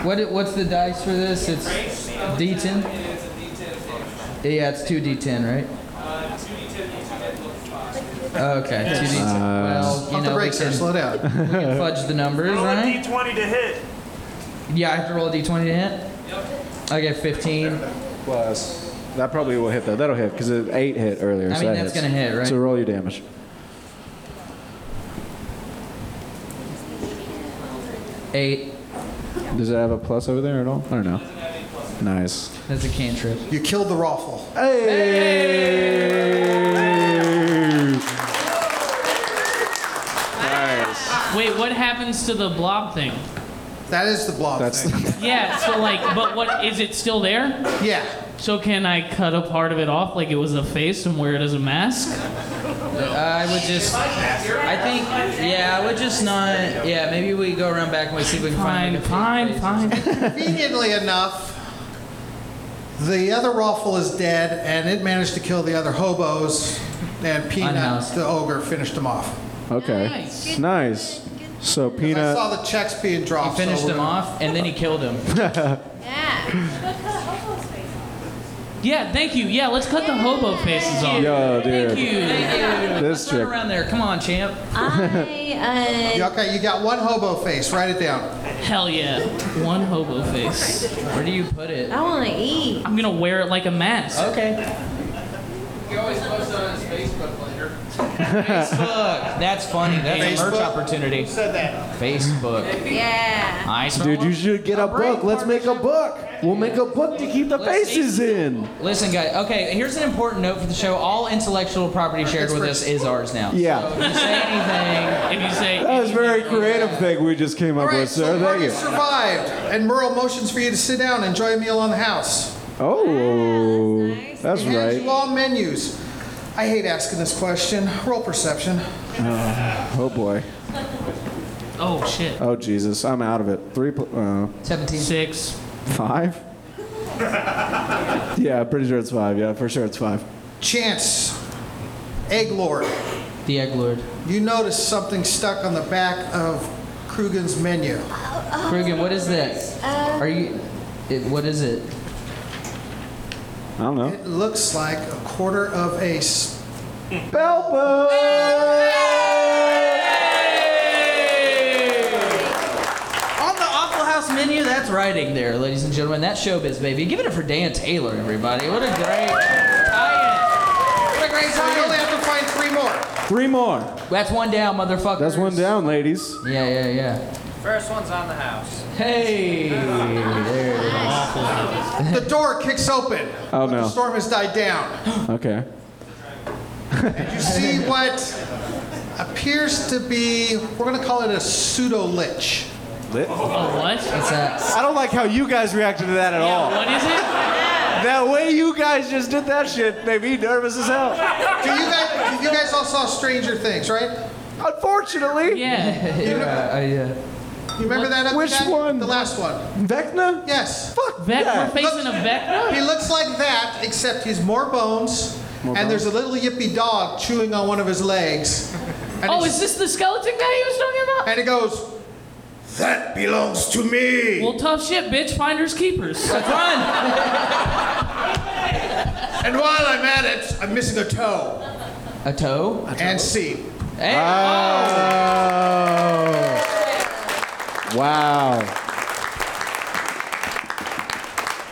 [SPEAKER 3] What it- what's the dice for this? It's D10. Yeah, it's two D10, right? Okay, two D10.
[SPEAKER 5] Uh,
[SPEAKER 3] well, you
[SPEAKER 9] Pump the
[SPEAKER 3] know, we
[SPEAKER 9] brakes
[SPEAKER 3] can,
[SPEAKER 9] there. Slow down.
[SPEAKER 3] we can
[SPEAKER 6] Uh,
[SPEAKER 3] fudge the numbers,
[SPEAKER 11] Roll a
[SPEAKER 3] right?
[SPEAKER 11] D20 to hit.
[SPEAKER 3] Yeah, I have to roll a D20 to hit. I get 15.
[SPEAKER 5] Plus. That probably will hit though. That'll hit because eight hit earlier.
[SPEAKER 3] I
[SPEAKER 5] so
[SPEAKER 3] mean,
[SPEAKER 5] that
[SPEAKER 3] that's
[SPEAKER 5] hits.
[SPEAKER 3] gonna hit, right?
[SPEAKER 5] So roll your damage.
[SPEAKER 3] Eight.
[SPEAKER 5] Does it have a plus over there at all? Or no? Nice.
[SPEAKER 3] That's a cantrip.
[SPEAKER 9] You killed the Raffle.
[SPEAKER 5] Hey!
[SPEAKER 6] Wait, what happens to the blob thing?
[SPEAKER 9] That is the blob thing.
[SPEAKER 6] Yeah. So like, but what is it still there?
[SPEAKER 9] yeah.
[SPEAKER 6] So can I cut a part of it off like it was a face and wear it as a mask?
[SPEAKER 3] I would just. I think. Yeah, I would just not. Yeah, maybe we go around back and we see if we can find. like, a few
[SPEAKER 6] Fine, fine.
[SPEAKER 9] Conveniently enough, the other Ruffle is dead, and it managed to kill the other hobos, and Peanut,
[SPEAKER 16] Unhoused.
[SPEAKER 9] the ogre, finished them off.
[SPEAKER 16] Okay. Nice. So
[SPEAKER 9] I
[SPEAKER 16] peanut.
[SPEAKER 9] saw the checks being dropped.
[SPEAKER 3] He finished
[SPEAKER 9] so we're
[SPEAKER 3] him
[SPEAKER 9] gonna-
[SPEAKER 3] off, and then he killed him.
[SPEAKER 6] Yeah, thank you. Yeah, let's cut the hobo faces off.
[SPEAKER 16] Yo, dude.
[SPEAKER 6] Thank you.
[SPEAKER 3] Thank
[SPEAKER 16] This
[SPEAKER 3] Turn
[SPEAKER 16] chick.
[SPEAKER 3] around there. Come on, champ.
[SPEAKER 8] I, uh,
[SPEAKER 9] Yeah, okay, you got one hobo face. Write it down.
[SPEAKER 6] Hell yeah. One hobo face.
[SPEAKER 3] Where do you put it?
[SPEAKER 8] I want to eat.
[SPEAKER 6] I'm gonna wear it like a mask.
[SPEAKER 3] Okay.
[SPEAKER 17] He always posts it on his Facebook later.
[SPEAKER 3] Facebook. That's funny. That's a merch
[SPEAKER 17] Facebook.
[SPEAKER 3] opportunity. Who said that? Facebook.
[SPEAKER 8] Yeah.
[SPEAKER 3] I smell
[SPEAKER 5] Dude,
[SPEAKER 3] one.
[SPEAKER 5] you should get a book. Let's make a book. We'll make a book to keep the faces in.
[SPEAKER 3] Listen, guys. Okay, here's an important note for the show. All intellectual property shared with us is ours now.
[SPEAKER 5] Yeah.
[SPEAKER 3] So if you say anything,
[SPEAKER 6] if you say
[SPEAKER 5] That was a very creative thing we just came up
[SPEAKER 9] All right,
[SPEAKER 5] with, sir.
[SPEAKER 9] so
[SPEAKER 5] Thank
[SPEAKER 9] Morgan
[SPEAKER 5] you.
[SPEAKER 9] survived, and Merle motions for you to sit down, enjoy a meal on the house.
[SPEAKER 5] Oh, that's
[SPEAKER 9] He hands
[SPEAKER 5] right.
[SPEAKER 9] you all menus. I hate asking this question. Roll perception.
[SPEAKER 5] Uh, oh boy.
[SPEAKER 6] Oh shit.
[SPEAKER 5] Oh Jesus, I'm out of it. Three, pl- uh,
[SPEAKER 3] Seventeen.
[SPEAKER 6] Six.
[SPEAKER 5] five. yeah, pretty sure it's five. Yeah, for sure it's five.
[SPEAKER 9] Chance, Egg Lord.
[SPEAKER 3] The Egg Lord.
[SPEAKER 9] You notice something stuck on the back of Krugen's menu.
[SPEAKER 3] Krugen, what is that?
[SPEAKER 8] Uh,
[SPEAKER 3] Are you? It, what is it?
[SPEAKER 5] I don't know.
[SPEAKER 9] It looks like a quarter of a s-
[SPEAKER 3] On the Awful House menu, that's writing there, ladies and gentlemen. That's showbiz, baby. Give it up for Dan Taylor, everybody. What a great tie-in. What a great
[SPEAKER 9] So you
[SPEAKER 3] tie-in.
[SPEAKER 9] only have to find three more.
[SPEAKER 5] Three more.
[SPEAKER 3] That's one down, motherfucker.
[SPEAKER 5] That's one down, ladies.
[SPEAKER 3] Yeah, yeah, yeah.
[SPEAKER 17] First one's on the house.
[SPEAKER 3] Hey, there it is.
[SPEAKER 9] The door kicks open.
[SPEAKER 5] Oh,
[SPEAKER 9] but The
[SPEAKER 5] no.
[SPEAKER 9] storm has died down.
[SPEAKER 5] Okay.
[SPEAKER 9] You see what appears to be, we're going to call it a pseudo lich.
[SPEAKER 6] Oh what?
[SPEAKER 3] What's that?
[SPEAKER 5] I don't like how you guys reacted to that at all.
[SPEAKER 6] What is it?
[SPEAKER 5] That way you guys just did that shit made me nervous as hell.
[SPEAKER 9] Do you guys, you guys all saw Stranger Things, right?
[SPEAKER 5] Unfortunately,
[SPEAKER 6] Yeah.
[SPEAKER 3] Yeah, I, uh,
[SPEAKER 9] You remember that?
[SPEAKER 5] Which
[SPEAKER 9] that-
[SPEAKER 5] one?
[SPEAKER 9] The last one.
[SPEAKER 5] Vecna.
[SPEAKER 9] Yes.
[SPEAKER 5] Fuck
[SPEAKER 6] Vec-
[SPEAKER 5] that.
[SPEAKER 6] We're facing a Vecna?
[SPEAKER 9] He looks like that, except he's more bones, and there's a little yippy dog chewing on one of his legs. And
[SPEAKER 6] Oh,
[SPEAKER 9] it's-
[SPEAKER 6] is this the skeleton guy he was talking about?
[SPEAKER 9] And it goes, That belongs to me.
[SPEAKER 6] Well, tough shit, bitch. Finders keepers.
[SPEAKER 3] Let's run.
[SPEAKER 9] And while I'm at it, I'm missing a toe.
[SPEAKER 3] A toe.
[SPEAKER 9] And see.
[SPEAKER 3] Hey,
[SPEAKER 5] Oh. Wow.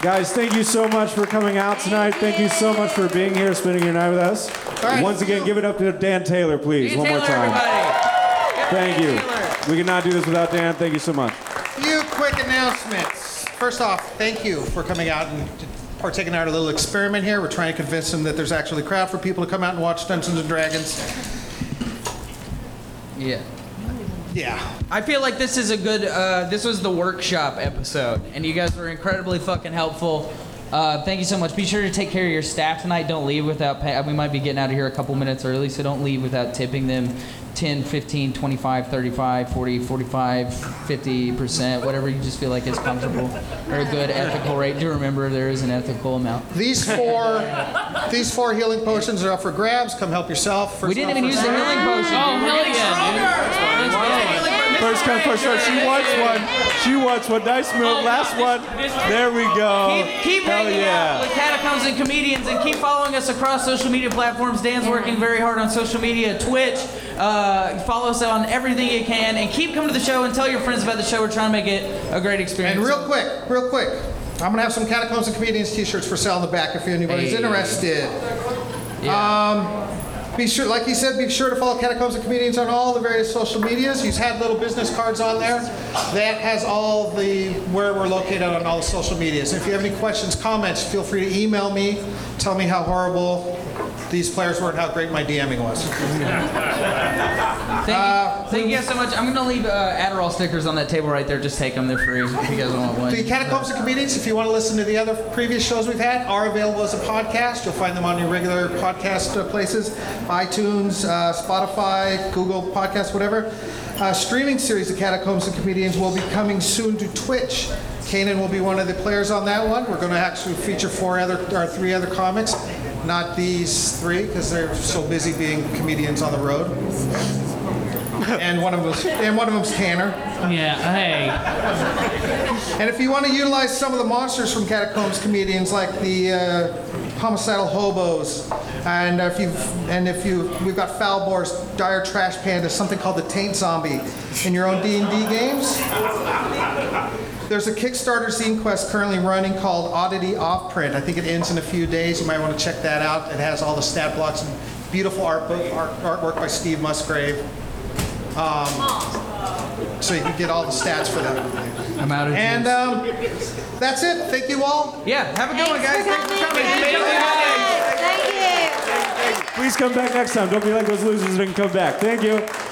[SPEAKER 5] Guys, thank you so much for coming out tonight. Thank you so much for being here, spending your night with us.
[SPEAKER 9] right.
[SPEAKER 5] Once again, give it up to Dan Taylor, please,
[SPEAKER 3] Dan
[SPEAKER 5] one
[SPEAKER 3] Taylor,
[SPEAKER 5] more time.
[SPEAKER 3] everybody.
[SPEAKER 5] Thank you.
[SPEAKER 3] Taylor.
[SPEAKER 5] We could not do this without Dan. Thank you so much.
[SPEAKER 9] few quick announcements. First off, thank you for coming out and partaking in our little experiment here. We're trying to convince them that there's actually a crowd for people to come out and watch Dungeons and Dragons.
[SPEAKER 3] Yeah.
[SPEAKER 9] Yeah.
[SPEAKER 3] I feel like this is a good. Uh, this was the workshop episode, and you guys were incredibly fucking helpful. Uh, thank you so much. Be sure to take care of your staff tonight. Don't leave without pay. We might be getting out of here a couple minutes early, so don't leave without tipping them 10, 15, 25, 35, 40, 45, 50%, whatever you just feel like is comfortable or a good ethical rate. Do remember there is an ethical amount.
[SPEAKER 9] These four, these four healing potions are up for grabs. Come help yourself. First
[SPEAKER 3] We didn't
[SPEAKER 9] off,
[SPEAKER 3] even
[SPEAKER 9] first
[SPEAKER 3] use the
[SPEAKER 9] serve.
[SPEAKER 3] healing potion.
[SPEAKER 6] Oh,
[SPEAKER 3] dude. We're
[SPEAKER 6] hell
[SPEAKER 3] getting
[SPEAKER 6] yeah,
[SPEAKER 3] stronger.
[SPEAKER 5] First come, first serve. She wants one. She wants one. Nice move. Last one. There we go.
[SPEAKER 9] Oh,
[SPEAKER 3] Keep, keep
[SPEAKER 5] Hell
[SPEAKER 3] hanging out
[SPEAKER 5] yeah.
[SPEAKER 3] with Catacombs and Comedians and keep following us across social media platforms. Dan's working very hard on social media, Twitch. Uh, follow us on everything you can and keep coming to the show and tell your friends about the show. We're trying to make it a great experience.
[SPEAKER 9] And real quick, real quick, I'm gonna have some Catacombs and Comedians T-shirts for sale in the back if anybody's
[SPEAKER 3] Hey.
[SPEAKER 9] interested. Um, be sure, like he said, be sure to follow Catacombs and Comedians on all the various social medias. He's had little business cards on there. That has all the where we're located on all the social medias. If you have any questions, comments, feel free to email me. Tell me how horrible these players were and how great my DMing was.
[SPEAKER 3] Thank,
[SPEAKER 9] uh,
[SPEAKER 3] you, thank you guys so much. I'm gonna leave uh, Adderall stickers on that table right there. Just take them; they're free. If you guys want one.
[SPEAKER 9] The Catacombs of Comedians, if you want to listen to the other previous shows we've had, are available as a podcast. You'll find them on your regular podcast uh, places iTunes, uh, Spotify, Google Podcasts, whatever. Uh, streaming series, The Catacombs of Comedians, will be coming soon to Twitch. Kanan will be one of the players on that one. We're going to actually feature four other or three other comics, not these three because they're so busy being comedians on the road. and one of them's and one of them's Tanner.
[SPEAKER 6] Yeah. Hey.
[SPEAKER 9] And if you want to utilize some of the monsters from Catacombs comedians, like the uh, homicidal hobos, and if you and if you we've got foul boars, dire trash pandas, something called the taint zombie, in your own D and D games. There's a Kickstarter zine quest currently running called Oddity Offprint. I think it ends in a few days. You might want to check that out. It has all the stat blocks and beautiful art book, art, artwork by Steve Musgrave. Um, so you can get all the stats for that.
[SPEAKER 3] I'm out of
[SPEAKER 9] And um, that's it. Thank you all.
[SPEAKER 3] Yeah, have a good one, guys. Thanks for coming.
[SPEAKER 8] Thank you.
[SPEAKER 5] Please come back next time. Don't be like those losers that didn't come back. Thank you.